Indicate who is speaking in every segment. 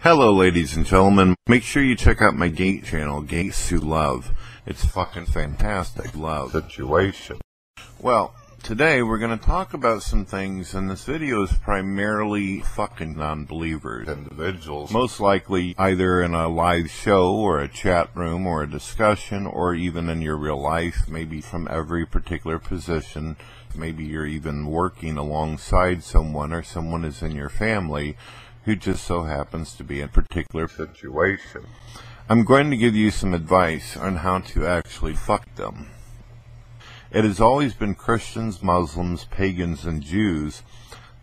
Speaker 1: Hello, ladies and gentlemen. Make sure you check out my gate channel, Gates to Love. It's fucking fantastic love situation. Well, today we're going to talk about some things, and this video is primarily fucking non believers, individuals, most likely either in a live show or a chat room or a discussion or even in your real life, maybe from every particular position. Maybe you're even working alongside someone or someone is in your family who just so happens to be in a particular situation. I'm going to give you some advice on how to actually fuck them. It has always been Christians, Muslims, pagans, and Jews.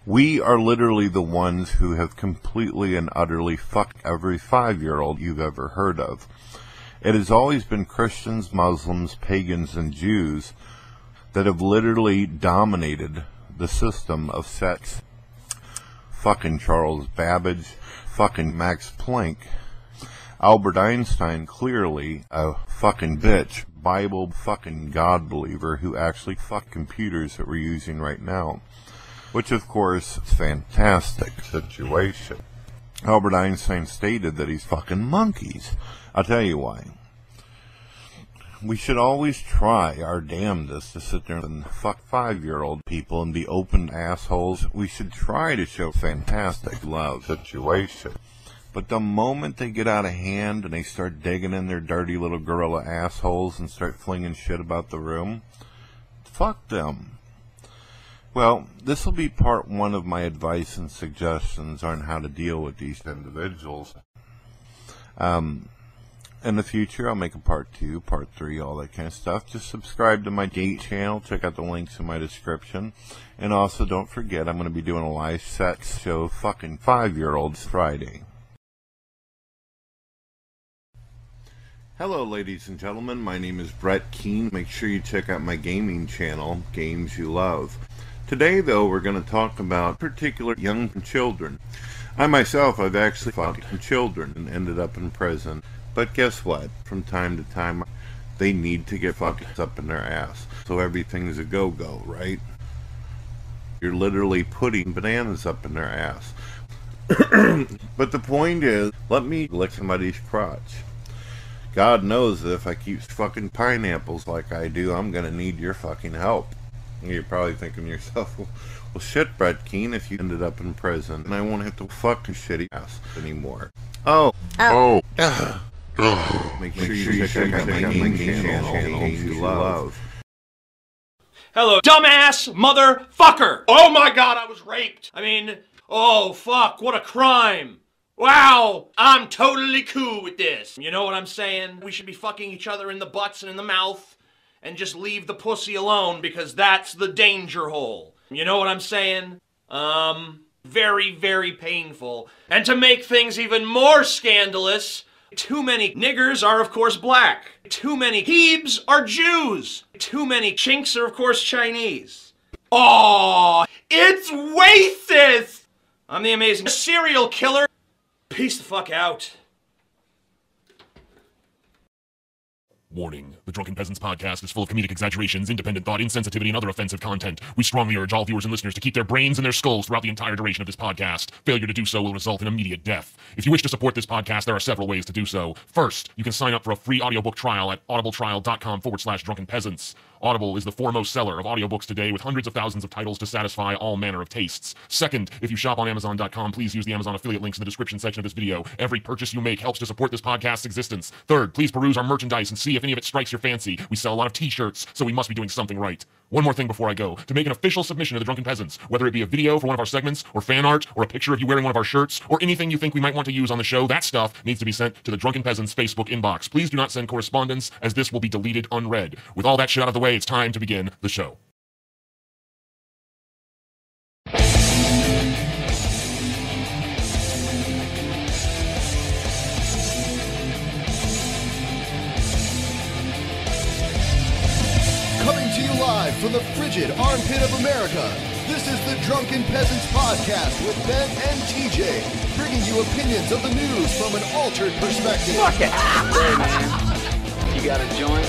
Speaker 1: We are literally the ones who have completely and utterly fucked every five year old you've ever heard of. It has always been Christians, Muslims, pagans, and Jews that have literally dominated the system of sex fucking Charles Babbage, fucking Max Planck, Albert Einstein, clearly a fucking bitch, Bible fucking God believer who actually fucked computers that we're using right now. Which, of course, is fantastic situation. Albert Einstein stated that he's fucking monkeys. I'll tell you why. We should always try our damnedest to sit there and fuck five year old people and be open assholes. We should try to show fantastic love situation. But the moment they get out of hand and they start digging in their dirty little gorilla assholes and start flinging shit about the room, fuck them. Well, this will be part one of my advice and suggestions on how to deal with these individuals. Um, in the future, I'll make a part two, part three, all that kind of stuff. Just subscribe to my date channel. Check out the links in my description. And also, don't forget, I'm going to be doing a live sex show, fucking five year olds, Friday. Hello, ladies and gentlemen. My name is Brett Keene. Make sure you check out my gaming channel, Games You Love. Today, though, we're going to talk about particular young children. I myself, I've actually fucked children and ended up in prison. But guess what? From time to time, they need to get fucked up in their ass. So everything's a go go, right? You're literally putting bananas up in their ass. but the point is, let me lick somebody's crotch. God knows that if I keep fucking pineapples like I do, I'm gonna need your fucking help. And You're probably thinking to yourself, well, well shit, Brad Keen, if you ended up in prison, and I won't have to fuck your shitty ass anymore. Oh,
Speaker 2: Oh.
Speaker 1: make sure you check out my gaming channel, Games You Love.
Speaker 3: Hello, dumbass motherfucker! Oh my god, I was raped! I mean, oh fuck, what a crime! Wow, I'm totally cool with this. You know what I'm saying? We should be fucking each other in the butts and in the mouth and just leave the pussy alone because that's the danger hole. You know what I'm saying? Um, very, very painful. And to make things even more scandalous, too many niggers are, of course, black. Too many Hebes are Jews. Too many chinks are, of course, Chinese. Aww, it's racist! I'm the amazing serial killer. Peace the fuck out.
Speaker 2: Warning. The Drunken Peasants podcast is full of comedic exaggerations, independent thought, insensitivity, and other offensive content. We strongly urge all viewers and listeners to keep their brains and their skulls throughout the entire duration of this podcast. Failure to do so will result in immediate death. If you wish to support this podcast, there are several ways to do so. First, you can sign up for a free audiobook trial at audibletrial.com forward slash drunken peasants. Audible is the foremost seller of audiobooks today with hundreds of thousands of titles to satisfy all manner of tastes. Second, if you shop on Amazon.com, please use the Amazon affiliate links in the description section of this video. Every purchase you make helps to support this podcast's existence. Third, please peruse our merchandise and see if any of it strikes your fancy. We sell a lot of t shirts, so we must be doing something right. One more thing before I go to make an official submission to the Drunken Peasants, whether it be a video for one of our segments, or fan art, or a picture of you wearing one of our shirts, or anything you think we might want to use on the show, that stuff needs to be sent to the Drunken Peasants Facebook inbox. Please do not send correspondence, as this will be deleted unread. With all that shit out of the way, it's time to begin the show.
Speaker 4: frigid armpit of America. This is the Drunken Peasants Podcast with Ben and TJ, bringing you opinions of the news from an altered perspective. Fuck it!
Speaker 5: You got a joint?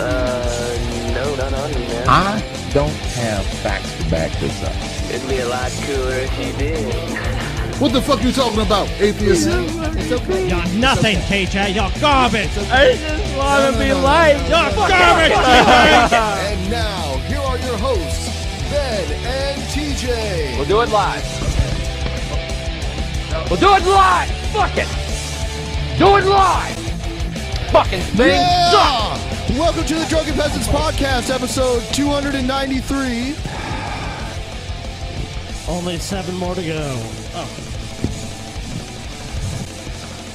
Speaker 5: Uh, no, not on me, man.
Speaker 6: I don't have facts to back this up.
Speaker 5: It'd be a lot cooler if you did.
Speaker 4: What the fuck you talking about, atheist? It's okay.
Speaker 7: You're nothing, TJ. You're garbage.
Speaker 8: I just want to be light.
Speaker 7: You're garbage. TJ.
Speaker 4: And now, here are your hosts, Ben and TJ.
Speaker 5: We'll do it live. We'll do it live. Fuck it. Do it live. Fucking thing sucks.
Speaker 4: Yeah! Welcome to the Drunken Peasants Podcast, episode 293.
Speaker 7: Only seven more to go. Oh.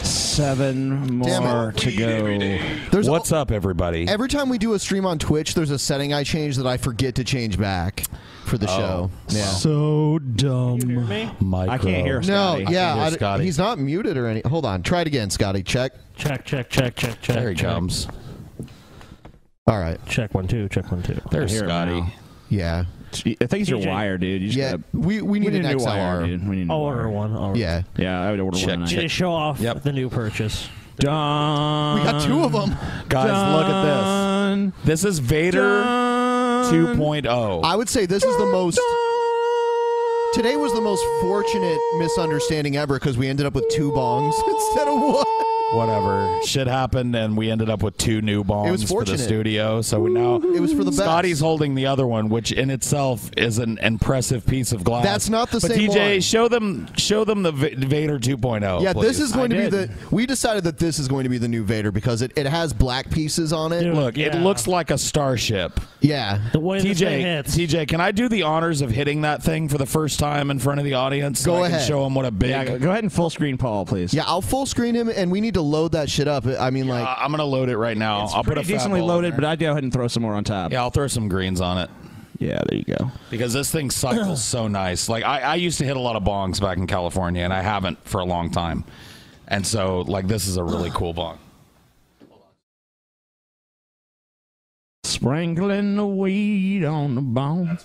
Speaker 8: Seven
Speaker 4: Damn it.
Speaker 8: more to go.
Speaker 4: There's
Speaker 9: What's up, everybody?
Speaker 4: Every time we do a stream on Twitch, there's a setting I change that I forget to change back for the
Speaker 8: Oh.
Speaker 4: show. Yeah.
Speaker 8: So dumb.
Speaker 7: Me?
Speaker 9: Micro.
Speaker 8: I can't hear
Speaker 4: no,
Speaker 8: Scotty.
Speaker 4: yeah,
Speaker 9: hear
Speaker 4: I-
Speaker 9: Scotty.
Speaker 4: he's not muted or any. Hold on, try it again, Scotty. Check.
Speaker 7: Check, check, check, check, check.
Speaker 9: There he
Speaker 7: check.
Speaker 9: comes.
Speaker 4: All right.
Speaker 7: Check one, two. Check one, two.
Speaker 9: There's
Speaker 8: hear him
Speaker 9: Scotty.
Speaker 8: now.
Speaker 4: Yeah.
Speaker 10: I think it's your
Speaker 7: TJ.
Speaker 10: wire, dude. You just
Speaker 4: Yeah.
Speaker 10: gotta-
Speaker 4: We we need
Speaker 10: we
Speaker 4: an
Speaker 10: need a new wire,
Speaker 4: XLR.
Speaker 10: dude. We need a new
Speaker 7: I'll
Speaker 10: wire.
Speaker 7: order one. I'll order
Speaker 4: Yeah.
Speaker 10: Yeah, I would order
Speaker 9: Check,
Speaker 10: one.
Speaker 7: One. Just show off
Speaker 9: Yep.
Speaker 7: the new purchase.
Speaker 8: Done.
Speaker 4: We got two of them.
Speaker 9: Guys, look at
Speaker 8: Done.
Speaker 9: this. This is Vader oh. 2.0.
Speaker 4: I would say this is the most. Today was the most fortunate misunderstanding ever because we ended up with two bongs instead of one.
Speaker 9: Whatever. Shit happened, and we ended up with two new bombs for the
Speaker 4: fortunate.
Speaker 9: studio. So we now
Speaker 4: It was for the best.
Speaker 9: Scotty's holding the other one, which in itself is an impressive piece of glass.
Speaker 4: That's not the
Speaker 9: but
Speaker 4: same
Speaker 9: TJ,
Speaker 4: one.
Speaker 9: show them, show them the v- Vader 2.0.
Speaker 4: Yeah, this
Speaker 9: please.
Speaker 4: is going
Speaker 8: I
Speaker 4: to be
Speaker 8: did.
Speaker 4: the. We decided that this is going to be the new Vader because it, it has black pieces on it.
Speaker 9: Look, it
Speaker 7: Yeah.
Speaker 9: looks like a starship.
Speaker 4: Yeah.
Speaker 7: The way this thing
Speaker 9: TJ,
Speaker 7: hits.
Speaker 9: TJ, can I do the honors of hitting that thing for the first time in front of the audience?
Speaker 4: Go
Speaker 9: so I
Speaker 4: ahead.
Speaker 9: can show them what a big.
Speaker 10: Yeah, go go ahead and full screen Paul, please.
Speaker 4: Yeah, I'll full screen him and we need to load that shit up. I mean, like,
Speaker 9: Uh, I'm gonna load it right now. I'll put a
Speaker 10: pretty
Speaker 9: fat
Speaker 10: decently
Speaker 9: ball
Speaker 10: loaded,
Speaker 9: in
Speaker 10: but
Speaker 9: there.
Speaker 10: I'd go ahead and throw some more on top.
Speaker 9: yeah, I'll throw some greens on it
Speaker 10: Yeah, there you go.
Speaker 9: because this thing cycles so nice. Like I, I used to hit a lot of bongs back in California, and I haven't for a long time. And so, like, this is a really cool bong.
Speaker 8: Sprinkling the weed on the bone.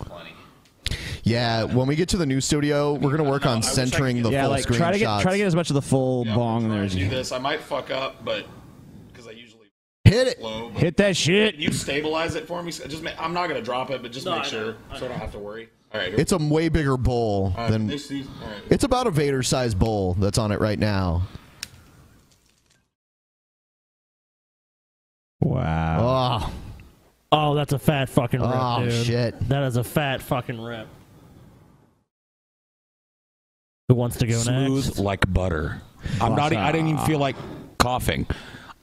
Speaker 4: yeah, when we get to the new studio, we're going to work on centering the
Speaker 10: Yeah,
Speaker 4: full
Speaker 10: like
Speaker 4: screen
Speaker 10: try to get
Speaker 4: shots.
Speaker 10: try to get as much of the full bong there as you
Speaker 9: this. I might fuck up, but because I usually
Speaker 4: Hit it.
Speaker 9: blow.
Speaker 10: hit that shit.
Speaker 9: you stabilize it for me? Just I'm not gonna drop it, but just
Speaker 7: make I know. sure,
Speaker 9: so I don't have to worry. All right,
Speaker 4: It's a way bigger bowl than. It's about a Vader sized bowl that's on it right now.
Speaker 10: Wow.
Speaker 4: Oh,
Speaker 7: Oh, that's a fat fucking rip,
Speaker 4: Oh,
Speaker 7: dude.
Speaker 4: shit.
Speaker 7: That is a fat fucking rip. Who wants to go
Speaker 9: smooth
Speaker 7: next?
Speaker 9: like butter. I'm not. e- I didn't even feel like coughing.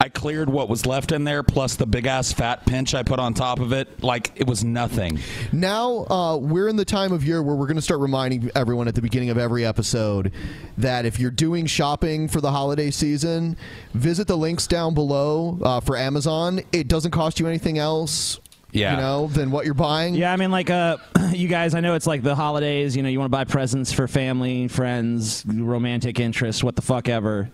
Speaker 9: I cleared what was left in there, plus the big ass fat pinch I put on top of it. Like it was nothing.
Speaker 4: Now uh, we're in the time of year where we're going to start reminding everyone at the beginning of every episode that if you're doing shopping for the holiday season, visit the links down below uh, for Amazon. It doesn't cost you anything else,
Speaker 9: Yeah.
Speaker 4: you know, than what you're buying.
Speaker 10: Yeah, I mean, like, uh, you guys, I know it's like the holidays. You know, you want to buy presents for family, friends, romantic interests, what the fuck ever.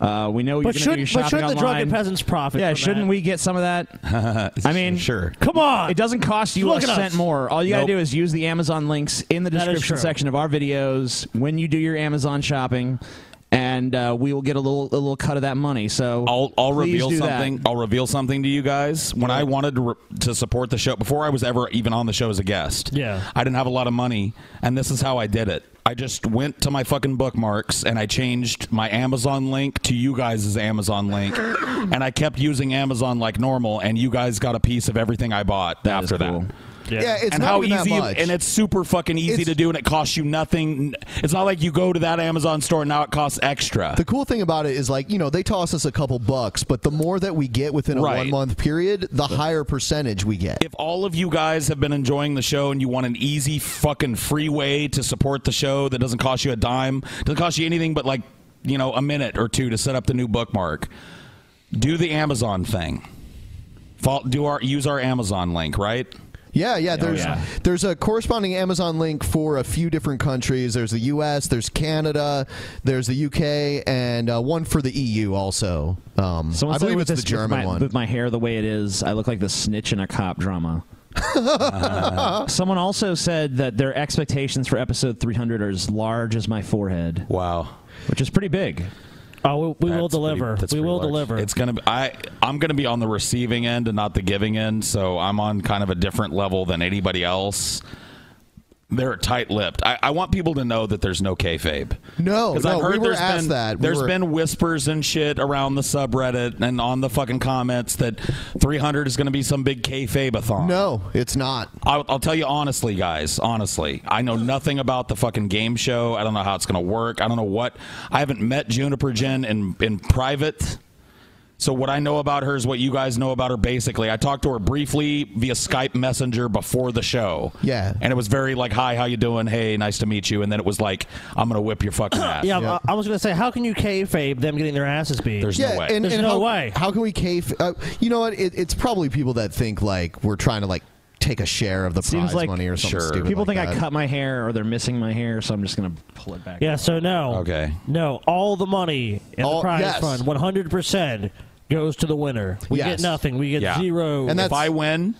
Speaker 10: Uh, we know you're
Speaker 7: But
Speaker 10: gonna
Speaker 7: should
Speaker 10: do your
Speaker 7: but
Speaker 10: shopping
Speaker 7: should the
Speaker 10: online.
Speaker 7: drunken peasants profit?
Speaker 10: yeah,
Speaker 7: from
Speaker 10: shouldn't
Speaker 7: that?
Speaker 10: we get some of that? I mean,
Speaker 9: Sure.
Speaker 7: Come on.
Speaker 10: It doesn't cost you
Speaker 7: Look
Speaker 10: a
Speaker 7: at
Speaker 10: cent
Speaker 7: us.
Speaker 10: more. All you gotta
Speaker 9: Nope.
Speaker 10: do is use the Amazon links in the
Speaker 7: That is
Speaker 10: description
Speaker 7: true.
Speaker 10: section of our videos when you do your Amazon shopping, and uh, we will get a little a little cut of that money. So
Speaker 9: I'll, I'll
Speaker 10: please
Speaker 9: reveal
Speaker 10: do that.
Speaker 9: something. I'll reveal something to you guys. When I wanted to, re- to support the show before I was ever even on the show as a guest,
Speaker 7: Yeah.
Speaker 9: I didn't have a lot of money, and this is how I did it. I just went to my fucking bookmarks and I changed my Amazon link to you guys' Amazon link, and I kept using Amazon like normal, and you guys got a piece of everything I bought
Speaker 10: That is
Speaker 9: after
Speaker 10: cool.
Speaker 9: that.
Speaker 4: Yeah, it's
Speaker 9: and
Speaker 4: not
Speaker 9: how
Speaker 4: even
Speaker 9: easy,
Speaker 4: that much.
Speaker 9: and it's super fucking easy
Speaker 4: It's-
Speaker 9: to do, and it costs you nothing. It's not like you go to that Amazon store and now it costs extra.
Speaker 4: the cool thing about it is like you know they toss us a couple bucks, but the more that we get within a
Speaker 9: Right.
Speaker 4: one month period, the higher percentage we get.
Speaker 9: if all of you guys have been enjoying the show and you want an easy fucking free way to support the show that doesn't cost you a dime, doesn't cost you anything but like, you know, a minute or two to set up the new bookmark, do the Amazon thing. Fol- Do our use our Amazon link, right?
Speaker 4: Yeah, yeah. There's
Speaker 10: Oh, yeah.
Speaker 4: there's a corresponding Amazon link for a few different countries. There's the U.S., there's Canada, there's the U.K., and uh, one for the EU also. Um,
Speaker 10: Someone
Speaker 4: I
Speaker 10: said
Speaker 4: believe
Speaker 10: with
Speaker 4: it's
Speaker 10: this-
Speaker 4: the German
Speaker 10: with my,
Speaker 4: one.
Speaker 10: With my hair the way it is, I look like the snitch in a cop drama. Someone also said that their expectations for episode 300 are as large as my forehead.
Speaker 9: Wow.
Speaker 10: Which is pretty big.
Speaker 7: Oh, we, we will
Speaker 9: That's pretty-
Speaker 7: deliver.
Speaker 9: that's
Speaker 7: we
Speaker 9: pretty
Speaker 7: will
Speaker 9: large.
Speaker 7: deliver.
Speaker 9: It's gonna be. I I'm gonna be on the receiving end and not the giving end, so I'm on kind of a different level than anybody else. They're tight-lipped. I, I want people to know that there's no kayfabe.
Speaker 4: No,
Speaker 9: 'Cause
Speaker 4: no,
Speaker 9: I've heard
Speaker 4: we were
Speaker 9: there's
Speaker 4: asked
Speaker 9: been,
Speaker 4: that. We
Speaker 9: There's
Speaker 4: were-
Speaker 9: been whispers and shit around the subreddit and on the fucking comments that 300 is going to be some big kayfabe-a-thon.
Speaker 4: No, it's not.
Speaker 9: I'll, I'll tell you honestly, guys. Honestly, I know nothing about the fucking game show. I don't know how it's going to work. I don't know what. I haven't met Juniper Jen in in private. So what I know about her is what you guys know about her. Basically, I talked to her briefly via Skype Messenger before the show.
Speaker 4: Yeah.
Speaker 9: and it was very like, "Hi, how you doing? Hey, nice to meet you." And then it was like, "I'm gonna whip your fucking ass."
Speaker 7: yeah, I, I was gonna say, how can you kayfabe them getting their asses beat?
Speaker 9: There's
Speaker 4: yeah, and,
Speaker 7: There's
Speaker 4: and
Speaker 7: no
Speaker 4: how,
Speaker 7: way.
Speaker 4: How can we cave? Uh, you know what? It, it's probably people that think like we're trying to like take a share of the prize money or something. Stupid
Speaker 10: People
Speaker 4: like
Speaker 10: think I
Speaker 4: that.
Speaker 10: cut my hair or they're missing my hair, so I'm just going to pull it back.
Speaker 7: Yeah, so no.
Speaker 9: Okay.
Speaker 7: No, all the money in
Speaker 10: All-
Speaker 7: the prize
Speaker 10: yes.
Speaker 7: fund, 100%, goes to the winner. We get nothing. We get
Speaker 9: Yeah.
Speaker 7: zero.
Speaker 9: if I win,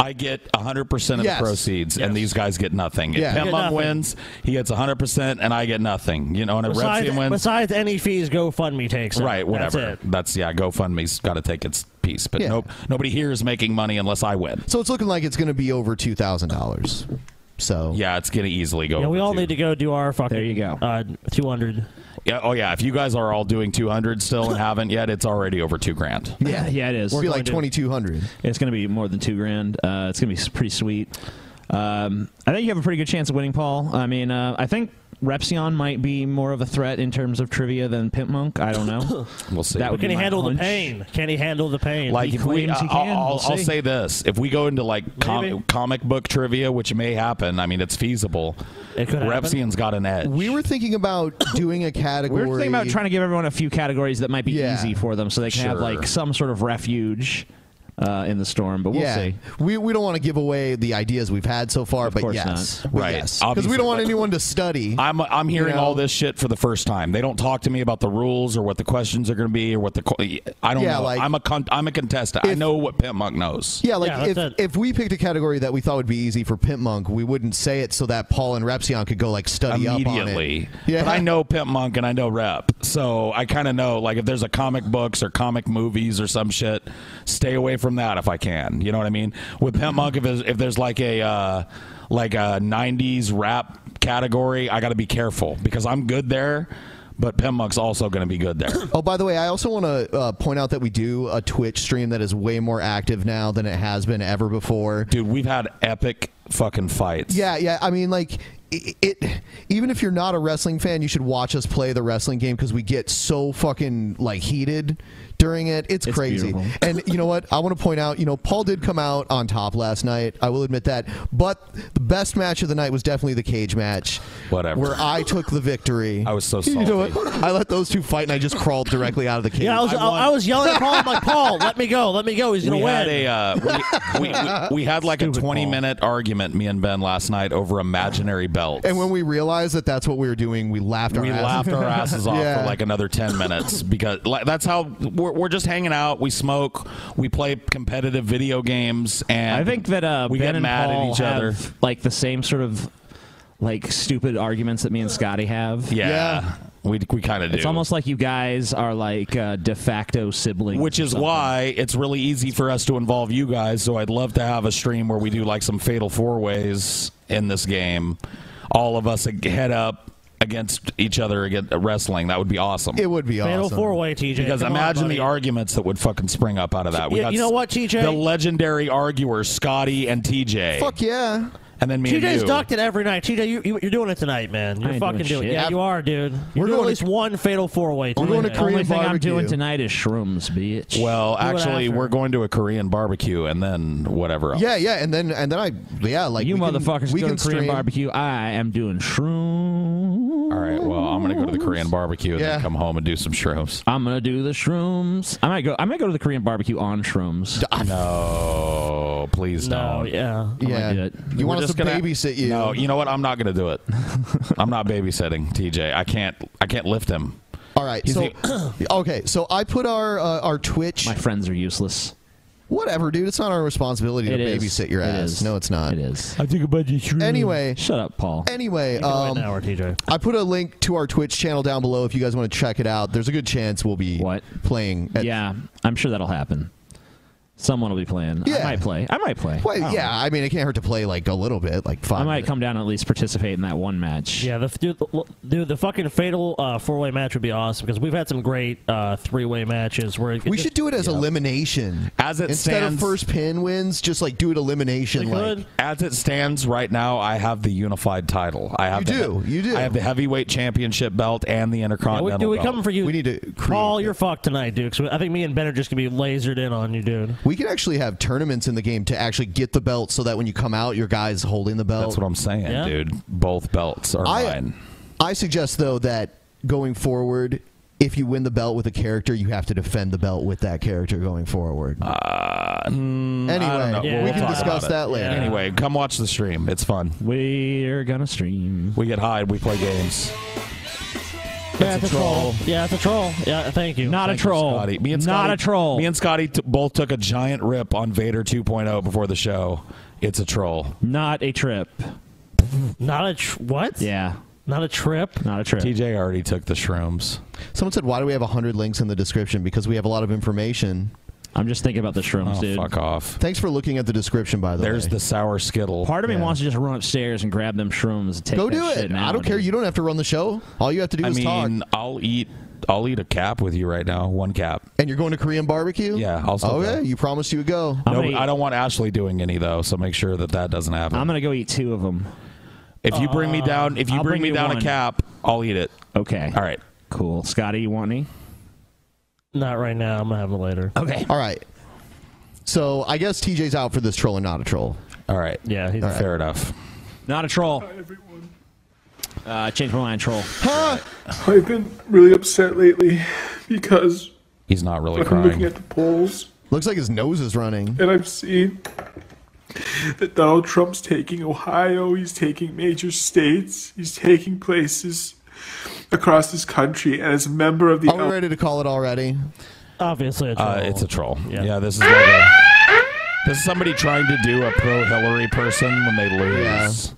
Speaker 9: I get 100% of
Speaker 7: Yes.
Speaker 9: the proceeds, and these guys get nothing.
Speaker 7: Yeah.
Speaker 9: If
Speaker 7: Get
Speaker 9: Pemum
Speaker 7: nothing.
Speaker 9: wins, he gets 100%, and I get nothing. You know, and if
Speaker 7: besides,
Speaker 9: Redstein wins,
Speaker 7: besides any fees GoFundMe takes. out.
Speaker 9: right, whatever.
Speaker 7: That's it.
Speaker 9: yeah, GoFundMe's got to take its piece. But
Speaker 4: Yeah.
Speaker 9: nope, nobody here is making money unless I win.
Speaker 4: So it's looking like it's going to be over two thousand dollars. So
Speaker 9: yeah, it's going to easily go.
Speaker 7: Yeah, we
Speaker 9: over
Speaker 7: all
Speaker 9: two.
Speaker 7: need to go do our fucking. There you go. Uh, 200.
Speaker 9: Yeah, oh yeah, if you guys are all doing 200 still and haven't yet, it's already over two grand.
Speaker 10: Yeah, yeah, it is.
Speaker 9: It'd be like
Speaker 4: two hundred.
Speaker 10: It's going to be more than two grand. Uh, it's going to be s- pretty sweet. Um, I think you have a pretty good chance of winning, Paul. I mean, uh, I think Repsion might be more of a threat in terms of trivia than Pimp Monk. I don't know.
Speaker 9: we'll see.
Speaker 10: That would
Speaker 7: Can
Speaker 10: be
Speaker 7: he
Speaker 10: my
Speaker 7: handle
Speaker 10: hunch.
Speaker 7: the pain? Can he handle the pain?
Speaker 9: Like if we, I'll, I'll, I'll say this: if we go into like
Speaker 7: Maybe.
Speaker 9: com- comic book trivia, which may happen, I mean it's feasible. It
Speaker 7: could happen.
Speaker 9: Repsian's got an edge.
Speaker 4: we were thinking about doing a
Speaker 10: We
Speaker 4: category.
Speaker 10: were thinking about trying to give everyone a few categories that might be
Speaker 4: Yeah.
Speaker 10: easy for them, so they can have
Speaker 4: Sure.
Speaker 10: like some sort of refuge uh, in the storm. But we'll
Speaker 4: yeah,
Speaker 10: see.
Speaker 4: we we don't want to give away the ideas we've had so far, but
Speaker 10: course
Speaker 4: yes,
Speaker 10: not.
Speaker 4: But
Speaker 9: Right.
Speaker 4: yes, because we
Speaker 9: Obviously.
Speaker 4: don't want anyone to study.
Speaker 9: I'm I'm hearing
Speaker 4: You know?
Speaker 9: all this shit for the first time. They don't talk to me about the rules or what the questions are going to be or what the qu- I don't
Speaker 4: Yeah,
Speaker 9: know.
Speaker 4: like-
Speaker 9: I'm a con- I'm a contestant. I know what Pimp Monk knows.
Speaker 4: Yeah, like if, if we picked a category that we thought would be easy for Pimp Monk, we wouldn't say it so that Paul and Repsion could go like study up on it.
Speaker 9: immediately. But I know Pimp Monk and I know Rep, so I kind of know like if there's a comic books or comic movies or some shit, stay away from that if I can. You know what I mean? With Pimp Monk, if there's, if there's like a uh, like a '90s rap category, I got to be careful because I'm good there, but Pimp Monk's also going to be good there.
Speaker 4: Oh, by the way, I also want to uh, point out that we do a Twitch stream that is way more active now than it has been ever before.
Speaker 9: Dude, we've had epic fucking fights.
Speaker 4: Yeah, yeah. I mean, like it, it. Even if you're not a wrestling fan, you should watch us play the wrestling game because we get so fucking like heated during it. It's, crazy.
Speaker 11: beautiful.
Speaker 4: And you know what? I want to point out. You know, Paul did come out on top last night. I will admit that. But the best match of the night was definitely the cage match.
Speaker 9: Whatever.
Speaker 4: Where I took the victory. I was
Speaker 9: so
Speaker 4: You know what? I let those two fight, and I just crawled directly out of the cage.
Speaker 7: Yeah, I was, I, I was yelling at Paul. I'm like, Paul, let me go. Let me go. He's going
Speaker 9: we
Speaker 7: to win.
Speaker 9: had a uh, we, we, we, we had like a 20 minute argument me and Ben last night over imaginary belts.
Speaker 4: And when we realized that that's what we were doing, we laughed our
Speaker 9: we
Speaker 4: asses
Speaker 9: laughed our asses off
Speaker 4: Yeah.
Speaker 9: for like another 10 minutes because like, that's how we're, we're just hanging out we smoke we play competitive video games and
Speaker 10: I think that uh,
Speaker 9: we
Speaker 10: Ben
Speaker 9: get
Speaker 10: and
Speaker 9: mad
Speaker 10: Paul
Speaker 9: at each other
Speaker 10: have, like the same sort of like stupid arguments that me and Scotty have.
Speaker 9: Yeah, we we kind of do.
Speaker 10: It's almost like you guys are like uh, de facto siblings,
Speaker 9: which is why it's really easy for us to involve you guys so i'd love to have a stream where we do like some fatal four ways in this game all of us head up against each other against wrestling that would be awesome
Speaker 4: It would be
Speaker 7: Fatal awesome. four-way, TJ.
Speaker 9: because
Speaker 7: Come on,
Speaker 9: imagine
Speaker 7: buddy.
Speaker 9: the arguments that would fucking spring up out of that
Speaker 7: You- you know what, TJ?
Speaker 9: the legendary arguers scotty and tj
Speaker 4: Fuck yeah.
Speaker 9: and then me and
Speaker 7: TJ's
Speaker 9: you
Speaker 7: ducked it every night. TJ, you, you, you're doing it tonight, man. You're
Speaker 10: ain't
Speaker 7: fucking
Speaker 10: doing
Speaker 7: doing,
Speaker 10: shit.
Speaker 7: it. Yeah,
Speaker 10: I've-
Speaker 7: you are, dude.
Speaker 10: going
Speaker 7: You're doing
Speaker 10: to-
Speaker 7: at least one fatal four way.
Speaker 10: Only thing I'm doing tonight is shrooms, bitch.
Speaker 9: well
Speaker 7: Do it
Speaker 9: actually
Speaker 7: after.
Speaker 9: we're going to a korean barbecue and then whatever else.
Speaker 4: Yeah, yeah, and then and then I yeah like
Speaker 10: you
Speaker 4: we can-
Speaker 10: motherfuckers
Speaker 4: we
Speaker 10: go
Speaker 4: can
Speaker 10: to Korean
Speaker 4: stream.
Speaker 10: barbecue. I am doing shrooms.
Speaker 9: All right. Well, I'm gonna go to the Korean barbecue and
Speaker 10: Yeah.
Speaker 9: then come home and do some shrooms.
Speaker 10: I'm gonna do the shrooms. I might go. I might go to the Korean barbecue on shrooms.
Speaker 9: No, please
Speaker 10: No,
Speaker 9: don't.
Speaker 7: yeah,
Speaker 10: yeah.
Speaker 4: You
Speaker 9: We're
Speaker 4: want us
Speaker 9: just
Speaker 4: to
Speaker 9: gonna-
Speaker 4: babysit you.
Speaker 9: No, you know what? I'm not gonna do it. I'm not babysitting TJ. I can't. I can't lift him.
Speaker 4: All right. So okay, so I put our uh, our Twitch.
Speaker 10: My friends are useless.
Speaker 4: Whatever, dude. It's not our responsibility
Speaker 10: It
Speaker 4: to
Speaker 10: is.
Speaker 4: babysit your
Speaker 10: It
Speaker 4: ass.
Speaker 10: is.
Speaker 4: No, it's not. It
Speaker 10: is.
Speaker 4: I think about you. Anyway,
Speaker 10: shut up, Paul.
Speaker 4: Anyway, um,
Speaker 7: an hour, TJ.
Speaker 4: I put a link to our Twitch channel down below if you guys want to check it out. There's a good chance we'll be what? playing. At,
Speaker 10: yeah, I'm sure that'll happen. Someone will be playing. I
Speaker 4: Yeah.
Speaker 10: might play. I might play.
Speaker 4: Well,
Speaker 10: I don't
Speaker 4: yeah, I mean, it can't hurt to play like a little bit, like five.
Speaker 10: I might come down and at least participate in that one match.
Speaker 7: Yeah, the, dude, the, dude, the fucking fatal uh, four way match would be awesome because we've had some great uh, three way matches where it,
Speaker 4: We should do it as
Speaker 7: Yeah.
Speaker 4: elimination.
Speaker 9: As it
Speaker 4: Instead
Speaker 9: stands-
Speaker 4: of first pin wins, just like do it elimination. Like,
Speaker 9: As it stands right now, I have the unified title. I have
Speaker 4: You
Speaker 9: the,
Speaker 4: do, you do.
Speaker 9: I have the heavyweight championship belt and the
Speaker 7: Yeah, we,
Speaker 9: intercontinental.
Speaker 7: dude, we
Speaker 9: belt.
Speaker 7: coming for you. We
Speaker 4: need to.
Speaker 7: Paul, you're fucked tonight, dude. 'cause I think me and Ben are just gonna be lasered in on you, dude.
Speaker 4: we could actually have tournaments in the game to actually get the belt so that when you come out, your guy's holding the belt.
Speaker 9: That's what I'm saying, dude. Both belts are
Speaker 4: I,
Speaker 9: mine.
Speaker 4: I suggest though that going forward, if you win the belt with a character, you have to defend the belt with that character going forward.
Speaker 9: Uh,
Speaker 4: anyway, we can discuss that later.
Speaker 9: Anyway, come watch the stream. It's fun.
Speaker 10: We're gonna stream.
Speaker 9: We get high. We play games.
Speaker 7: Yeah, it's a troll. Yeah, it's a troll. Yeah, thank you.
Speaker 9: Thank you, Scotty. Me and Scotty, Me and Scotty t- both took a giant rip on Vader 2.0 before the show. It's a troll.
Speaker 10: Not a trip.
Speaker 7: Not a tr- what?
Speaker 10: Yeah.
Speaker 7: Not a trip.
Speaker 10: Not a trip.
Speaker 9: TJ already took the shrooms.
Speaker 4: Someone said, "Why do we have hundred links in the description? Because we have a lot of information."
Speaker 10: I'm just thinking about the shrooms,
Speaker 9: Oh,
Speaker 10: dude.
Speaker 9: fuck off.
Speaker 4: Thanks for looking at the description, by the way.
Speaker 9: There's the sour skittle.
Speaker 10: Part of me wants to just run upstairs and grab them shrooms and take
Speaker 4: Go
Speaker 10: that
Speaker 4: do
Speaker 10: shit
Speaker 4: it.
Speaker 10: now,
Speaker 4: I don't care. You don't have to run the show. All you have to do
Speaker 9: I
Speaker 4: is talk.
Speaker 9: mean, I'll eat. I'll eat a cap with you right now. One cap.
Speaker 4: And you're going to Korean barbecue?
Speaker 9: Yeah, I'll still
Speaker 4: Okay,
Speaker 9: go.
Speaker 4: you promised you would go.
Speaker 9: No, but I don't want Ashley doing any though. So make sure that that doesn't happen. I'm
Speaker 10: gonna go eat two of them. Uh,
Speaker 9: If you bring me down, if you
Speaker 10: I'll
Speaker 9: bring,
Speaker 10: bring
Speaker 9: me
Speaker 10: you
Speaker 9: down
Speaker 10: one.
Speaker 9: a cap, I'll eat it.
Speaker 10: Okay.
Speaker 9: All right.
Speaker 10: Cool. Scotty, you want any?
Speaker 7: Not right now. I'm gonna have it later.
Speaker 10: Okay.
Speaker 4: All right. So I guess TJ's out for this troll and not a troll.
Speaker 9: All right.
Speaker 7: Yeah, he's
Speaker 9: fair enough.
Speaker 10: Not a troll. Uh, change my mind, troll.
Speaker 11: I've been really upset lately because
Speaker 9: He's not really
Speaker 11: I'm
Speaker 9: crying.
Speaker 11: looking at the polls
Speaker 4: Looks like his nose is running.
Speaker 11: and I'm seeing that Donald Trump's taking Ohio, he's taking major states, he's taking places across this country, and as a member of the
Speaker 10: Oh,
Speaker 4: Are we ready to call it already?
Speaker 7: Obviously, a troll.
Speaker 9: Uh, it's a troll. Yeah. this is like a, this is somebody trying to do a pro Hillary person when they lose,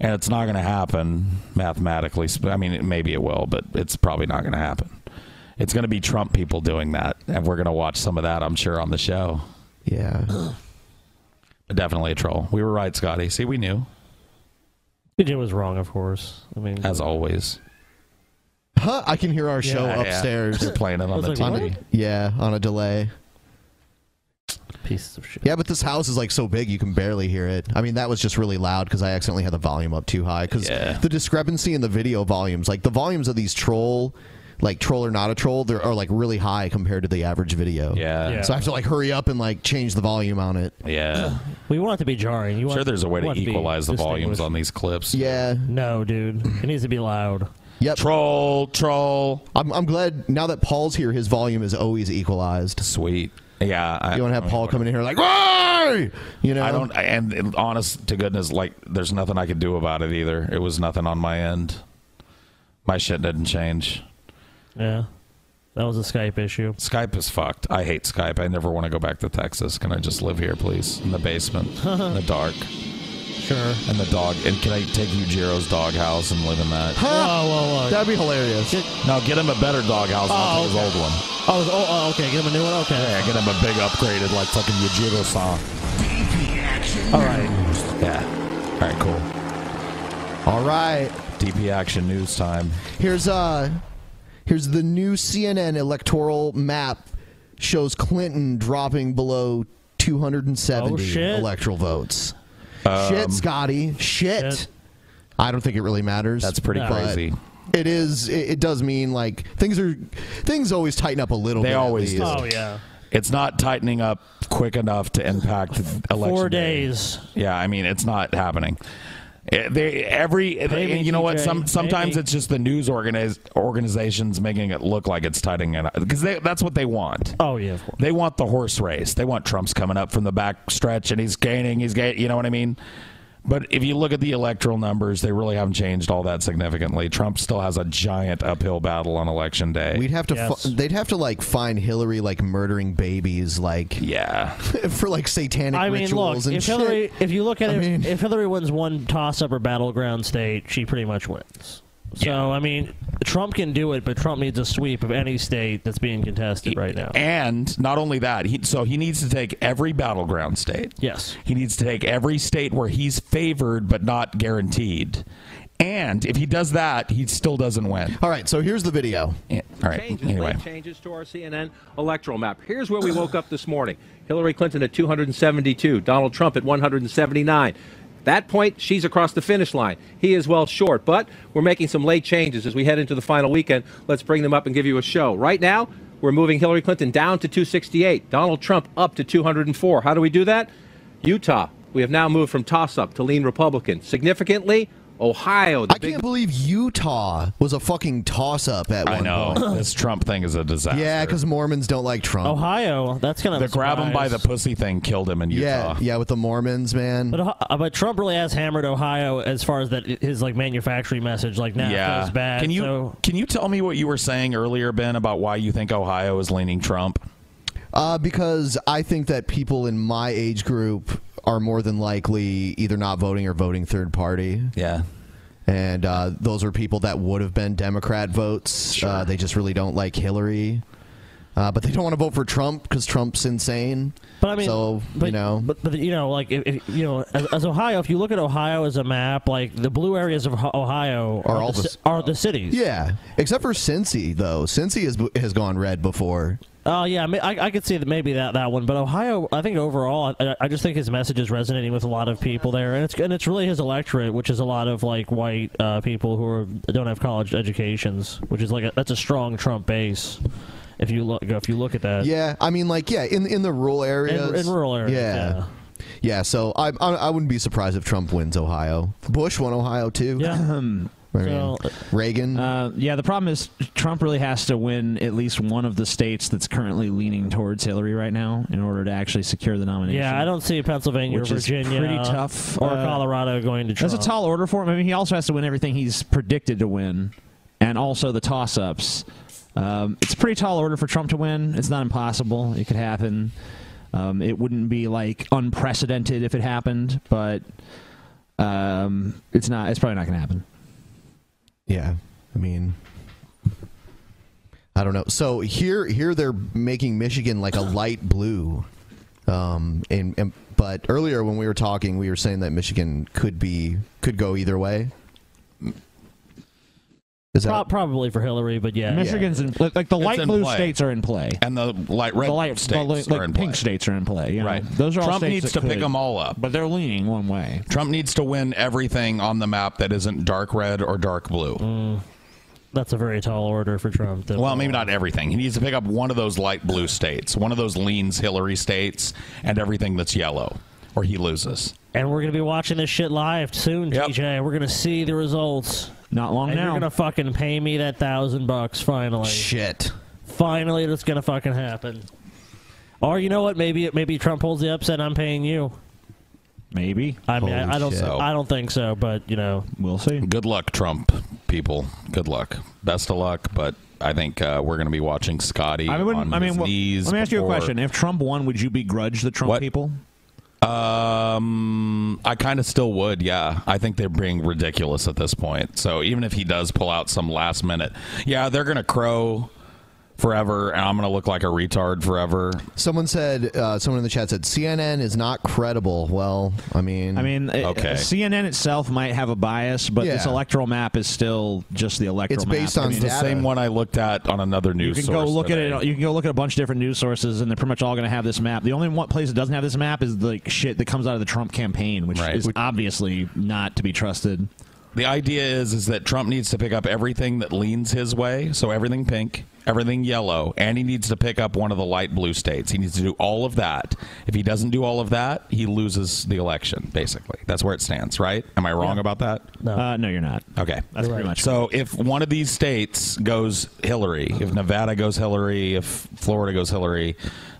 Speaker 9: and it's not going to happen mathematically. sp- I mean, it- maybe it will, but it's probably not going to happen. It's going to be Trump people doing that, and we're going to watch some of that, I'm sure, on the show.
Speaker 4: Yeah,
Speaker 9: definitely a troll. We were right, Scotty. See, we knew
Speaker 7: TJ was wrong, of course. I mean,
Speaker 9: as always.
Speaker 4: Huh, I can hear our
Speaker 7: Yeah.
Speaker 4: show
Speaker 7: Yeah, yeah.
Speaker 4: upstairs.
Speaker 9: They're playing it on I was the like,
Speaker 4: On
Speaker 9: TV.
Speaker 4: a- yeah, on a delay.
Speaker 7: Pieces of shit.
Speaker 4: Yeah, but this house is like so big you can barely hear it. I mean, that was just really loud because I accidentally had the volume up too high. Because the discrepancy in the video volumes, like the volumes of these troll, like troll or not a troll, they are like really high compared to the average video.
Speaker 9: Yeah. Yeah.
Speaker 4: So I have to like hurry up and like change the volume on it.
Speaker 9: Yeah,
Speaker 7: we want it to be jarring. You want
Speaker 9: sure. There's a way
Speaker 7: you
Speaker 9: to
Speaker 7: want it be
Speaker 9: equalize the volumes
Speaker 7: distinguished.
Speaker 9: on these clips.
Speaker 4: Yeah.
Speaker 7: No, dude, it needs to be loud.
Speaker 4: Yep.
Speaker 9: Troll, troll.
Speaker 4: I'm, I'm glad now that Paul's here, his volume is always equalized.
Speaker 9: Sweet. Yeah, I,
Speaker 4: you don't have Paul coming in here like, "Why?" You know,
Speaker 9: I don't. And, and honest to goodness, like there's nothing I could do about it either. It was nothing on my end. My shit didn't change.
Speaker 7: Yeah, that was a Skype issue.
Speaker 9: Skype is fucked. I hate Skype. I never want to go back to Texas. Can I just live here, please, in the basement, in the dark?
Speaker 7: Sure.
Speaker 9: And the dog. And can I take Ujiro's dog house and live in that?
Speaker 7: Whoa, whoa, whoa.
Speaker 4: That'd be hilarious.
Speaker 9: No, get him a better dog house. I'll take his old one.
Speaker 7: Oh, it's- oh, oh, okay. Get him a new one. Okay.
Speaker 9: Yeah, get him a big upgraded, like fucking Yujiro song.
Speaker 7: All right.
Speaker 9: Yeah. All right. Cool.
Speaker 4: All right.
Speaker 9: DP action news time.
Speaker 4: Here's uh here's the new CNN electoral map shows Clinton dropping below 270
Speaker 7: Oh, shit.
Speaker 4: electoral votes.
Speaker 9: Um,
Speaker 4: shit, Scotty. Shit.
Speaker 7: Shit.
Speaker 4: I don't think it really matters.
Speaker 9: That's pretty
Speaker 4: but
Speaker 9: crazy.
Speaker 4: It is. It, it does mean like things are things always tighten up a little.
Speaker 9: They
Speaker 4: bit. at
Speaker 9: always
Speaker 4: least.
Speaker 9: do.
Speaker 7: Oh yeah.
Speaker 9: It's not tightening up quick enough to impact election.
Speaker 7: Four
Speaker 9: day.
Speaker 7: days.
Speaker 9: Yeah, I mean, it's not happening. Eh, They every and
Speaker 7: me,
Speaker 9: you know what?
Speaker 7: TJ.
Speaker 9: Some
Speaker 7: Pay
Speaker 9: sometimes
Speaker 7: me.
Speaker 9: it's just the news organiz, organizations making it look like it's tightening it up because that's what they want.
Speaker 7: Oh yeah. Of course.
Speaker 9: They want the horse race. They want Trump's coming up from the back stretch and he's gaining. He's gaining. You know what I mean? But if you look at the electoral numbers, they really haven't changed all that significantly. Trump still has a giant uphill battle on election day.
Speaker 4: We'd have to. Fi- they'd have to like find Hillary like murdering babies, like
Speaker 9: yeah,
Speaker 4: for like satanic
Speaker 7: I mean, look.
Speaker 4: rituals and
Speaker 7: If
Speaker 4: shit.
Speaker 7: Hillary, if you look at
Speaker 4: I
Speaker 7: it,
Speaker 4: mean-
Speaker 7: if Hillary wins one toss-up or battleground state, she pretty much wins. So I mean, Trump can do it, but Trump needs a sweep of any state that's being contested right now.
Speaker 9: And not only that, he, so he needs to take every battleground state.
Speaker 7: Yes.
Speaker 9: He needs to take every state where he's favored but not guaranteed. And if he does that, he still doesn't win.
Speaker 4: All right, so here's the video.
Speaker 9: all right.
Speaker 12: Changes,
Speaker 9: Anyway.
Speaker 12: late changes to our CNN electoral map. Here's where we woke up this morning. Hillary Clinton at 272, Donald Trump at 179. That point, she's across the finish line. He is well short, but we're making some late changes as we head into the final weekend. Let's bring them up and give you a show. Right now, we're moving Hillary Clinton down to 268, Donald Trump up to 204. How do we do that? Utah, we have now moved from toss up to lean Republican. Significantly, Ohio, the
Speaker 4: I can't believe Utah was a fucking toss up at
Speaker 9: I
Speaker 4: one
Speaker 9: know.
Speaker 4: point.
Speaker 9: this Trump thing is a disaster.
Speaker 4: yeah, because Mormons don't like Trump.
Speaker 7: Ohio, that's gonna
Speaker 9: The grab him by the pussy thing killed him in Utah.
Speaker 4: Yeah, yeah, with the Mormons, man.
Speaker 7: But, uh, but Trump really has hammered Ohio as far as that his like manufacturing message, like now
Speaker 9: yeah.
Speaker 7: feels bad.
Speaker 9: Can you
Speaker 7: so-
Speaker 9: can you tell me what you were saying earlier, Ben, about why you think Ohio is leaning Trump?
Speaker 4: Uh, because I think that people in my age group are more than likely either not voting or voting third party.
Speaker 9: Yeah.
Speaker 4: And uh, those are people that would have been Democrat votes. Uh, they just really don't like Hillary. Uh, but they don't want to vote for Trump because Trump's insane.
Speaker 7: But I mean,
Speaker 4: so
Speaker 7: but,
Speaker 4: you know,
Speaker 7: but, but you know, like if, if, you know, as, as Ohio, if you look at Ohio as a map, like the blue areas of Ho- Ohio are,
Speaker 4: all
Speaker 7: the,
Speaker 4: the
Speaker 7: ci- are the cities.
Speaker 4: yeah. Except for Cincy though, Cincy has has gone red before.
Speaker 7: Oh yeah, I, mean, I, I could see that maybe that, that one, but Ohio, I think overall, I, I just think his message is resonating with a lot of people there, and it's and it's really his electorate, which is a lot of like white uh, people who are, don't have college educations, which is like a, that's a strong Trump base. If you look if you look at that,
Speaker 4: Yeah, I mean, like, yeah, in in the rural areas,
Speaker 7: in rural areas,
Speaker 4: yeah.
Speaker 7: yeah.
Speaker 4: Yeah, so I, I I wouldn't be surprised if Trump wins Ohio. Bush won Ohio too.
Speaker 7: Yeah.
Speaker 10: So-
Speaker 4: Reagan.
Speaker 10: Uh, yeah, the problem is Trump really has to win at least one of the states that's currently leaning towards Hillary right now in order to actually secure the nomination.
Speaker 7: yeah, I don't see Pennsylvania, or
Speaker 10: Which is
Speaker 7: Virginia,
Speaker 10: pretty tough,
Speaker 7: or
Speaker 10: uh,
Speaker 7: Colorado going to Trump.
Speaker 10: That's a tall order for him. I mean, he also has to win everything he's predicted to win, and also the toss-ups. Um, it's a pretty tall order for Trump to win. It's not impossible. It could happen. Um, it wouldn't be like unprecedented if it happened, but um, it's not. It's probably not going to happen.
Speaker 4: Yeah, I mean, I don't know. So here, here they're making Michigan like a light blue. Um, and, and but earlier when we were talking, we were saying that Michigan could be could go either way. Is that
Speaker 7: Pro- probably for Hillary, but yeah,
Speaker 10: Michigan's in like, like the light blue states are in play,
Speaker 9: and the light red
Speaker 10: the light,
Speaker 9: states
Speaker 10: the, like,
Speaker 9: are in play.
Speaker 10: pink states are in play. you know.
Speaker 9: Right.
Speaker 10: those are all
Speaker 9: Trump
Speaker 10: states
Speaker 9: needs to
Speaker 10: that
Speaker 9: pick
Speaker 10: could-
Speaker 9: them all up,
Speaker 10: but they're leaning one way.
Speaker 9: Trump needs to win everything on the map that isn't dark red or dark blue.
Speaker 10: Mm,
Speaker 7: that's a very tall order for Trump. to-
Speaker 9: Well, maybe not everything. He needs to pick up one of those light blue states, one of those leans Hillary states, and everything that's yellow, or he loses.
Speaker 7: And we're gonna be watching this shit live soon, TJ. We're gonna see the results.
Speaker 10: Not long
Speaker 7: and
Speaker 10: now.
Speaker 7: You're gonna fucking pay me that thousand bucks finally.
Speaker 4: Shit.
Speaker 7: Finally, it's gonna fucking happen. Or you know what? Maybe maybe Trump holds the upset. I'm paying you.
Speaker 10: Maybe.
Speaker 7: I mean, I, I don't.
Speaker 9: So-
Speaker 7: I don't think so. But you know,
Speaker 10: we'll see.
Speaker 9: Good luck, Trump people. Good luck. Best of luck. But I think uh, we're going to be watching Scotty
Speaker 10: I mean,
Speaker 9: on
Speaker 10: wouldn't- I mean,
Speaker 9: his
Speaker 10: well,
Speaker 9: knees.
Speaker 10: let me ask you a
Speaker 9: before-
Speaker 10: question: If Trump won, would you begrudge the Trump people?
Speaker 9: Um, I kind of still would. Yeah, I think they're being ridiculous at this point. So even if he does pull out some last minute, yeah, they're gonna crow forever, and I'm gonna look like a retard forever.
Speaker 4: Someone said, uh, someone in the chat said CNN is not credible. Well, I mean,
Speaker 10: I mean, it- uh, CNN itself might have a bias, but this
Speaker 4: Yeah.
Speaker 10: electoral map is still just the electoral. map. I mean,
Speaker 9: it's the same one I looked at on another
Speaker 10: You
Speaker 9: news.
Speaker 10: can go
Speaker 9: source
Speaker 10: look
Speaker 9: today.
Speaker 10: at it. You can go look at a bunch of different news sources, and they're pretty much all going to have this map. The only one place that doesn't have this map is the like, shit that comes out of the Trump campaign, which is obviously not to be trusted.
Speaker 9: The idea is is that Trump needs to pick up everything that leans his way, so everything pink, everything yellow, and he needs to pick up one of the light blue states. He needs to do all of that. If he doesn't do all of that, he loses the election. Basically, that's where it stands. Right? Am I wrong about that?
Speaker 7: No,
Speaker 10: uh, no, you're not.
Speaker 9: Okay,
Speaker 10: That's pretty much.
Speaker 9: So if one of these states goes Hillary, if Nevada goes Hillary, if Florida goes Hillary,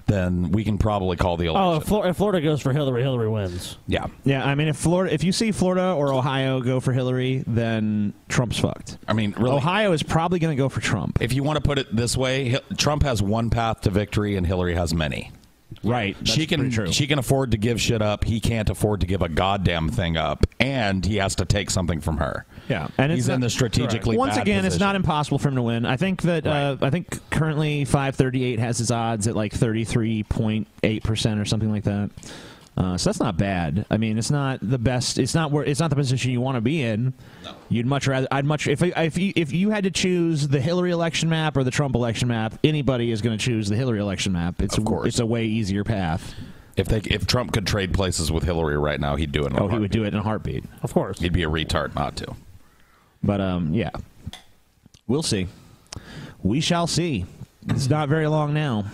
Speaker 9: then we can probably call the election.
Speaker 7: Oh, if, Flor- if Florida goes for Hillary, Hillary wins.
Speaker 9: Yeah.
Speaker 10: Yeah, I mean, if Florida, if you see Florida or Ohio go for Hillary, then Trump's fucked.
Speaker 9: I mean, really,
Speaker 10: Ohio is probably going to go for Trump.
Speaker 9: If you want to put it this way, Hi- Trump has one path to victory, and Hillary has many.
Speaker 10: Right.
Speaker 9: She can she can afford to give shit up. He can't afford to give a goddamn thing up, and he has to take something from her.
Speaker 10: Yeah,
Speaker 9: he's in the strategically.
Speaker 10: Once
Speaker 9: bad
Speaker 10: again, it's
Speaker 9: position.
Speaker 10: not impossible for him to win. I think that uh, I think currently 538 has his odds at like 33.8 percent or something like that. Uh, so that's not bad. I mean, it's not the best. It's not where it's not the position you want to be in. You'd much rather. I'd much if I- if you if you had to choose the Hillary election map or the Trump election map, anybody is going to choose the Hillary election map. It's of course. it's a way easier path.
Speaker 9: If they if Trump could trade places with Hillary right now, he'd do it. In oh, he would
Speaker 10: do it in a heartbeat. Of course,
Speaker 9: he'd be a retard not to.
Speaker 10: But um, yeah, we'll see. We shall see. It's not very long now.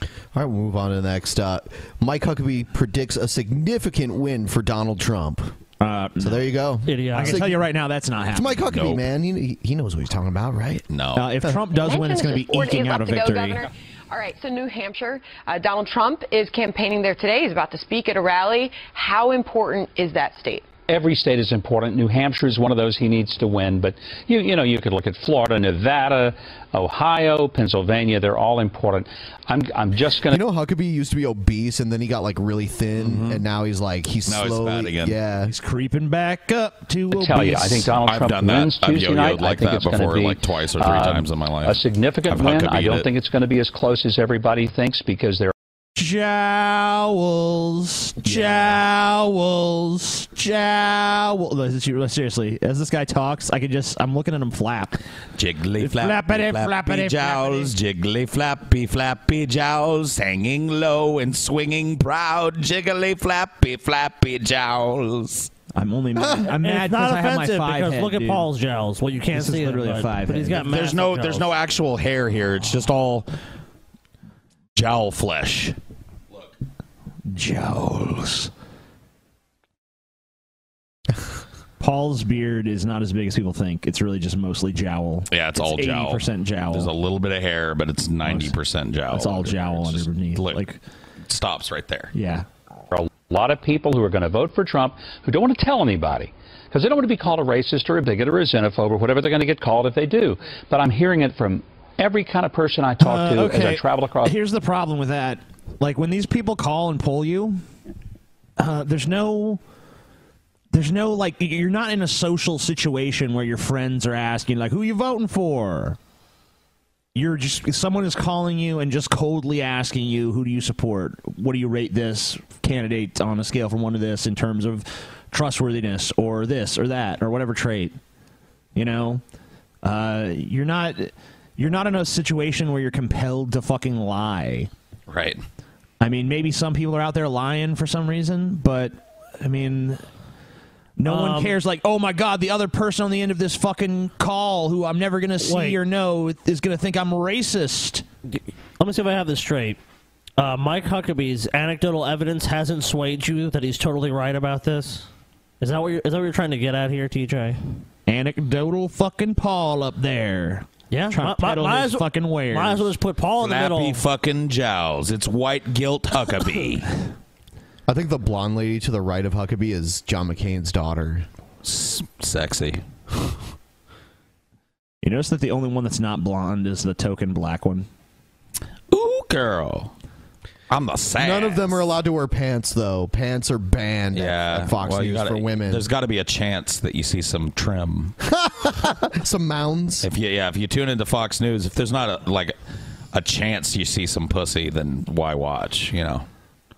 Speaker 4: All right, we'll move on to the next. Uh, Mike Huckabee predicts a significant win for Donald Trump.
Speaker 10: Uh,
Speaker 4: so there you go.
Speaker 10: I can tell you right now, that's not
Speaker 4: It's
Speaker 10: happening.
Speaker 4: Mike Huckabee, man. He, he knows what he's talking about, right?
Speaker 9: No.
Speaker 10: Uh, if Trump does win, it's going to be
Speaker 13: Four days
Speaker 10: eking out a
Speaker 13: left to go,
Speaker 10: victory.
Speaker 13: Governor. All right, so New Hampshire, uh, Donald Trump is campaigning there today. He's about to speak at a rally. How important is that state?
Speaker 14: Every state is important. New Hampshire is one of those he needs to win, but you you know you could look at Florida, Nevada, Ohio, Pennsylvania. They're all important. I'm I'm just going
Speaker 4: You know, Huckabee used to be obese, and then he got like really thin, and now he's like he's
Speaker 9: Now he's
Speaker 4: slowly,
Speaker 9: fat again.
Speaker 4: yeah,
Speaker 10: Mm-hmm. he's creeping back up to
Speaker 14: to tell you. I think Donald
Speaker 9: I've
Speaker 14: Trump
Speaker 9: done that.
Speaker 14: wins
Speaker 9: I've
Speaker 14: Tuesday
Speaker 9: yo-yoed
Speaker 14: night.
Speaker 9: like
Speaker 14: I think
Speaker 9: that
Speaker 14: it's gonna
Speaker 9: before,
Speaker 14: be, um,
Speaker 9: like twice or three times in my life.
Speaker 14: A significant
Speaker 9: I've
Speaker 14: win.
Speaker 9: Huckabeed
Speaker 14: I don't
Speaker 9: it.
Speaker 14: think it's going to be as close as everybody thinks because there
Speaker 10: Jowls, jowls, jowls. Listen, Seriously, as this guy talks, I can just, I'm looking at him flap.
Speaker 9: Jiggly
Speaker 10: Flappity,
Speaker 9: flappity
Speaker 10: flappity,
Speaker 9: flappity jowls, jiggly flappy flappy jowls, hanging low and swinging proud, jiggly flappy flappy jowls.
Speaker 10: I'm only mad. I'm
Speaker 7: And
Speaker 10: mad
Speaker 7: it's not
Speaker 10: because I have my
Speaker 7: offensive
Speaker 10: five
Speaker 7: because
Speaker 10: head,
Speaker 7: look at
Speaker 10: dude.
Speaker 7: Paul's jowls. Well, you can't
Speaker 10: This is
Speaker 7: see them,
Speaker 10: literally a
Speaker 7: but-
Speaker 10: five
Speaker 7: but he's
Speaker 10: head.
Speaker 7: got
Speaker 9: There's
Speaker 7: massive
Speaker 9: no
Speaker 7: jowls.
Speaker 9: there's no actual hair here. It's just all jowl flesh.
Speaker 10: Jowls. Paul's beard is not as big as people think. It's really just mostly jowl.
Speaker 9: Yeah, it's, all jowl.
Speaker 10: 80% jowl.
Speaker 9: There's a little bit of hair, but it's 90% jowl.
Speaker 10: It's all jowl
Speaker 9: It's just
Speaker 10: underneath.
Speaker 9: look, stops right there.
Speaker 10: Yeah.
Speaker 14: There are a lot of people who are going to vote for Trump who don't want to tell anybody because they don't want to be called a racist or a bigot or a xenophobe or whatever they're going to get called if they do. But I'm hearing it from every kind of person I talk to
Speaker 10: Uh,
Speaker 14: as I travel across.
Speaker 10: Here's the problem with that. Like when these people call and poll you, uh, there's no there's no like you're not in a social situation where your friends are asking like who you voting for? You're just someone is calling you and just coldly asking you who do you support? What do you rate this candidate on a scale from one to this in terms of trustworthiness or this or that or whatever trait? You know, uh, you're not you're not in a situation where you're compelled to fucking lie.
Speaker 9: Right.
Speaker 10: I mean, maybe some people are out there lying for some reason, but I mean, no one
Speaker 7: Um,
Speaker 10: cares. Like, oh my god, the other person on the end of this fucking call who I'm never gonna see
Speaker 7: Wait.
Speaker 10: or know is gonna think I'm racist.
Speaker 7: Let me see if I have this straight. Uh, Mike Huckabee's anecdotal evidence hasn't swayed you that he's totally right about this. Is that what you're, is that what you're trying to get at here, TJ?
Speaker 10: Anecdotal fucking Paul up there.
Speaker 7: Yeah,
Speaker 10: Trying to peddle his
Speaker 7: as,
Speaker 10: fucking wares.
Speaker 7: Might as well just put Paul in the
Speaker 9: Flappy
Speaker 7: middle.
Speaker 9: fucking jowls. It's white guilt Huckabee.
Speaker 4: I think the blonde lady to the right of Huckabee is John McCain's daughter.
Speaker 9: Sexy.
Speaker 10: You notice that the only one that's not blonde is the token black one.
Speaker 9: Ooh, girl. I'm the sass.
Speaker 4: None of them are allowed to wear pants, though. Pants are banned at- at Fox
Speaker 9: well, you
Speaker 4: News
Speaker 9: gotta-
Speaker 4: for women.
Speaker 9: There's got to be a chance that you see some trim.
Speaker 4: Some mounds.
Speaker 9: If you, yeah, if you tune into Fox News, if there's not a like a chance you see some pussy, then why watch? You know.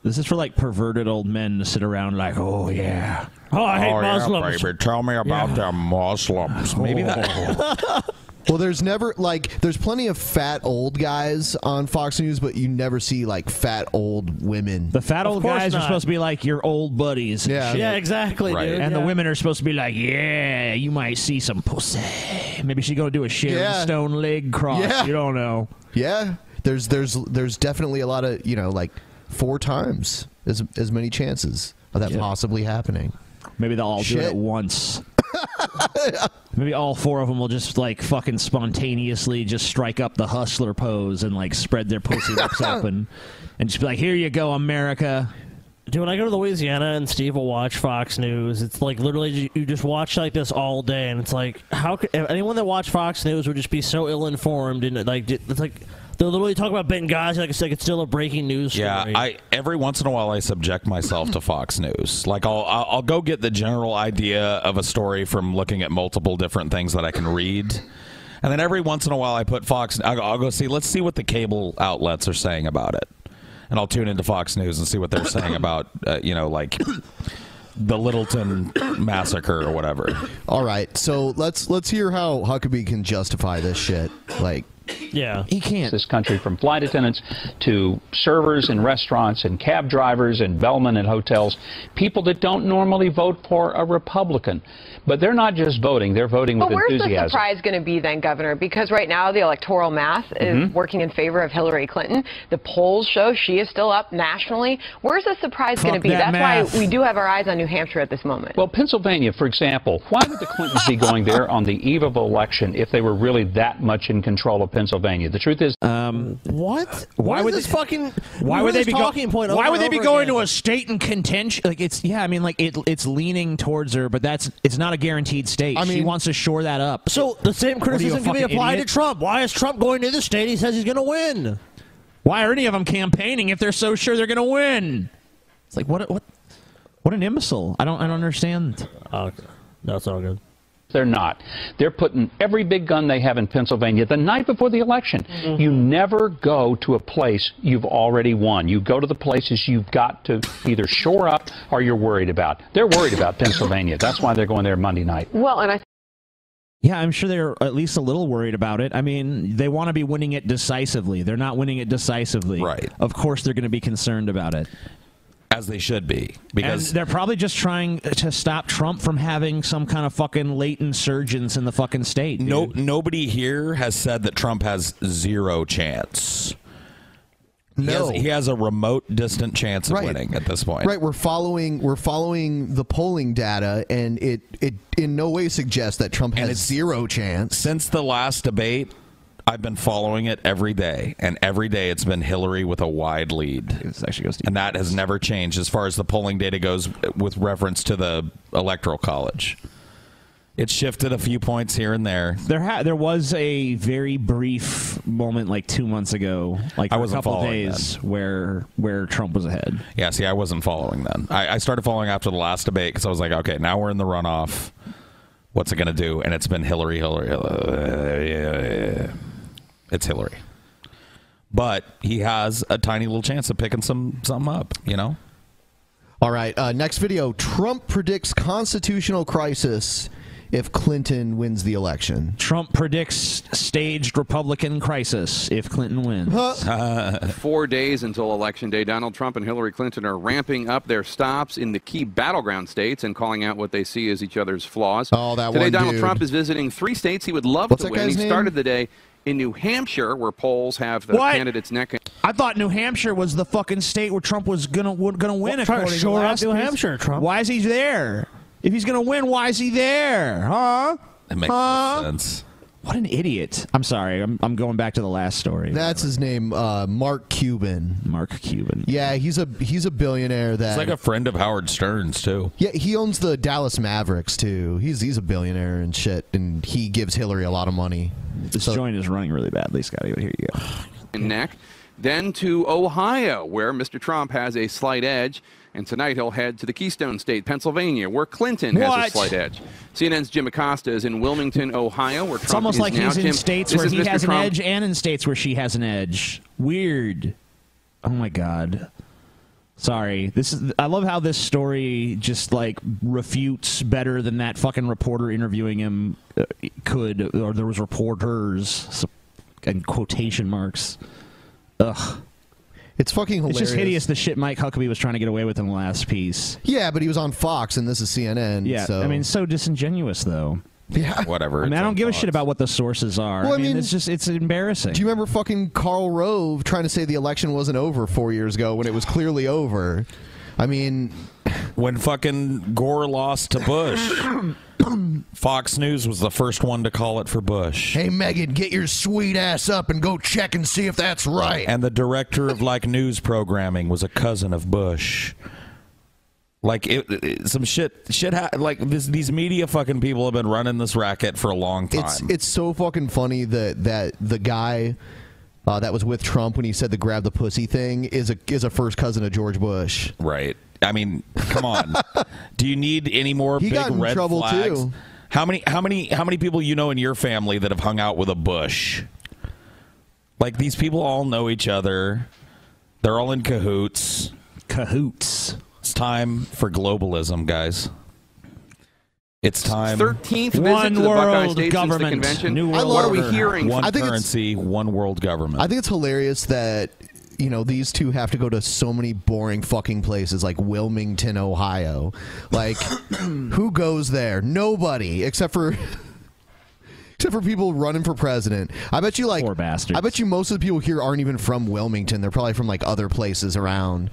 Speaker 10: This is for like perverted old men to sit around like, oh yeah,
Speaker 7: oh I
Speaker 4: hate
Speaker 9: Yeah,
Speaker 4: Muslims.
Speaker 9: baby, tell me about the Muslims. Maybe that.
Speaker 4: Oh. Well, there's never like there's plenty of fat old guys on Fox News, but you never see like fat old women. The
Speaker 10: fat old guys are supposed to be like your old buddies. and
Speaker 4: Yeah.
Speaker 10: shit.
Speaker 4: Yeah,
Speaker 7: exactly,
Speaker 4: Right. dude,
Speaker 10: And the
Speaker 4: yeah.
Speaker 10: women are supposed to be like, yeah, you might see some pussy. Maybe she gonna do a Sharon
Speaker 4: Yeah.
Speaker 10: Stone leg cross.
Speaker 4: Yeah.
Speaker 10: You don't know.
Speaker 4: Yeah, there's there's there's definitely a lot of you know like four times as as many chances of that possibly happening.
Speaker 10: Maybe they'll all do it
Speaker 4: Shit.
Speaker 10: at once. Maybe all four of them will just like fucking spontaneously just strike up the hustler pose and like spread their pussy lips open and just be like, "Here you go, America."
Speaker 7: Dude, when I go to Louisiana and Steve will watch Fox News, it's like literally you- you just watch like this all day, and it's like how could if anyone that watched Fox News would just be so ill informed and like di- it's like they're literally talking about Benghazi like it's like it's still a breaking news story.
Speaker 9: Yeah, I every once in a while I subject myself to Fox News. Like I'll I'll I'll go get the general idea of a story from looking at multiple different things that I can read, and then every once in a while I put Fox. I'll, go- I'll go see. Let's see what the cable outlets are saying about it, and I'll tune into Fox News and see what they're saying about uh, you know like the Littleton massacre or whatever.
Speaker 4: All right, so let's let's hear how Huckabee can justify this shit. Like,
Speaker 7: yeah,
Speaker 10: he can't.
Speaker 14: This country from flight attendants to servers in restaurants and cab drivers and bellmen in hotels, people that don't normally vote for a Republican, but they're not just voting; they're voting with
Speaker 13: But where's the
Speaker 14: enthusiasm.
Speaker 13: surprise going to be then, Governor? Because right now the electoral math is
Speaker 14: Mhm.
Speaker 10: Mm-hmm.
Speaker 13: working in favor of Hillary Clinton. The polls show she is still up nationally. Where's the surprise going to
Speaker 14: Fuck
Speaker 13: be?
Speaker 14: that
Speaker 13: That's
Speaker 14: math.
Speaker 13: why we do have our eyes on New Hampshire at this moment.
Speaker 14: Well, Pennsylvania, for example, why would the Clintons be going there on the eve of election if they were really that much in control of Pennsylvania? The truth is,
Speaker 10: um,
Speaker 14: what?
Speaker 10: Why
Speaker 7: What
Speaker 10: would
Speaker 7: is this
Speaker 10: they-
Speaker 7: fucking?
Speaker 10: Why
Speaker 7: what
Speaker 10: would
Speaker 7: is
Speaker 10: they
Speaker 7: this
Speaker 10: be
Speaker 7: talking
Speaker 10: go-
Speaker 7: point? over
Speaker 10: Why would
Speaker 7: and
Speaker 10: they be
Speaker 7: over
Speaker 10: going
Speaker 7: again?
Speaker 10: to a state in contention? Like it's yeah, I mean like it it's leaning towards her, but that's it's not a guaranteed state.
Speaker 7: I
Speaker 10: she
Speaker 7: mean-
Speaker 10: wants to shore that up.
Speaker 7: So the same
Speaker 10: What are you, a
Speaker 7: criticism can be
Speaker 10: fucking
Speaker 7: applied
Speaker 10: idiot?
Speaker 7: to Trump. Why is Trump going to this state? He says he's going to win.
Speaker 10: Why are any of them campaigning if they're so sure they're going to win? It's like what what what an imbecile. I don't I don't understand.
Speaker 7: Uh, That's all good.
Speaker 14: They're not. They're putting every big gun they have in Pennsylvania the night before the election.
Speaker 7: Mm-hmm.
Speaker 14: You never go to a place you've already won. You go to the places you've got to either shore up or you're worried about. They're worried about Pennsylvania. That's why they're going there Monday night.
Speaker 13: Well, and I
Speaker 10: Yeah, I'm sure they're at least a little worried about it. I mean, they want to be winning it decisively. They're not winning it decisively. Right. Of course, they're going to be concerned about it.
Speaker 9: As they should be, because
Speaker 10: And they're probably just trying to stop Trump from having some kind of fucking late insurgence in the fucking state. dude.
Speaker 9: No, nobody here has said that Trump has zero chance.
Speaker 4: No.
Speaker 9: he has, he has a remote, distant chance of
Speaker 4: Right.
Speaker 9: winning at this point.
Speaker 4: right, we're following we're following the polling data, and it it in no way suggests that Trump has zero chance.
Speaker 9: Since the last debate, I've been following it every day, and every day it's been Hillary with a wide lead. This
Speaker 10: actually goes,
Speaker 9: and that has never changed as far as the polling data goes with reference to the electoral college. It shifted a few points here and there.
Speaker 10: There, ha- there was a very brief moment, like two months ago, like
Speaker 9: I
Speaker 10: a
Speaker 9: wasn't
Speaker 10: couple
Speaker 9: following
Speaker 10: days, where where Trump was ahead.
Speaker 9: Yeah, see, I wasn't following then. I, I started following after the last debate because I was like, okay, now we're in the runoff. What's it going to do? And it's been Hillary, Hillary, Hillary. It's Hillary. But he has a tiny little chance of picking some something up, you know?
Speaker 4: All right, uh, next video. Trump predicts constitutional crisis if Clinton wins the election.
Speaker 10: Trump predicts staged Republican crisis if Clinton wins.
Speaker 15: Four days until Election Day, Donald Trump and Hillary Clinton are ramping up their stops in the key battleground states and calling out what they see as each other's flaws. Oh,
Speaker 4: that
Speaker 15: Today,
Speaker 4: one
Speaker 15: Donald
Speaker 4: dude.
Speaker 15: Trump is visiting three states he would love
Speaker 4: What's
Speaker 15: to
Speaker 4: that
Speaker 15: win. He
Speaker 4: guy's name?
Speaker 15: started the day in New Hampshire, where polls have the
Speaker 10: What?
Speaker 15: candidates neck and
Speaker 10: I thought New Hampshire was the fucking state where Trump was gonna was gonna win.
Speaker 15: Well,
Speaker 10: If
Speaker 15: try to
Speaker 10: according
Speaker 15: shore
Speaker 10: the
Speaker 15: up
Speaker 10: last
Speaker 15: New
Speaker 10: piece.
Speaker 15: Hampshire,
Speaker 10: Trump. Why is he there? If he's gonna win, why is he there? Huh?
Speaker 9: It makes
Speaker 10: huh?
Speaker 9: sense.
Speaker 10: What an idiot! I'm sorry. I'm, I'm going back to the last story.
Speaker 4: That's his name, uh, Mark Cuban.
Speaker 10: Mark Cuban.
Speaker 4: Yeah, he's a he's a billionaire that
Speaker 9: He's like a friend of Howard Stern's, too.
Speaker 4: Yeah, he owns the Dallas Mavericks too. He's he's a billionaire and shit, and he gives Hillary a lot of money.
Speaker 10: This joint is running really badly, Scotty. But here you go.
Speaker 15: and neck. Then to Ohio, where Mr. Trump has a slight edge. And tonight he'll head to the Keystone State, Pennsylvania, where Clinton has
Speaker 10: What?
Speaker 15: a slight edge. CNN's Jim Acosta is in Wilmington, Ohio, where Trump
Speaker 10: It's almost
Speaker 15: is
Speaker 10: like
Speaker 15: now.
Speaker 10: he's in
Speaker 15: Jim,
Speaker 10: states
Speaker 15: this
Speaker 10: where
Speaker 15: is
Speaker 10: he
Speaker 15: Mr.
Speaker 10: has
Speaker 15: Trump.
Speaker 10: an edge, and in states where she has an edge. Weird. Oh my god. Sorry. This is. I love how this story just like refutes better than that fucking reporter interviewing him uh, could, or there was reporters so- and quotation marks. Ugh.
Speaker 4: It's fucking hilarious.
Speaker 10: It's just hideous. The shit Mike Huckabee was trying to get away with in the last piece.
Speaker 4: Yeah, but he was on Fox, and this is CNN.
Speaker 10: Yeah.
Speaker 4: so.
Speaker 10: I mean, so disingenuous though.
Speaker 4: Yeah.
Speaker 9: Whatever.
Speaker 10: I mean, I don't give a shit about what the sources are.
Speaker 4: Well,
Speaker 10: I mean, it's just it's embarrassing.
Speaker 4: Do you remember fucking Karl Rove trying to say the election wasn't over four years ago when it was clearly over? I mean,
Speaker 9: When fucking Gore lost to Bush. Fox News was the first one to call it for Bush.
Speaker 16: Hey, Megan, get your sweet ass up and go check and see if that's right.
Speaker 9: And the director of like news programming was a cousin of Bush. Like it, it- some shit, shit. Ha- like this, these media fucking people have been running this racket for a long time.
Speaker 4: It's it's so fucking funny that that the guy uh, that was with Trump when he said the grab the pussy thing is a is a first cousin of George Bush.
Speaker 9: Right. I mean, come on. Do you need any more
Speaker 4: He
Speaker 9: big
Speaker 4: got in
Speaker 9: red
Speaker 4: trouble,
Speaker 9: flags?
Speaker 4: too.
Speaker 9: How many how many how many people you know in your family that have hung out with a Bush? Like these people all know each other. They're all in cahoots. Cahoots. It's time for globalism, guys. It's time.
Speaker 15: 13th visit One to the Buckeye world State since the government. convention. New What world are we order. hearing?
Speaker 9: One
Speaker 4: I think it's-
Speaker 9: currency, one world government.
Speaker 4: I think it's hilarious that you know these two have to go to so many boring fucking places like Wilmington, Ohio. Like, who goes there? Nobody except for. Except for people running for president, I bet you like. Poor bastards. I bet you most of the people here aren't even from Wilmington. They're probably from like other places around.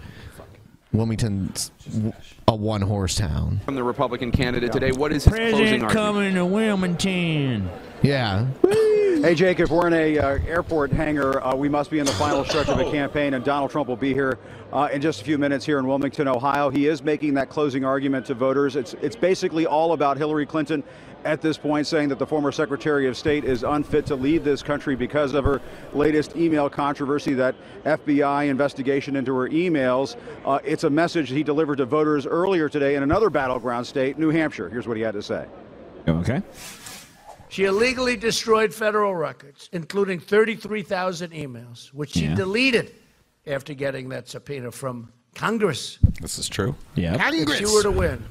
Speaker 4: Wilmington's w- a one-horse town.
Speaker 15: From the Republican candidate today, what is his closing argument?
Speaker 8: coming to Wilmington.
Speaker 4: Yeah.
Speaker 17: Hey, Jake, if we're in a uh, airport hangar, uh, we must be in the final stretch of a campaign, and Donald Trump will be here uh, in just a few minutes here in Wilmington, Ohio. He is making that closing argument to voters. It's it's basically all about Hillary Clinton at this point, saying that the former Secretary of State is unfit to lead this country because of her latest email controversy, that FBI investigation into her emails. Uh, it's a message he delivered to voters earlier today in another battleground state, New Hampshire. Here's what he had to say.
Speaker 10: Okay.
Speaker 18: She illegally destroyed federal records, including 33,000 emails, which she
Speaker 9: Yeah.
Speaker 18: deleted after getting that subpoena from Congress.
Speaker 9: this is true.
Speaker 10: Yeah.
Speaker 18: If she were to win,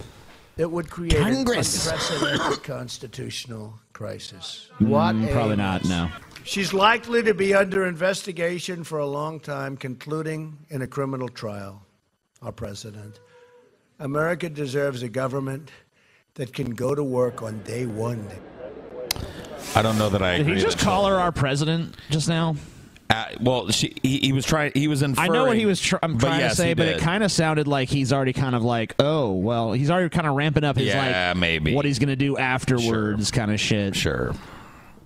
Speaker 18: it would create
Speaker 10: Congress.
Speaker 18: an unprecedented constitutional crisis.
Speaker 10: Mm,
Speaker 18: What? a
Speaker 10: probably not. No.
Speaker 18: She's likely to be under investigation for a long time, concluding in a criminal trial. Our president. America deserves a government that can go to work on day one.
Speaker 9: I don't know that I.
Speaker 10: Did
Speaker 9: Agree
Speaker 10: he just
Speaker 9: that-
Speaker 10: call her our president just now?
Speaker 9: Uh, well, she, he, he was trying. He was
Speaker 10: I
Speaker 9: inferring.
Speaker 10: know what he was tr- I'm
Speaker 9: but
Speaker 10: trying
Speaker 9: yes,
Speaker 10: to
Speaker 9: he
Speaker 10: say, but it
Speaker 9: did.
Speaker 10: kind of sounded like he's already kind of like, oh, well, he's already kind of ramping up his
Speaker 9: Yeah,
Speaker 10: like
Speaker 9: maybe.
Speaker 10: what he's gonna do afterwards, kind of shit.
Speaker 9: Sure.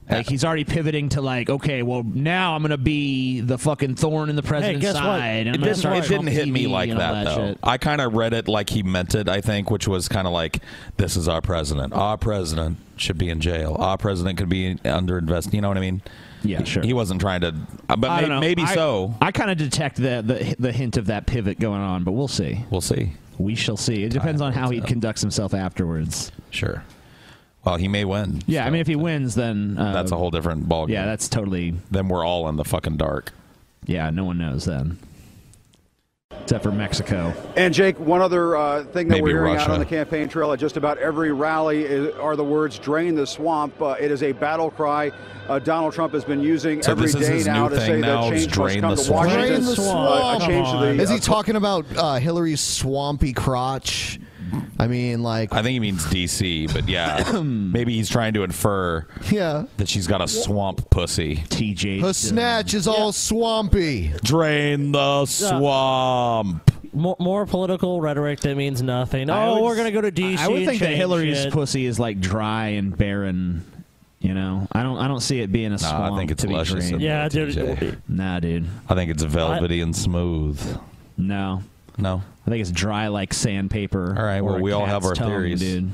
Speaker 10: Like he's already pivoting to like, okay, well now I'm gonna be the fucking thorn in the president's
Speaker 7: guess what?
Speaker 10: side. and I'm
Speaker 9: it
Speaker 10: gonna
Speaker 9: didn't,
Speaker 10: start
Speaker 9: it didn't
Speaker 10: Trump
Speaker 9: hit me
Speaker 10: TV
Speaker 9: like
Speaker 10: and all
Speaker 9: that, though.
Speaker 10: shit.
Speaker 9: I kind of read it like he meant it, I think, which was kind of like, this is our president. Our president should be in jail. Our president could be under invest. You know what I mean? Yeah, sure. He wasn't trying to, uh, but
Speaker 10: I
Speaker 9: may,
Speaker 10: don't know.
Speaker 9: maybe
Speaker 10: I-
Speaker 9: so.
Speaker 10: I kind of detect the, the the hint of that pivot going on, but we'll see.
Speaker 9: We'll see.
Speaker 10: We shall see. It depends on how he conducts himself afterwards.
Speaker 9: Sure. Well, he may win.
Speaker 10: Yeah, I mean, if he wins, then uh,
Speaker 9: That's a whole different ballgame.
Speaker 10: Yeah, that's totally.
Speaker 9: Then we're all in the fucking dark.
Speaker 10: Yeah, no one knows then, except for Mexico.
Speaker 17: And Jake, one other uh, thing that
Speaker 10: Maybe
Speaker 17: we're hearing out
Speaker 10: Russia.
Speaker 17: on the campaign trail at just about every rally is, are the words "drain the swamp." Uh, it is a battle cry uh, Donald Trump has been using
Speaker 9: So
Speaker 17: every
Speaker 9: this is
Speaker 17: day
Speaker 9: his
Speaker 17: now
Speaker 9: new
Speaker 17: to
Speaker 9: thing
Speaker 17: say
Speaker 9: now
Speaker 17: that
Speaker 9: is
Speaker 17: change must
Speaker 9: drain
Speaker 17: come
Speaker 9: the
Speaker 17: to
Speaker 9: swamp.
Speaker 17: Washington.
Speaker 9: Drain
Speaker 4: the
Speaker 17: Uh, a change to the,
Speaker 4: Is
Speaker 17: uh,
Speaker 4: he talking about uh, Hillary's swampy crotch? I mean, like,
Speaker 9: I think he means D.C., but yeah, maybe he's trying to infer
Speaker 4: yeah,
Speaker 9: that she's got a swamp pussy.
Speaker 10: T.J.
Speaker 4: her snatch is all swampy.
Speaker 9: Drain the swamp.
Speaker 7: More, more political rhetoric that means nothing.
Speaker 10: I
Speaker 7: Oh,
Speaker 10: would
Speaker 7: we're
Speaker 10: s-
Speaker 7: gonna go to DC.
Speaker 10: I would
Speaker 7: and
Speaker 10: think that
Speaker 7: change
Speaker 10: Hillary's
Speaker 7: shit.
Speaker 10: pussy is like dry and barren. You know, I don't. I don't see it being a swamp.
Speaker 9: think it's
Speaker 10: to be
Speaker 9: luscious
Speaker 10: drained.
Speaker 9: in Yeah, there, dude. TJ.
Speaker 10: Nah, dude.
Speaker 9: I think it's velvety and smooth.
Speaker 10: No.
Speaker 9: No.
Speaker 10: I think it's dry like sandpaper. All right.
Speaker 9: well, we all have our theories.
Speaker 10: dude.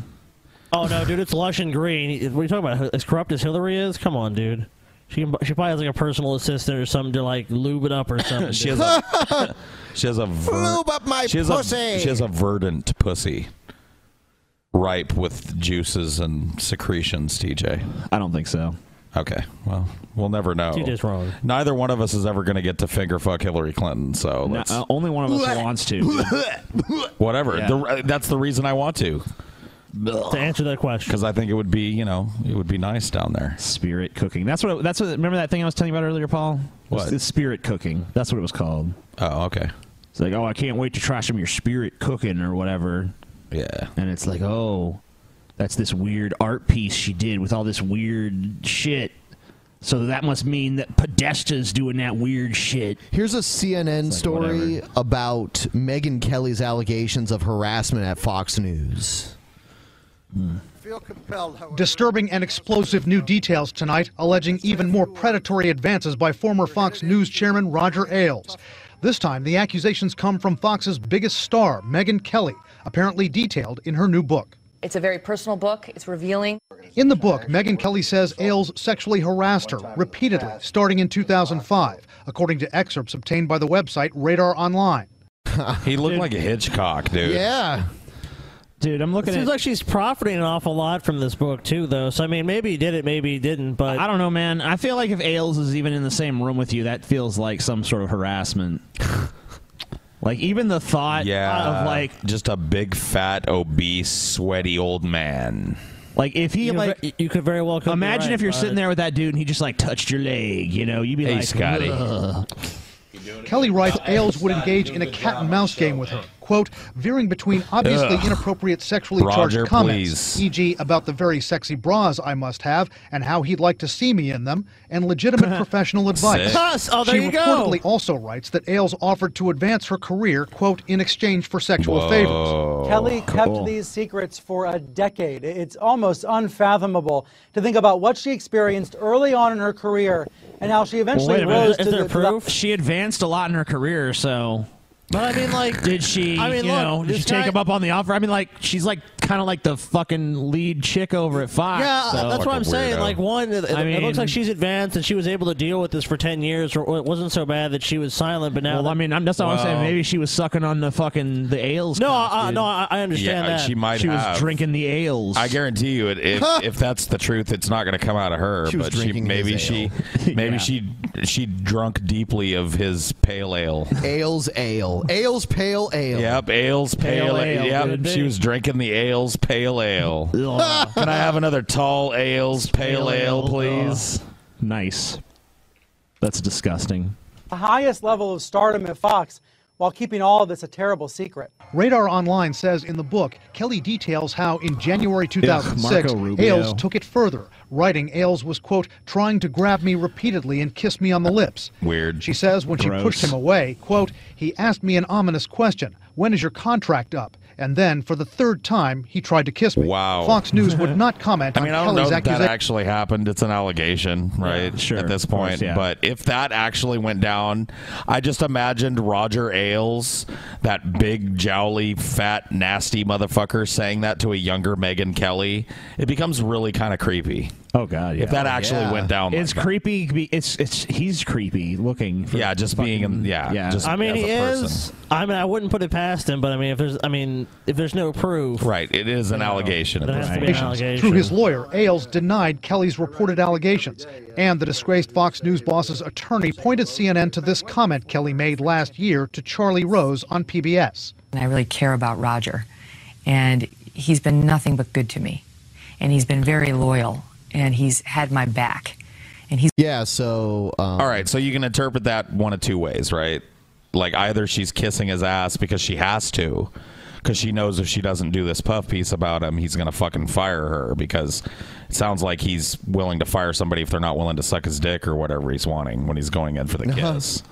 Speaker 7: Oh no, dude, it's lush and green. What are you talking about? As corrupt as Hillary is, come on, dude. She can, she probably has like a personal assistant or something to like lube it up or something.
Speaker 9: She
Speaker 7: dude.
Speaker 9: has a she has a ver-
Speaker 7: Lube up my
Speaker 9: she has
Speaker 7: pussy.
Speaker 9: A, she has a verdant pussy, ripe with juices and secretions. TJ,
Speaker 10: I don't think so.
Speaker 9: Okay, well, we'll never know.
Speaker 10: TJ's wrong.
Speaker 9: Neither one of us is ever going to get to finger fuck Hillary Clinton. So
Speaker 10: No,
Speaker 9: let's,
Speaker 10: uh, only one of us wants to.
Speaker 9: whatever.
Speaker 10: Yeah.
Speaker 9: The, uh, that's the reason I want to. To
Speaker 7: answer that question,
Speaker 9: because I think it would be, you know, it would be nice down there.
Speaker 10: Spirit cooking. That's what. It, that's what. Remember that thing I was telling you about earlier, Paul?
Speaker 9: What?
Speaker 10: It's, it's spirit cooking. That's what it was called.
Speaker 9: Oh, okay.
Speaker 10: It's like, oh, I can't wait to try some of your spirit cooking or whatever.
Speaker 9: Yeah.
Speaker 10: And it's like, oh, that's this weird art piece she did with all this weird shit. So that must mean that Podesta's doing that weird shit.
Speaker 4: Here's a CNN story about Megan Kelly's allegations of harassment at Fox News.
Speaker 19: feel compelled, however,
Speaker 20: Disturbing and explosive new details tonight, alleging even more predatory advances by former Fox News chairman Roger Ailes. This time, the accusations come from Fox's biggest star, Megyn Kelly, apparently detailed in her new book.
Speaker 21: It's a very personal book. It's revealing.
Speaker 20: In the book, Megyn Kelly says Ailes sexually harassed her repeatedly starting in 2005, according to excerpts obtained by the website Radar Online.
Speaker 9: he looked like a Hitchcock, dude.
Speaker 7: Yeah.
Speaker 10: Dude, I'm looking
Speaker 7: It seems
Speaker 10: at-
Speaker 7: like she's profiting an awful lot from this book too, though. So I mean, maybe he did it, maybe he didn't. But
Speaker 10: I don't know, man. I feel like if Ailes is even in the same room with you, that feels like some sort of harassment. like even the thought
Speaker 9: Yeah.
Speaker 10: of like
Speaker 9: just a big, fat, obese, sweaty old man.
Speaker 10: like if he
Speaker 9: You could
Speaker 10: like
Speaker 7: you could very well
Speaker 9: be
Speaker 10: imagine
Speaker 9: right,
Speaker 10: if you're
Speaker 9: bud.
Speaker 10: sitting there with that dude and he just like touched your leg, you know, you'd be
Speaker 9: Hey,
Speaker 10: like,
Speaker 9: Scotty.
Speaker 10: "Ugh."
Speaker 20: Kelly writes Ailes would engage in a cat and mouse game with her, quote, veering between obviously
Speaker 9: Ugh.
Speaker 20: inappropriate sexually
Speaker 9: Roger,
Speaker 20: charged comments,
Speaker 9: please.
Speaker 20: e.g., about the very sexy bras I must have and how he'd like to see me in them, and legitimate professional advice.
Speaker 7: Us! Oh, there
Speaker 20: she
Speaker 7: you go.
Speaker 20: reportedly also writes that Ailes offered to advance her career, quote, in exchange for sexual favors.
Speaker 22: Kelly
Speaker 10: Oh,
Speaker 22: kept these secrets for a decade. It's almost unfathomable to think about what she experienced early on in her career and how she
Speaker 10: Well, wait
Speaker 22: eventually
Speaker 10: a minute.
Speaker 22: rose to the, to the-
Speaker 10: She advanced a lot in her career, so.
Speaker 7: But I mean, like,
Speaker 10: did she?
Speaker 7: I mean,
Speaker 10: you
Speaker 7: look,
Speaker 10: know, did she
Speaker 7: this guy-
Speaker 10: take him up on the offer? I mean, like, she's like kind of like the fucking lead chick over at Fox.
Speaker 7: Yeah, uh,
Speaker 10: so-
Speaker 7: that's what I'm saying. Like one, it,
Speaker 10: I mean,
Speaker 7: it looks like she's advanced and she was able to deal with this for ten years. Or it wasn't so bad that she was silent, but now.
Speaker 10: Well, I mean, I'm, that's not what I'm saying.
Speaker 7: Well-
Speaker 10: Maybe she was sucking on the fucking the ales.
Speaker 7: No,
Speaker 10: cock,
Speaker 7: I- I-
Speaker 10: dude.
Speaker 7: no, I- I understand
Speaker 9: Yeah, that. she might
Speaker 10: She
Speaker 9: have.
Speaker 10: was drinking the ales.
Speaker 9: I guarantee you, it, if, if that's the truth, it's not going to come out of her.
Speaker 10: She was
Speaker 9: but she,
Speaker 10: drinking
Speaker 9: maybe
Speaker 10: his
Speaker 9: she,
Speaker 10: ale.
Speaker 9: maybe
Speaker 10: Yeah.
Speaker 9: she, she drunk deeply of his pale ale.
Speaker 4: Ales ale. Ales pale ale.
Speaker 9: Yep, ales pale,
Speaker 4: Pale
Speaker 9: ale.
Speaker 4: ale,
Speaker 9: Yep,
Speaker 4: good
Speaker 9: she
Speaker 4: thing.
Speaker 9: was drinking the ales pale ale. Can I have another tall ales pale,
Speaker 10: Pale
Speaker 9: ale,
Speaker 10: ale,
Speaker 9: please?
Speaker 10: Nice. That's disgusting.
Speaker 22: the highest level of stardom at Fox while keeping all of this a terrible secret.
Speaker 20: Radar Online says in the book, Kelly details how in January Marco 2006, Rubio. Ailes took it further, writing Ailes was, quote, trying to grab me repeatedly and kiss me on the lips.
Speaker 9: Weird.
Speaker 20: She says when she pushed him away, quote, he asked me an ominous question, when is your contract up? And then, for the third time, he tried to kiss me.
Speaker 9: Wow.
Speaker 20: Fox News would not comment
Speaker 9: I mean, I
Speaker 20: on
Speaker 9: don't know
Speaker 20: Kelly's
Speaker 9: that that
Speaker 20: accusation.
Speaker 9: actually happened. It's an allegation, right? sure. At this point,
Speaker 10: yeah.
Speaker 9: but if that actually went down, I just imagined Roger Ailes, that big, jowly, fat, nasty motherfucker, saying that to a younger Megan Kelly. It becomes really kind of creepy.
Speaker 10: Oh God!
Speaker 9: If that actually went down, like
Speaker 10: it's
Speaker 9: that.
Speaker 10: creepy. be- It's it's he's creepy looking. For
Speaker 9: Yeah, just being in- yeah, just
Speaker 7: I mean,
Speaker 9: as a
Speaker 7: he
Speaker 9: person.
Speaker 7: is. I mean, I wouldn't put it past him, but I mean, if there's, I mean, if there's no proof,
Speaker 9: right? It is an allegation.
Speaker 7: There has to be an allegation.
Speaker 20: Through his lawyer, Ailes denied Kelly's reported allegations, and the disgraced Fox News boss's attorney pointed CNN to this comment Kelly made last year to Charlie Rose on PBS.
Speaker 23: And I really care about Roger. And he's been nothing but good to me. And he's been very loyal. And he's had my back. And he's.
Speaker 4: Yeah, so. Um,
Speaker 9: All right, so you can interpret that one of two ways, right? Like either she's kissing his ass because she has to, because she knows if she doesn't do this puff piece about him, he's gonna fucking fire her. Because it sounds like he's willing to fire somebody if they're not willing to suck his dick or whatever he's wanting when he's going in for the
Speaker 4: Uh-huh.
Speaker 9: kiss,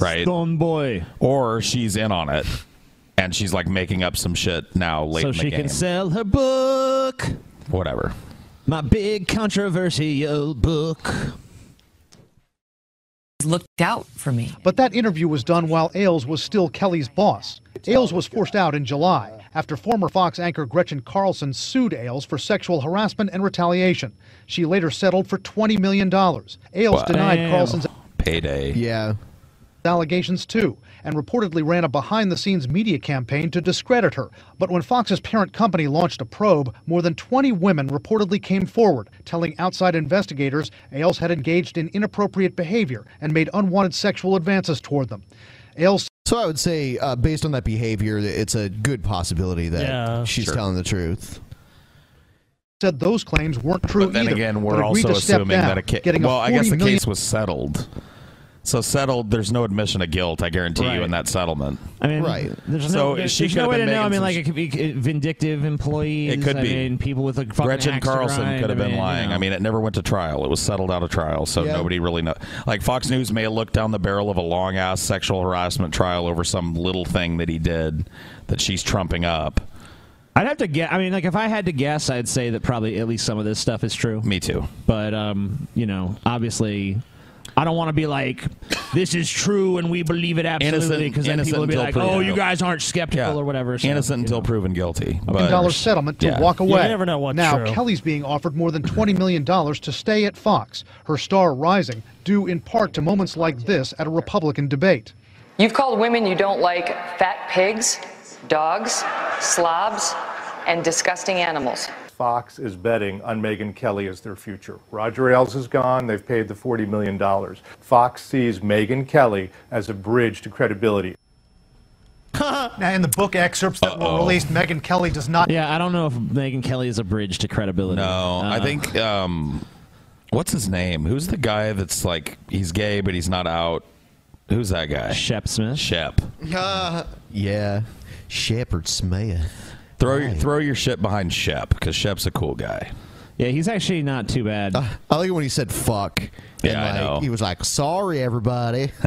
Speaker 9: right?
Speaker 10: Stone boy.
Speaker 9: Or she's in on it, and she's like making up some shit now late
Speaker 10: so
Speaker 9: in the
Speaker 10: she
Speaker 9: game.
Speaker 10: can sell her book.
Speaker 9: whatever.
Speaker 10: My big controversial book.
Speaker 23: looked out for me.
Speaker 20: But that interview was done while Ailes was still Kelly's boss. Ailes was forced out in July after former Fox anchor Gretchen Carlson sued Ailes for sexual harassment and retaliation. She later settled for $20 million. Ailes denied
Speaker 9: Damn.
Speaker 20: Carlson's
Speaker 9: payday.
Speaker 4: Yeah.
Speaker 20: allegations too, and reportedly ran a behind the scenes media campaign to discredit her. But when Fox's parent company launched a probe, more than 20 women reportedly came forward, telling outside investigators Ailes had engaged in inappropriate behavior and made unwanted sexual advances toward them. Ailes
Speaker 4: So I would say, uh, based on that behavior, that it's a good possibility that
Speaker 20: Yeah.
Speaker 4: she's
Speaker 20: Sure.
Speaker 4: telling the truth.
Speaker 20: said those claims weren't true
Speaker 9: But then
Speaker 20: either,
Speaker 9: again,
Speaker 20: but
Speaker 9: we're
Speaker 20: agreed
Speaker 9: also
Speaker 20: to step
Speaker 9: assuming
Speaker 20: down,
Speaker 9: that a case.
Speaker 20: getting a
Speaker 9: Well, I guess
Speaker 20: 40
Speaker 9: the
Speaker 20: million
Speaker 9: case was settled. So settled. There's no admission of guilt. I guarantee you in that settlement.
Speaker 10: I mean, There's
Speaker 9: so
Speaker 10: no, there's,
Speaker 9: she
Speaker 10: there's
Speaker 9: could
Speaker 10: no
Speaker 9: have
Speaker 10: way to
Speaker 9: been
Speaker 10: know.
Speaker 9: making
Speaker 10: I mean,
Speaker 9: some
Speaker 10: like it could be uh, vindictive employees.
Speaker 9: It could
Speaker 10: I
Speaker 9: be.
Speaker 10: mean, people with a fucking
Speaker 9: Gretchen
Speaker 10: axe to
Speaker 9: Carlson
Speaker 10: grind.
Speaker 9: could have
Speaker 10: I
Speaker 9: been
Speaker 10: mean,
Speaker 9: lying.
Speaker 10: you know.
Speaker 9: I mean, it never went to trial. It was settled out of trial, so
Speaker 10: Yeah.
Speaker 9: nobody really know. Like Fox News may have looked down the barrel of a long ass sexual harassment trial over some little thing that he did that she's trumping up.
Speaker 10: I'd have to guess. I mean, like if I had to guess, I'd say that probably at least some of this stuff is true. Me
Speaker 9: too.
Speaker 10: But um, you know, obviously, I don't want to be like, this is true and we believe it absolutely
Speaker 9: Innocent,
Speaker 10: because then
Speaker 9: innocent
Speaker 10: people will be
Speaker 9: until
Speaker 10: like,
Speaker 9: proven
Speaker 10: oh,
Speaker 9: guilty.
Speaker 10: you guys aren't skeptical
Speaker 9: Yeah.
Speaker 10: or whatever. so,
Speaker 9: Innocent
Speaker 10: you
Speaker 9: until
Speaker 10: know.
Speaker 9: proven guilty.
Speaker 10: But-
Speaker 20: dollar settlement to
Speaker 9: Yeah.
Speaker 20: walk away. You never know what's now, true. Kelly's being offered more than $20 million to stay at Fox, her star rising, due in part to moments like this at a Republican debate.
Speaker 23: You've called women you don't like fat pigs, dogs, slobs, and disgusting animals.
Speaker 24: Fox is betting on Megan Kelly as their future. Roger Ailes is gone. They've paid the $40 million. Fox sees Megan Kelly as a bridge to credibility.
Speaker 20: now, in the book excerpts that were released, Megan Kelly does not.
Speaker 10: Yeah, I don't know if Megan Kelly is a bridge to credibility.
Speaker 9: No,
Speaker 10: Uh-huh.
Speaker 9: I think um, what's his name? Who's the guy that's like he's gay but he's not out? Who's that guy?
Speaker 10: Shep Smith.
Speaker 9: Shep.
Speaker 4: yeah, Shepard Smith.
Speaker 9: Throw your throw your shit behind Shep because Shep's a cool guy.
Speaker 10: Yeah, he's actually not too bad.
Speaker 4: Uh, I like it when he said "fuck."
Speaker 9: Yeah,
Speaker 4: and,
Speaker 9: I
Speaker 4: like,
Speaker 9: know.
Speaker 4: He was like, "Sorry, everybody."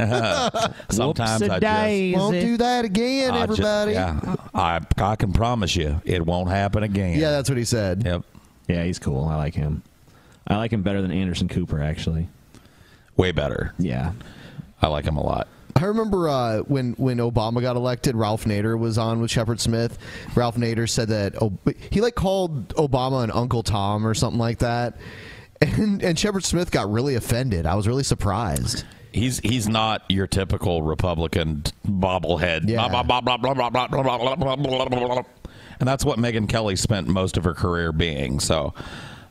Speaker 9: Sometimes I just
Speaker 4: won't do that again,
Speaker 9: I ju-
Speaker 4: everybody.
Speaker 9: yeah, I I can promise you it won't happen again.
Speaker 10: Yeah,
Speaker 4: that's what he said.
Speaker 9: Yep.
Speaker 10: Yeah, he's cool. I like him. I like him better than Anderson Cooper, actually.
Speaker 9: Way better.
Speaker 10: Yeah.
Speaker 9: I like him a lot.
Speaker 4: I remember uh, when when Obama got elected, Ralph Nader was on with Shepard Smith. Ralph Nader said that Ob- he like called Obama an Uncle Tom or something like that, and and Shepard Smith got really offended. I was really surprised.
Speaker 9: He's he's not your typical Republican bobblehead.
Speaker 4: Yeah.
Speaker 9: Blah, blah, blah, blah, blah, blah, blah, blah, blah, blah, blah, blah, blah. And that's what Megan Kelly spent most of her career being. So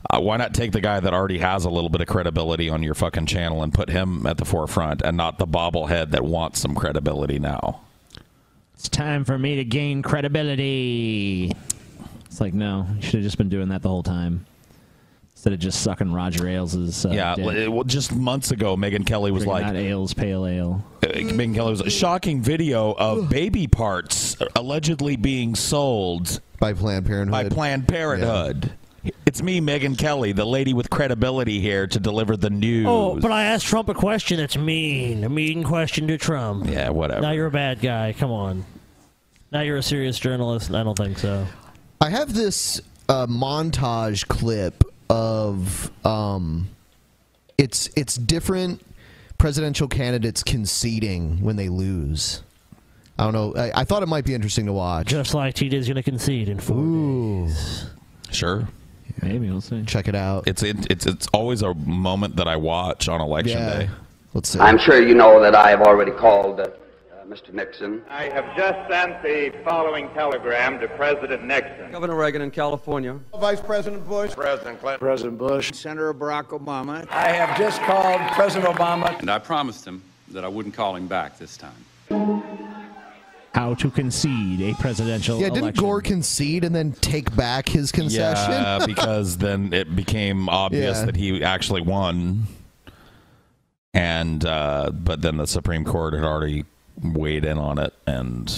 Speaker 9: uh, why not take the guy that already has a little bit of credibility on your fucking channel and put him at the forefront and not the bobblehead that wants some credibility now?
Speaker 10: It's time for me to gain credibility. It's like, no, you should have just been doing that the whole time. Instead of just sucking Roger Ailes' uh,
Speaker 9: yeah,
Speaker 10: dick.
Speaker 9: well, it- well, just months ago, Megan Kelly was
Speaker 10: Drinking
Speaker 9: like,
Speaker 10: that Ailes Pale Ale.
Speaker 9: Uh, Megan Kelly was a shocking video of baby parts allegedly being sold
Speaker 4: by Planned
Speaker 9: By
Speaker 4: Parenthood.
Speaker 9: Planned Parenthood. It's me, Megan Kelly, the lady with credibility here to deliver the news.
Speaker 7: Oh, but I asked Trump a question that's mean. A mean question to Trump.
Speaker 9: Yeah, whatever.
Speaker 7: Now you're a bad guy. Come on. Now you're a serious journalist. and I don't think so.
Speaker 4: I have this uh, montage clip of um, it's it's different presidential candidates conceding when they lose. I don't know. I, I thought it might be interesting to watch.
Speaker 7: Just like TJ's going to concede in four days.
Speaker 9: Sure.
Speaker 10: Maybe we'll see.
Speaker 4: Check it out.
Speaker 9: It's it, it's it's always a moment that I watch on election
Speaker 4: Yeah.
Speaker 9: day.
Speaker 4: Let's see.
Speaker 1: I'm sure you know that I have already called uh, uh, Mr. Nixon.
Speaker 3: I have just sent the following telegram to President Nixon.
Speaker 19: Governor Reagan in California.
Speaker 3: Vice President Bush. President Clinton.
Speaker 19: President Bush. Senator Barack Obama.
Speaker 3: I have just called President Obama.
Speaker 1: And I promised him that I wouldn't call him back this time.
Speaker 10: How to concede a presidential
Speaker 4: yeah, didn't
Speaker 10: election.
Speaker 4: Gore concede and then take back his concession?
Speaker 9: Yeah, because then it became obvious
Speaker 4: Yeah.
Speaker 9: that he actually won, and uh, but then the Supreme Court had already weighed in on it, and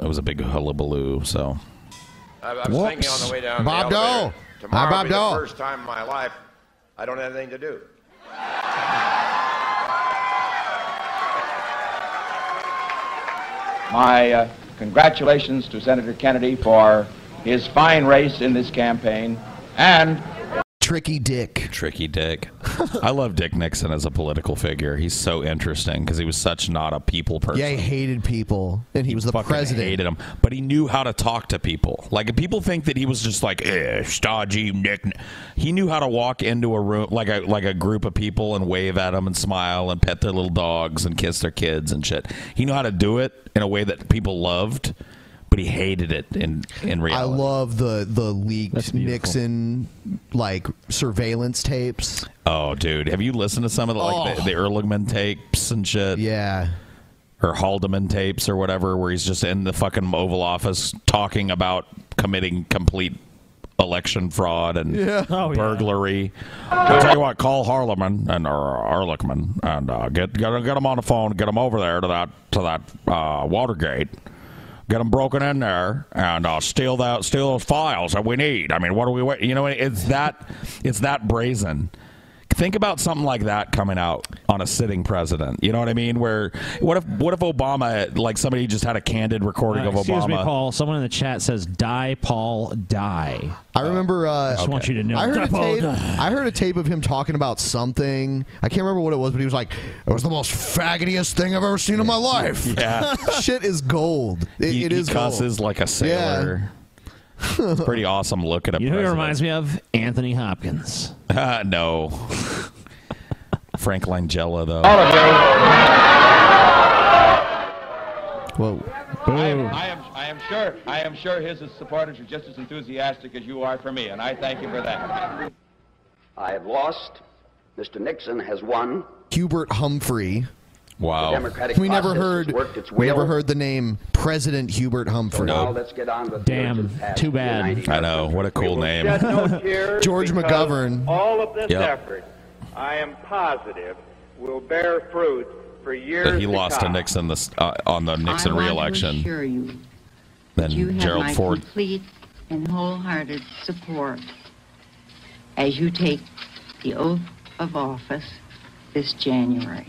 Speaker 9: it was a big hullabaloo. So
Speaker 3: I, I was thinking on the way down
Speaker 9: Bob
Speaker 3: the
Speaker 9: Dole.
Speaker 3: elevator. Tomorrow
Speaker 9: Hi,
Speaker 3: will
Speaker 9: Bob
Speaker 3: be
Speaker 9: Dole.
Speaker 3: the first time in my life I don't have anything to do.
Speaker 19: My uh, congratulations to Senator Kennedy for his fine race in this campaign and
Speaker 4: Tricky Dick.
Speaker 9: Tricky Dick. I love Dick Nixon as a political figure. He's so interesting because he was such not a people person.
Speaker 4: Yeah, he hated people, and he, was the
Speaker 9: fucking
Speaker 4: president.
Speaker 9: hated him, but he knew how to talk to people. Like if people think that he was just like eh, stodgy Nick. He knew how to walk into a room like a like a group of people and wave at them and smile and pet their little dogs and kiss their kids and shit. He knew how to do it in a way that people loved, but he hated it in in
Speaker 4: I
Speaker 9: reality.
Speaker 4: love the the leaked Nixon like surveillance tapes.
Speaker 9: oh, dude, have you listened to some of the like the,
Speaker 4: Oh.
Speaker 9: the Ehrlichman tapes and shit?
Speaker 4: Yeah.
Speaker 9: Or Haldeman tapes or whatever, where he's just in the fucking Oval Office talking about committing complete election fraud and
Speaker 25: Yeah. Oh, yeah.
Speaker 9: burglary. I'll tell you what, call Harleman and or Ehrlichman and uh, get get get them on the phone, get them over there to that to that uh, Watergate. Get them broken in there and uh, steal that steal those files that we need. I mean, what are we waiting? You know, it's that it's that brazen. think about something like that coming out on a sitting president. You know what I mean? Where what if what if Obama like somebody just had a candid recording
Speaker 10: Uh,
Speaker 9: of
Speaker 10: excuse
Speaker 9: Obama?
Speaker 10: me, Paul. Someone in the chat says, "Die, Paul, die."
Speaker 4: I remember. Uh, I
Speaker 10: just want you to know.
Speaker 4: I heard,
Speaker 10: Die,
Speaker 4: a
Speaker 10: Paul,
Speaker 4: tape,
Speaker 10: die.
Speaker 4: I heard a tape of him talking about something. I can't remember what it was, but he was like, "It was the most faggotiest thing I've ever seen in my life."
Speaker 9: Yeah.
Speaker 4: shit is gold. It,
Speaker 9: he,
Speaker 4: it
Speaker 9: he
Speaker 4: is
Speaker 9: cusses
Speaker 4: gold.
Speaker 9: like a sailor. It's pretty awesome looking. at
Speaker 10: You know who he
Speaker 9: president.
Speaker 10: reminds me of? Anthony Hopkins.
Speaker 9: Uh, no. Frank Langella, though.
Speaker 4: Whoa.
Speaker 19: I am, I am, I am sure, I am sure his supporters are just as enthusiastic as you are for me, and I thank you for that.
Speaker 1: I have lost. Mr. Nixon has won.
Speaker 4: Hubert Humphrey.
Speaker 9: Wow.
Speaker 1: The Democratic
Speaker 4: we never
Speaker 1: process
Speaker 4: heard.
Speaker 1: has worked its
Speaker 4: We never
Speaker 1: will.
Speaker 4: heard the name President Hubert Humphrey.
Speaker 1: Now let's get on with the urgent task of uniting
Speaker 9: I know. What a cool name.
Speaker 3: Shed no tears
Speaker 4: George
Speaker 3: because
Speaker 4: McGovern.
Speaker 3: All of this
Speaker 9: Yep.
Speaker 3: effort, I am positive, will bear fruit for years.
Speaker 9: That he
Speaker 3: to
Speaker 9: lost to
Speaker 3: come.
Speaker 9: Nixon this, uh, on the Nixon
Speaker 2: I
Speaker 9: reelection.
Speaker 2: Want to assure you that you
Speaker 9: Then
Speaker 2: have
Speaker 9: Gerald
Speaker 2: my
Speaker 9: Ford.
Speaker 2: complete and wholehearted support as you take the oath of office this January.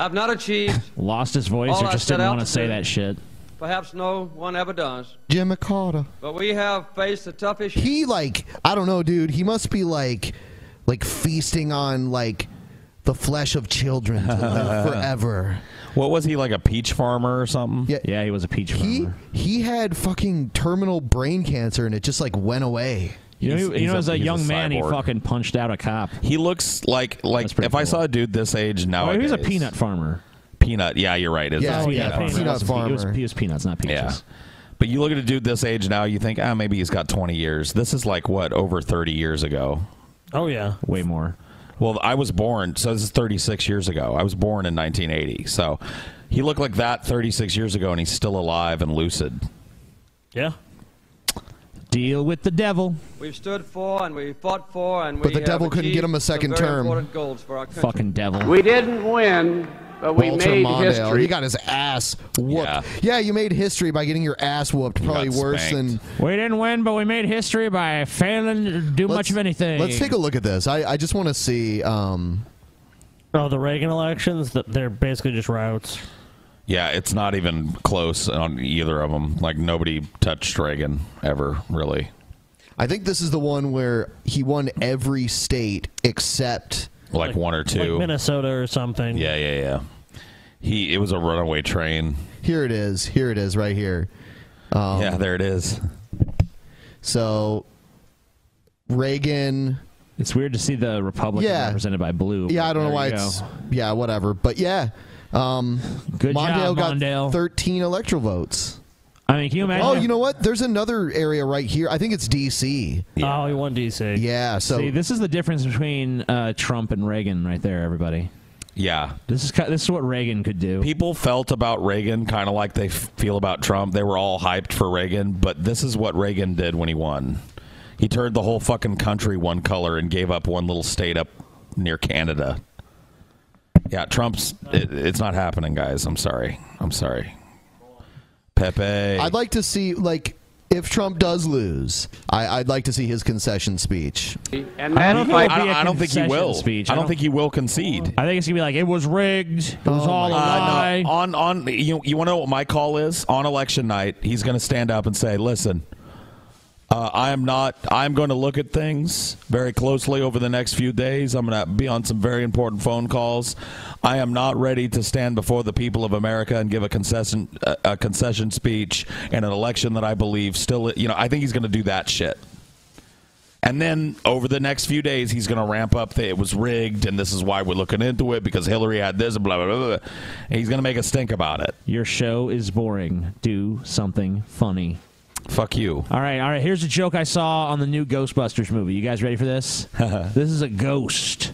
Speaker 5: I've not achieved,
Speaker 10: Lost his voice,
Speaker 5: All
Speaker 10: or
Speaker 5: I
Speaker 10: just
Speaker 5: set
Speaker 10: didn't
Speaker 5: out
Speaker 10: want to
Speaker 5: to
Speaker 10: say
Speaker 5: do-
Speaker 10: that shit.
Speaker 5: perhaps no one ever does,
Speaker 4: Jimmy Carter.
Speaker 5: but we have faced the tough issues.
Speaker 4: He like I don't know, dude. He must be like like feasting on like the flesh of children to live forever.
Speaker 9: What was he like a peach farmer or something? Yeah, yeah, he was a peach
Speaker 4: He he had fucking terminal brain cancer and it just like went away.
Speaker 10: You know, you know, as a, young man, he
Speaker 9: cyborg.
Speaker 10: fucking punched out a cop.
Speaker 9: He looks like like if I saw a dude this age now,
Speaker 10: Oh, he was a peanut farmer.
Speaker 9: Peanut, yeah, you're right. It's
Speaker 10: Yeah,
Speaker 9: a
Speaker 10: oh, yeah, peanut
Speaker 9: farmer.
Speaker 10: farmer. It was- he was peanuts, not peaches.
Speaker 9: Yeah. But you look at a dude this age now, you think, ah, maybe he's got 20 years. This is like what over 30 years ago.
Speaker 7: Oh yeah,
Speaker 9: way more. Well, I was born, so this is 36 years ago. I was born in 1980, so he looked like that 36 years ago, and he's still alive and lucid.
Speaker 7: Yeah.
Speaker 10: Deal with the devil.
Speaker 5: We've stood for and we fought for and we
Speaker 10: But the
Speaker 5: have
Speaker 10: devil couldn't
Speaker 5: achieved
Speaker 10: get him a
Speaker 5: some
Speaker 10: second
Speaker 5: very
Speaker 10: term.
Speaker 5: important goals for our country.
Speaker 10: Fucking devil.
Speaker 5: We
Speaker 4: didn't win,
Speaker 5: but we made history.
Speaker 4: He got his ass whooped. Yeah. you made history by getting your ass whooped. Probably worse than
Speaker 10: We didn't win, but we made history by failing to do much of anything.
Speaker 4: Let's take a look at this. I, I just want to see um
Speaker 7: Oh, the Reagan elections, th- they're basically just routes.
Speaker 9: Yeah, it's not even close on either of them. Like nobody touched Reagan ever, really.
Speaker 4: I think this is the one where he won every state except
Speaker 9: Like, one or two.
Speaker 7: like Minnesota or something.
Speaker 9: Yeah, yeah, yeah. He it was a runaway train.
Speaker 4: Here it is. Here it is right here. Um,
Speaker 9: yeah, there it is.
Speaker 4: So Reagan
Speaker 10: It's weird to see the Republican
Speaker 4: Yeah.
Speaker 10: represented by blue.
Speaker 4: Yeah,
Speaker 10: but
Speaker 4: I don't know
Speaker 10: there
Speaker 4: why
Speaker 10: you go.
Speaker 4: it's yeah, whatever. But yeah. Um
Speaker 10: Good
Speaker 4: Mondale
Speaker 10: job,
Speaker 4: got
Speaker 10: Mondale.
Speaker 4: 13 electoral votes.
Speaker 10: I mean, can you imagine
Speaker 4: Oh,
Speaker 10: if-
Speaker 4: you know what? There's another area right here. I think it's DC.
Speaker 7: Oh, he won DC.
Speaker 4: Yeah, so
Speaker 10: See, this is the difference between uh, Trump and Reagan, right there, everybody.
Speaker 9: Yeah.
Speaker 10: This is ki- this is what Reagan could do.
Speaker 9: People felt about Reagan kind of like they f- feel about Trump. They were all hyped for Reagan, but this is what Reagan did when he won. He turned the whole fucking country one color and gave up one little state up near Canada. Yeah, Trump's it, it's not happening, guys. I'm sorry. I'm sorry. Pepe.
Speaker 4: I'd like to see like if Trump does lose, I, I'd like to see his concession speech.
Speaker 5: And
Speaker 4: I don't think it'll
Speaker 9: I
Speaker 4: be
Speaker 9: don't,
Speaker 4: a
Speaker 9: I don't think he
Speaker 4: concession
Speaker 9: will.
Speaker 4: speech.
Speaker 9: I
Speaker 4: I
Speaker 9: don't
Speaker 4: don't-
Speaker 9: think he will concede.
Speaker 10: I think it's gonna be like it was rigged. It was all
Speaker 9: Uh,
Speaker 10: a lie.
Speaker 9: no. On on you you want to know what my call is on election night? He's going to stand up and say, "Listen, uh, I am not. I'm going to look at things very closely over the next few days. I'm going to be on some very important phone calls. I am not ready to stand before the people of America and give a concession a, a concession speech in an election that I believe still. You know, I think he's going to do that shit." And then over the next few days, he's going to ramp up that it was rigged and this is why we're looking into it because Hillary had this, blah, blah, blah. blah. And he's going to make a stink about it.
Speaker 10: Your show is boring. Do something funny.
Speaker 9: Fuck you.
Speaker 10: All right, all right. Here's a joke I saw on the new Ghostbusters movie. You guys ready for this? this is a ghost.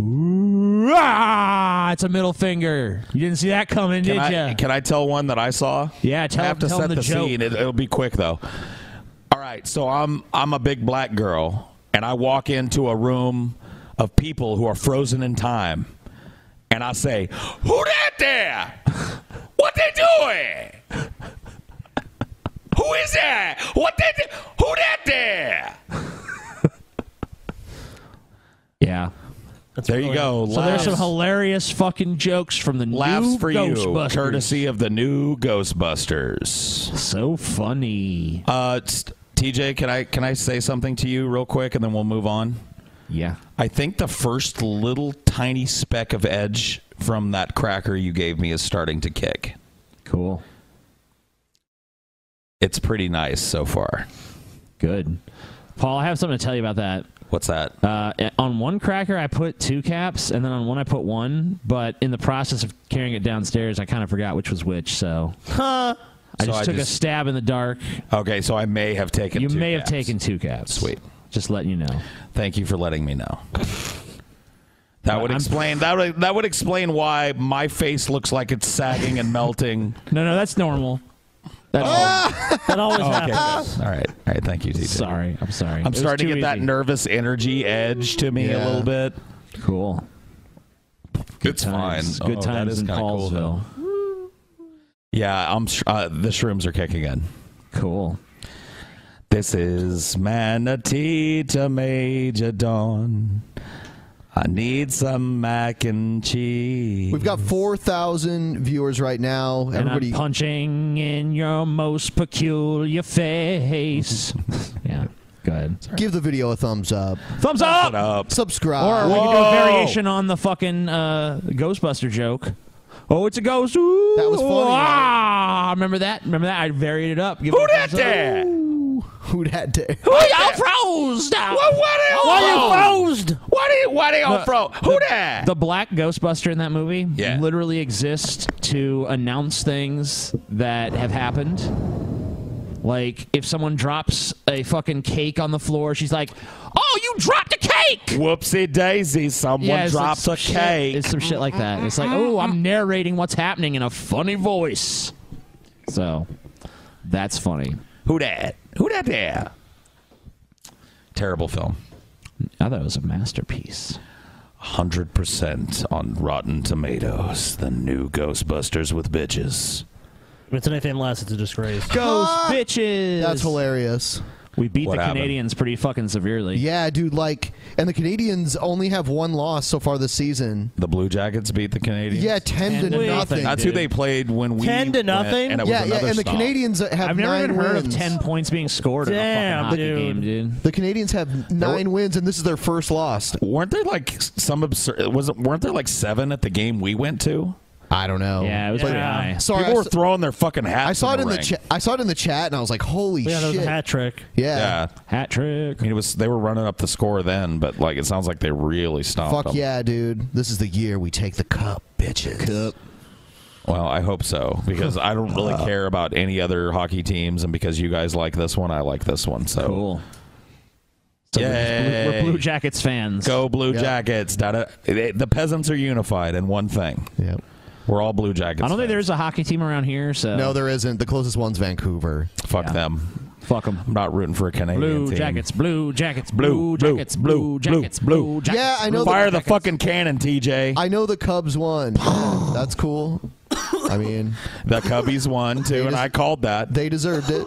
Speaker 10: Ooh, ah, it's a middle finger. You didn't see that coming,
Speaker 9: Can
Speaker 10: did you?
Speaker 9: I, can I tell one that I saw?
Speaker 10: Yeah, tell
Speaker 9: I have
Speaker 10: him-
Speaker 9: to
Speaker 10: tell
Speaker 9: set
Speaker 10: him the joke.
Speaker 9: scene. It, it'll be quick though. All right, so I'm I'm a big black girl, and I walk into a room of people who are frozen in time, and I say, "Who that there? What they doing? Who is that? What they? Do? Who that there?"
Speaker 10: Yeah.
Speaker 9: there you go.
Speaker 10: So there's some
Speaker 9: Laughs-
Speaker 10: hilarious fucking jokes from the
Speaker 9: laughs
Speaker 10: new
Speaker 9: for you,
Speaker 10: Ghostbusters.
Speaker 9: courtesy of the new Ghostbusters. So funny. Uh, s- TJ, can I can I say something to you real quick, and then we'll move on?
Speaker 10: Yeah.
Speaker 9: I think the first little tiny speck of edge from that cracker you gave me is starting to kick.
Speaker 10: Cool.
Speaker 9: It's pretty nice so far.
Speaker 10: Good. Paul, I have something to tell you about that.
Speaker 9: What's that?
Speaker 10: Uh, on one cracker, I put two caps, and then on one, I put one. But in the process of carrying it downstairs, I kind of forgot which was which. So
Speaker 9: Huh.
Speaker 10: I just took a stab in the dark.
Speaker 9: Okay, so I may have taken.
Speaker 10: You
Speaker 9: two
Speaker 10: may
Speaker 9: caps.
Speaker 10: have taken two caps.
Speaker 9: Sweet.
Speaker 10: Just letting you know.
Speaker 9: Thank you for letting me know. That would
Speaker 10: I'm-
Speaker 9: explain that would, that would explain why my face looks like it's sagging and melting.
Speaker 10: No, no, that's normal. That, al- that always
Speaker 9: Oh, okay,
Speaker 10: happens.
Speaker 9: good. All right, all right. Thank you, TJ.
Speaker 10: Sorry, I'm sorry. It
Speaker 9: I'm
Speaker 10: was
Speaker 9: starting to
Speaker 10: too
Speaker 9: get that
Speaker 10: easy.
Speaker 9: nervous energy edge to me
Speaker 10: Yeah.
Speaker 9: a little bit.
Speaker 10: Cool.
Speaker 9: It's
Speaker 10: times.
Speaker 9: fine.
Speaker 10: Good
Speaker 9: Oh, that
Speaker 10: times
Speaker 9: is
Speaker 10: in
Speaker 9: kinda cool, though.
Speaker 10: Paulsville.
Speaker 9: yeah, I'm. sh- Uh, the shrooms are kicking in.
Speaker 10: Cool.
Speaker 9: This is manatee to major dawn. I need some mac and cheese.
Speaker 4: We've got 4,000 viewers right now.
Speaker 10: And
Speaker 4: Everybody
Speaker 10: I'm punching in your most peculiar face. yeah. Go ahead.
Speaker 4: give the video a thumbs up.
Speaker 10: Thumbs up!
Speaker 4: Subscribe.
Speaker 10: Or we can do a variation on the fucking uh, Ghostbuster joke. Oh, it's a ghost. Ooh, that
Speaker 4: was funny,
Speaker 10: Ah, remember that? Remember that? I varied it up. Give
Speaker 4: Who
Speaker 10: it a
Speaker 4: dat
Speaker 10: thumbs up.
Speaker 4: dat?
Speaker 10: Ooh.
Speaker 4: Who that day?
Speaker 10: Who y'all froze now?
Speaker 9: What- what are y'all
Speaker 10: Why you
Speaker 9: froze?
Speaker 10: froze?
Speaker 9: Why do you, why do y'all
Speaker 10: The-
Speaker 9: fro? Who that?
Speaker 10: The black Ghostbuster in that movie literally exists to announce things that have happened. Like if someone drops a fucking cake on the floor, she's like, "Oh, you dropped a cake!"
Speaker 9: Whoopsie daisy! Someone
Speaker 10: Yeah, it's like
Speaker 9: dropped
Speaker 10: some
Speaker 9: a
Speaker 10: shit-
Speaker 9: cake.
Speaker 10: it's some shit like that. It's like, "Oh, I'm narrating what's happening in a funny voice." So that's funny.
Speaker 9: Who that? Who that there? Terrible film.
Speaker 10: I thought it was a masterpiece.
Speaker 9: 100% on Rotten Tomatoes. The new Ghostbusters with bitches.
Speaker 7: If it's anything less, it's a disgrace.
Speaker 10: Ghost bitches.
Speaker 4: That's hilarious.
Speaker 10: We beat
Speaker 4: What
Speaker 10: the
Speaker 4: happened?
Speaker 10: Canadians pretty fucking severely.
Speaker 4: Yeah, dude. Like, and the Canadians only have one loss so far this season.
Speaker 9: The Blue Jackets beat the Canadians.
Speaker 4: Yeah, ten, to nothing.
Speaker 9: That's who they played when we went, and it was
Speaker 4: yeah,
Speaker 9: another
Speaker 4: yeah, and the
Speaker 9: stop.
Speaker 4: Canadians uh, have
Speaker 10: I've never
Speaker 4: nine
Speaker 10: even heard of
Speaker 4: wins.
Speaker 10: ten points being scored in
Speaker 4: Damn,
Speaker 10: a fucking
Speaker 4: dude.
Speaker 10: hockey game, dude.
Speaker 4: The Canadians have nine wins, and this is their first loss.
Speaker 9: Weren't there like s- some absurd? Was it, weren't there like seven at the game we went to?
Speaker 4: I don't know.
Speaker 10: Yeah, it was pretty high.
Speaker 4: Sorry, I
Speaker 9: people were
Speaker 4: s-
Speaker 9: throwing their fucking hats.
Speaker 4: I saw it
Speaker 9: the
Speaker 4: in the
Speaker 9: ring.
Speaker 4: chat. I saw it in the chat, and I was like, "Holy
Speaker 9: Yeah, there
Speaker 4: shit!"
Speaker 9: was a hat
Speaker 7: trick.
Speaker 4: Yeah.
Speaker 10: hat trick.
Speaker 9: I mean, it was they were running up the score then, but like it sounds like they really stomped.
Speaker 4: Fuck
Speaker 9: them.
Speaker 4: yeah, dude! This is the year we take the cup, bitches. Cup. Uh.
Speaker 9: Well, I hope so because I don't really care about any other hockey teams, and because you guys like this one, I like this one. So
Speaker 10: cool.
Speaker 9: Yay.
Speaker 10: We're Blue Jackets fans.
Speaker 9: Go Blue
Speaker 10: Yep.
Speaker 9: Jackets! Da-da. They- The peasants are unified in one thing.
Speaker 4: Yep.
Speaker 9: We're all Blue Jackets.
Speaker 10: I don't think there's a hockey team around here, so
Speaker 4: No, there isn't. The closest one's Vancouver.
Speaker 9: Fuck them.
Speaker 10: Fuck them.
Speaker 9: I'm not rooting for a Canadian
Speaker 10: Blue
Speaker 9: team.
Speaker 10: Jackets, Blue Jackets,
Speaker 9: Blue,
Speaker 10: Blue Jackets, Blue Jackets, Blue Jackets.
Speaker 4: Yeah, I know.
Speaker 9: Fire the fucking cannon, TJ.
Speaker 4: I know the Cubs won. Yeah, that's cool. I mean,
Speaker 9: the Cubbies won too, and I called that.
Speaker 4: They deserved it.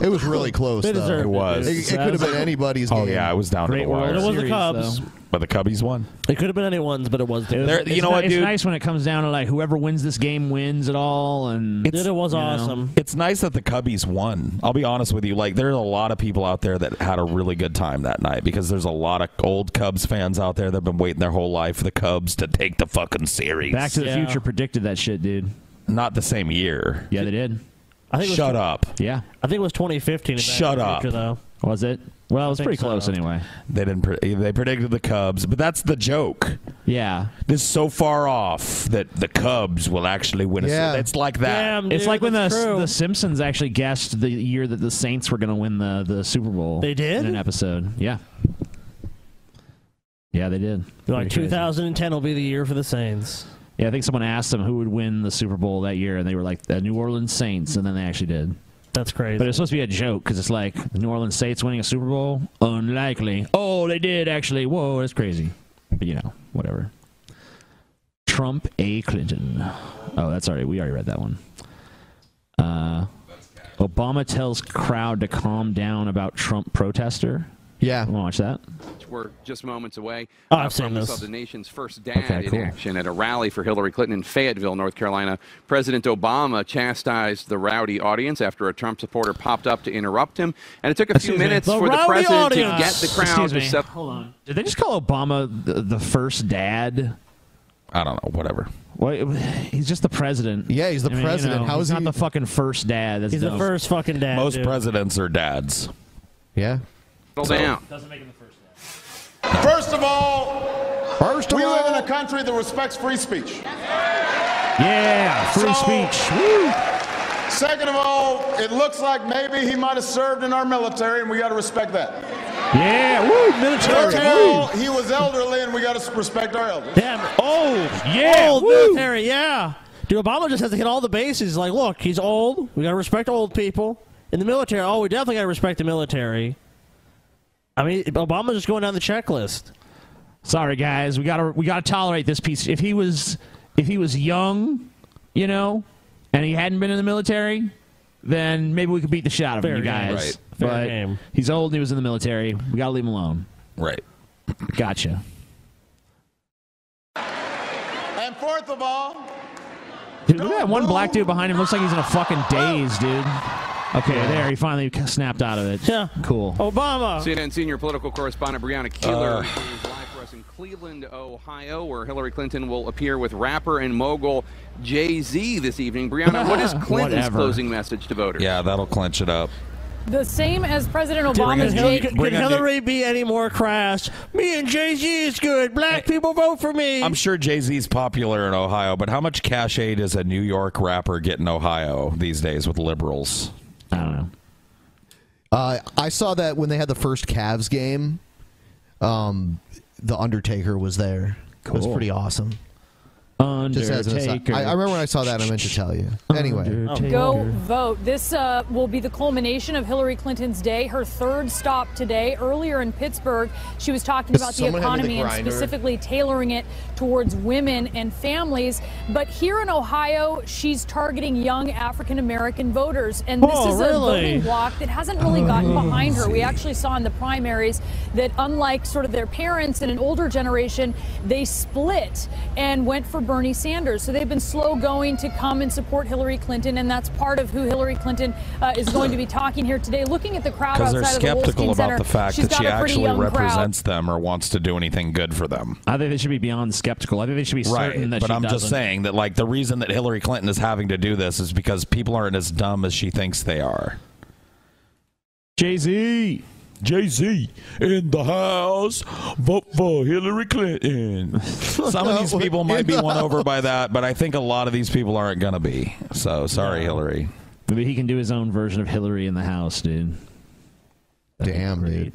Speaker 4: It was really close.
Speaker 9: They
Speaker 4: though.
Speaker 9: deserved it. It was.
Speaker 4: It, could have been anybody's
Speaker 9: Oh
Speaker 4: game.
Speaker 9: yeah, I was down to
Speaker 7: Great
Speaker 9: the wire.
Speaker 7: World It was the Series, Cubs. though.
Speaker 9: but the Cubbies won.
Speaker 7: It could have been anyone's, but it was. The
Speaker 9: There-
Speaker 10: It's
Speaker 9: you know
Speaker 10: ni-
Speaker 9: what,
Speaker 10: It's
Speaker 9: dude?
Speaker 10: nice when it comes down to like whoever wins this game wins it all, and
Speaker 9: It's-
Speaker 7: it was
Speaker 10: you know.
Speaker 7: awesome.
Speaker 9: It's nice that the Cubbies won. I'll be honest with you. Like, there's a lot of people out there that had a really good time that night because there's a lot of old Cubs fans out there that have been waiting their whole life for the Cubs to take the fucking series.
Speaker 10: Back to the Future predicted that shit, dude.
Speaker 9: Not the same year.
Speaker 10: Yeah, they did.
Speaker 7: I think it was
Speaker 9: Shut
Speaker 7: tw-
Speaker 9: up.
Speaker 10: Yeah.
Speaker 7: I think it was 2015. Back to the
Speaker 9: Shut up.
Speaker 7: Future, though.
Speaker 10: Was it? Well, it was
Speaker 7: think
Speaker 10: pretty
Speaker 7: so.
Speaker 10: close anyway.
Speaker 9: They didn't. Pre- they predicted the Cubs, but that's the joke.
Speaker 10: Yeah,
Speaker 9: this is so far off that the Cubs will actually win. Yeah.
Speaker 10: Yeah.
Speaker 9: A, it's like that.
Speaker 10: it's like when the the Simpsons actually guessed the year that the Saints were going to win the the Super Bowl.
Speaker 7: They did?
Speaker 10: in an episode. Yeah, yeah, they did.
Speaker 7: They're like
Speaker 10: Pretty crazy.
Speaker 7: 2010 will be the year for the Saints.
Speaker 10: Yeah, I think someone asked them who would win the Super Bowl that year, and they were like the New Orleans Saints, and then they actually did.
Speaker 7: That's crazy.
Speaker 10: But it's supposed to be a joke because it's like the New Orleans Saints winning a Super Bowl, unlikely. Oh, they did actually. Whoa, that's crazy. But you know, whatever. Trump A. Clinton. Oh, that's already. We already read that one. Uh, Obama tells crowd to calm down about Trump protester.
Speaker 4: Yeah.
Speaker 10: Watch that.
Speaker 15: which We're just moments away. uh,
Speaker 10: Oh, I've
Speaker 15: from
Speaker 10: seen
Speaker 15: the
Speaker 10: this.
Speaker 15: Southern nation's first dad
Speaker 10: Okay,
Speaker 15: in
Speaker 10: cool.
Speaker 15: action at a rally for Hillary Clinton in Fayetteville, North Carolina. President Obama chastised the rowdy audience after a Trump supporter popped up to interrupt him, and it took a few
Speaker 10: Excuse me.
Speaker 15: minutes for the
Speaker 10: rowdy
Speaker 15: president
Speaker 10: audience.
Speaker 15: to get the crowd
Speaker 10: Excuse
Speaker 15: to
Speaker 10: me.
Speaker 15: step.
Speaker 10: Hold on. Did they just call Obama the, the first dad?
Speaker 9: I don't know. Whatever.
Speaker 10: he's just the president.
Speaker 4: Yeah, he's the president. How
Speaker 10: he's
Speaker 4: is
Speaker 10: not the fucking first dad? That's
Speaker 7: He's the
Speaker 10: dumb.
Speaker 7: first fucking dad,
Speaker 9: Most
Speaker 7: dude.
Speaker 9: presidents are dads.
Speaker 4: Yeah.
Speaker 15: Settle
Speaker 9: So-
Speaker 15: down.
Speaker 6: First of all,
Speaker 4: First
Speaker 6: we live in a country that respects free speech.
Speaker 10: Yeah,
Speaker 6: So-
Speaker 10: free speech. Woo.
Speaker 6: Second of all, it looks like maybe he might have served in our military, and we got to respect that.
Speaker 10: Yeah, woo, military.
Speaker 6: Third of all, he was elderly, and we got to respect our elders.
Speaker 7: Damn. Oh,
Speaker 10: yeah.
Speaker 7: Old
Speaker 10: Woo.
Speaker 7: military, yeah. Dude, Obama just has to hit all the bases. Like, look, he's old. We got to respect old people. In the military, oh, we definitely got to respect the military. I mean, Obama's just going down the checklist.
Speaker 10: Sorry, guys, we gotta we gotta tolerate this piece. If he was if he was young, you know, and he hadn't been in the military, then maybe we could beat the shit out of
Speaker 7: Fair
Speaker 10: him, you
Speaker 7: game.
Speaker 10: guys.
Speaker 7: Right. Fair
Speaker 10: But he's old and he was in the military. We gotta leave him alone.
Speaker 9: Right.
Speaker 10: Gotcha.
Speaker 6: And fourth of all,
Speaker 10: Dude, look at that one black dude behind him. Looks like he's in a fucking daze, dude. Okay,
Speaker 15: Yeah.
Speaker 10: there. He finally snapped out of it. Yeah. Cool.
Speaker 7: Obama.
Speaker 15: CNN senior political correspondent Brianna
Speaker 9: Uh.
Speaker 15: Keeler is live for us in Cleveland, Ohio, where Hillary Clinton will appear with rapper and mogul Jay Z this evening. Brianna, what is Clinton's
Speaker 9: Whatever.
Speaker 15: closing message to voters?
Speaker 9: Yeah, that'll clinch it up.
Speaker 11: The same as President
Speaker 9: Dude,
Speaker 11: Obama's
Speaker 9: bring it-
Speaker 11: Jake.
Speaker 9: bring it-
Speaker 7: Can Hillary be any more crass? Me and Jay Z is good. Black people vote for me.
Speaker 9: I'm sure Jay Z's popular in Ohio, but how much cachet does a New York rapper get in Ohio these days with liberals?
Speaker 10: I don't know.
Speaker 4: Uh, I saw that when they had the first Cavs game, um, the Undertaker was there. It was
Speaker 10: Cool.
Speaker 4: pretty awesome. Just as an aside.
Speaker 10: Undertaker.
Speaker 4: I, I remember when I saw that. I meant to tell you. Anyway,
Speaker 12: Oh.
Speaker 11: Go vote. This uh, will be the culmination of Hillary Clinton's day, her third stop today. Earlier in Pittsburgh, she was talking
Speaker 12: Is
Speaker 11: about the
Speaker 12: someone having the
Speaker 11: economy and
Speaker 12: grinder?
Speaker 11: specifically tailoring it towards women and families. But here in Ohio, she's targeting young African American voters. And this
Speaker 12: Oh,
Speaker 11: is a
Speaker 12: really?
Speaker 11: voting bloc that hasn't really
Speaker 9: Oh,
Speaker 11: gotten behind her. We actually saw in the primaries that, unlike sort of their parents and an older generation, they split and went for Bernie Sanders. So they've been slow going to come and support Hillary Clinton, and that's part of who Hillary Clinton uh, is going to be talking here today. Looking at the crowd
Speaker 9: Because
Speaker 11: outside
Speaker 9: they're
Speaker 11: of the
Speaker 9: skeptical
Speaker 11: Wolfstein
Speaker 9: about
Speaker 11: Center,
Speaker 9: the fact
Speaker 11: she's
Speaker 9: that she
Speaker 11: got a pretty
Speaker 9: actually
Speaker 11: young crowd.
Speaker 9: represents them or wants to do anything good for them.
Speaker 10: I think they should be beyond skeptical. I think they should be
Speaker 9: Right,
Speaker 10: certain that
Speaker 9: but
Speaker 10: she
Speaker 9: I'm just
Speaker 10: doesn't.
Speaker 9: saying that like the reason that Hillary Clinton is having to do this is because people aren't as dumb as she thinks they are.
Speaker 10: Jay Z.
Speaker 9: Jay Z in the house, vote for Hillary Clinton. Some of these people might be won over by that, but I think a lot of these people aren't going to be. So sorry, Hillary.
Speaker 10: Maybe he can do his own version of Hillary in the house, dude. Damn, dude.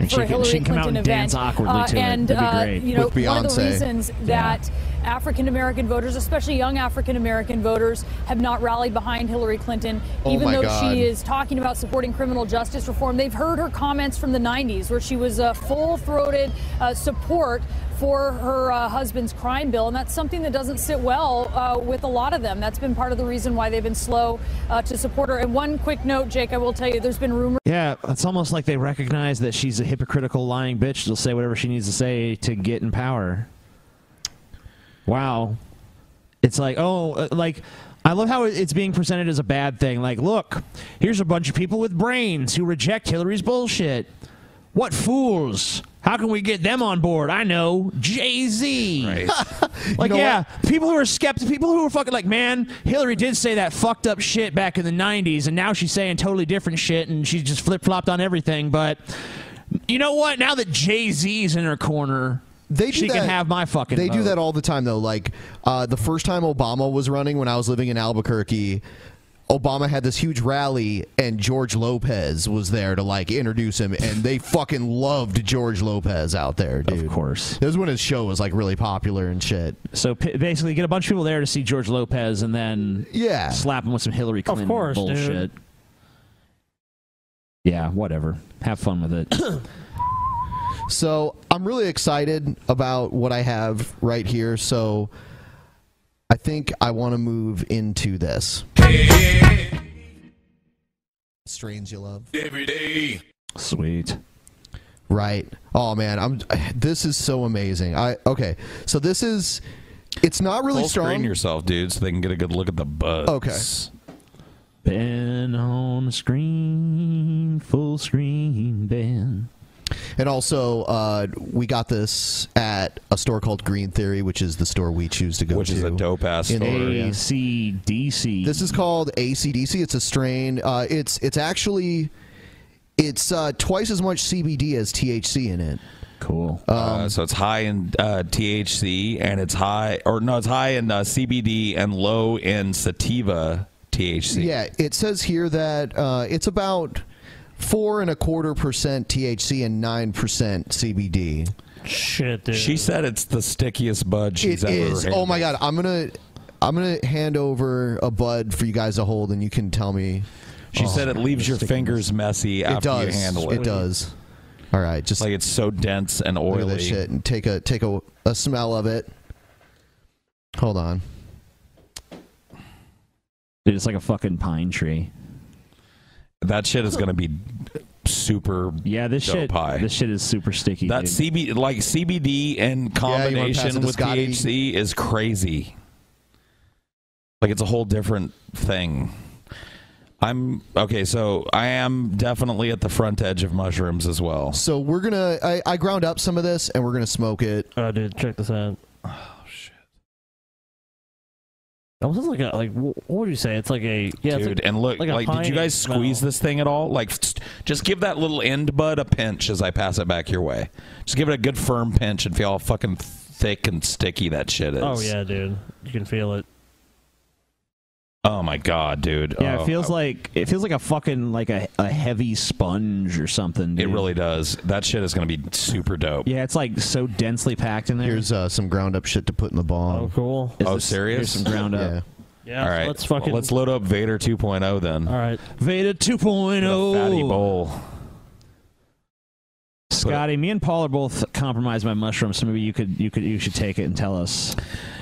Speaker 10: And
Speaker 11: for
Speaker 10: she
Speaker 11: a
Speaker 10: can,
Speaker 11: Hillary
Speaker 10: she can come
Speaker 11: Clinton
Speaker 10: out and
Speaker 11: event.
Speaker 10: dance awkwardly
Speaker 11: Uh,
Speaker 10: to it.
Speaker 11: and
Speaker 10: That'd be
Speaker 11: uh,
Speaker 10: great.
Speaker 11: you know, one of the reasons that African American voters, especially young African American voters, have not rallied behind Hillary Clinton,
Speaker 14: Oh
Speaker 11: even
Speaker 14: my
Speaker 11: though
Speaker 14: God.
Speaker 11: she is talking about supporting criminal justice reform. They've heard her comments from the 90s, where she was uh, full-throated uh, support. For her uh, husband's crime bill, and that's something that doesn't sit well uh, with a lot of them. That's been part of the reason why they've been slow uh, to support her. And one quick note, Jake, I will tell you, there's been rumors.
Speaker 10: Yeah, it's almost like they recognize that she's a hypocritical, lying bitch. She'll say whatever she needs to say to get in power. Wow. It's like, oh, uh, like, I love how it's being presented as a bad thing. Like, look, here's a bunch of people with brains who reject Hillary's bullshit. What fools. How can we get them on board? I know. Jay Z. like,
Speaker 4: You know
Speaker 10: yeah, people who are skeptical, people who are fucking like, man, Hillary did say that fucked up shit back in the 90s, and now she's saying totally different shit, and she's just flip flopped on everything. But you know what? Now that Jay Z's in her corner,
Speaker 4: they do
Speaker 10: she can
Speaker 4: that-
Speaker 10: have my fucking
Speaker 4: They do
Speaker 10: vote.
Speaker 4: that all the time though. Like uh, the first time Obama was running when I was living in Albuquerque, Obama had this huge rally and George Lopez was there to like introduce him, and they fucking loved George Lopez out there, dude. Of
Speaker 10: course,
Speaker 4: that was when his show was like really popular and shit.
Speaker 10: So p- basically, get a bunch of people there to see George Lopez and then
Speaker 4: yeah.
Speaker 10: slap him with some Hillary Clinton
Speaker 4: course, dude.
Speaker 10: bullshit. Yeah, whatever. Have fun with it.
Speaker 4: So I'm really excited about what I have right here. So I think I want to move into this. Strains you love.
Speaker 25: Every day.
Speaker 10: Sweet.
Speaker 4: Right. Oh man, I'm. This is so amazing. I okay. So this is. It's not really
Speaker 9: Full
Speaker 4: strong.
Speaker 9: screen yourself, dude, so they can get a good look at the bugs.
Speaker 4: Okay.
Speaker 10: Ben on the screen, full screen, Ben.
Speaker 4: And also, uh, we got this at a store called Green Theory, which is the store we choose to go
Speaker 9: Which
Speaker 4: to.
Speaker 9: is a dope-ass
Speaker 4: in the
Speaker 9: store,
Speaker 4: area.
Speaker 9: yeah.
Speaker 10: ACDC.
Speaker 4: This is called ACDC. It's a strain. Uh, it's it's actually it's uh, twice as much CBD as THC in it. Um,
Speaker 10: Cool.
Speaker 9: uh, so it's high in uh, THC and it's high, or no, it's high in uh, CBD and low in sativa THC.
Speaker 4: Yeah, it says here that uh, it's about four and a quarter percent THC and nine percent CBD.
Speaker 7: Shit, dude.
Speaker 9: She said it's the stickiest bud she's
Speaker 4: It
Speaker 9: ever.
Speaker 4: is. Oh my god, I'm gonna I'm gonna hand over a bud for you guys to hold, and you can tell me.
Speaker 9: She
Speaker 4: Oh,
Speaker 9: said it leaves your fingers messy
Speaker 4: It
Speaker 9: E after you
Speaker 4: does.
Speaker 9: handle it.
Speaker 4: It does. All right, just
Speaker 9: like it's so dense and
Speaker 4: Look
Speaker 9: oily.
Speaker 4: at this shit and take a take a, a smell of it. Hold on.
Speaker 10: Dude, it's like a fucking pine tree.
Speaker 9: That shit is gonna be super.
Speaker 10: Yeah, this
Speaker 9: dope
Speaker 10: shit.
Speaker 9: high.
Speaker 10: This shit is super sticky.
Speaker 9: That
Speaker 10: dude.
Speaker 9: CB like CBD in
Speaker 10: wanna pass it
Speaker 9: combination
Speaker 10: to
Speaker 9: with
Speaker 10: Scotty?
Speaker 9: THC is crazy. Like it's a whole different thing. I'm okay, so I am definitely at the front edge of mushrooms as well.
Speaker 4: So we're gonna I, I ground up some of this and we're gonna smoke it.
Speaker 7: Oh, dude, check this out. That was like a like. wh- What would you say? It's like a yeah. it's
Speaker 9: Dude,
Speaker 7: like-
Speaker 9: and look,
Speaker 7: like,
Speaker 9: like,
Speaker 7: a
Speaker 9: did you
Speaker 7: piney
Speaker 9: guys
Speaker 7: smell.
Speaker 9: squeeze this thing at all? Like, just- just give that little end bud a pinch as I pass it back your way. Just give it a good firm pinch and feel how fucking thick and sticky that shit is.
Speaker 7: Oh yeah, dude, you can feel it.
Speaker 9: Oh my god, dude.
Speaker 10: Yeah,
Speaker 9: Oh,
Speaker 10: it feels like it feels like a fucking like a, a heavy sponge or something. Dude.
Speaker 9: It really does. That shit is gonna be super dope.
Speaker 10: Yeah, it's like so densely packed in there.
Speaker 4: Here's uh, some ground up shit to put in the bomb.
Speaker 7: Oh, cool.
Speaker 10: Is
Speaker 9: oh,
Speaker 10: this-
Speaker 9: serious?
Speaker 10: here's some ground up. Yeah.
Speaker 7: Yeah,
Speaker 9: All right.
Speaker 7: let's fucking-
Speaker 9: let's load up Vader 2.0 then.
Speaker 7: All right,
Speaker 10: Veda 2.0.
Speaker 9: Fatty bowl.
Speaker 10: Scotty, me and Paul are both compromised by mushrooms, so maybe you could you could you should take it and tell us.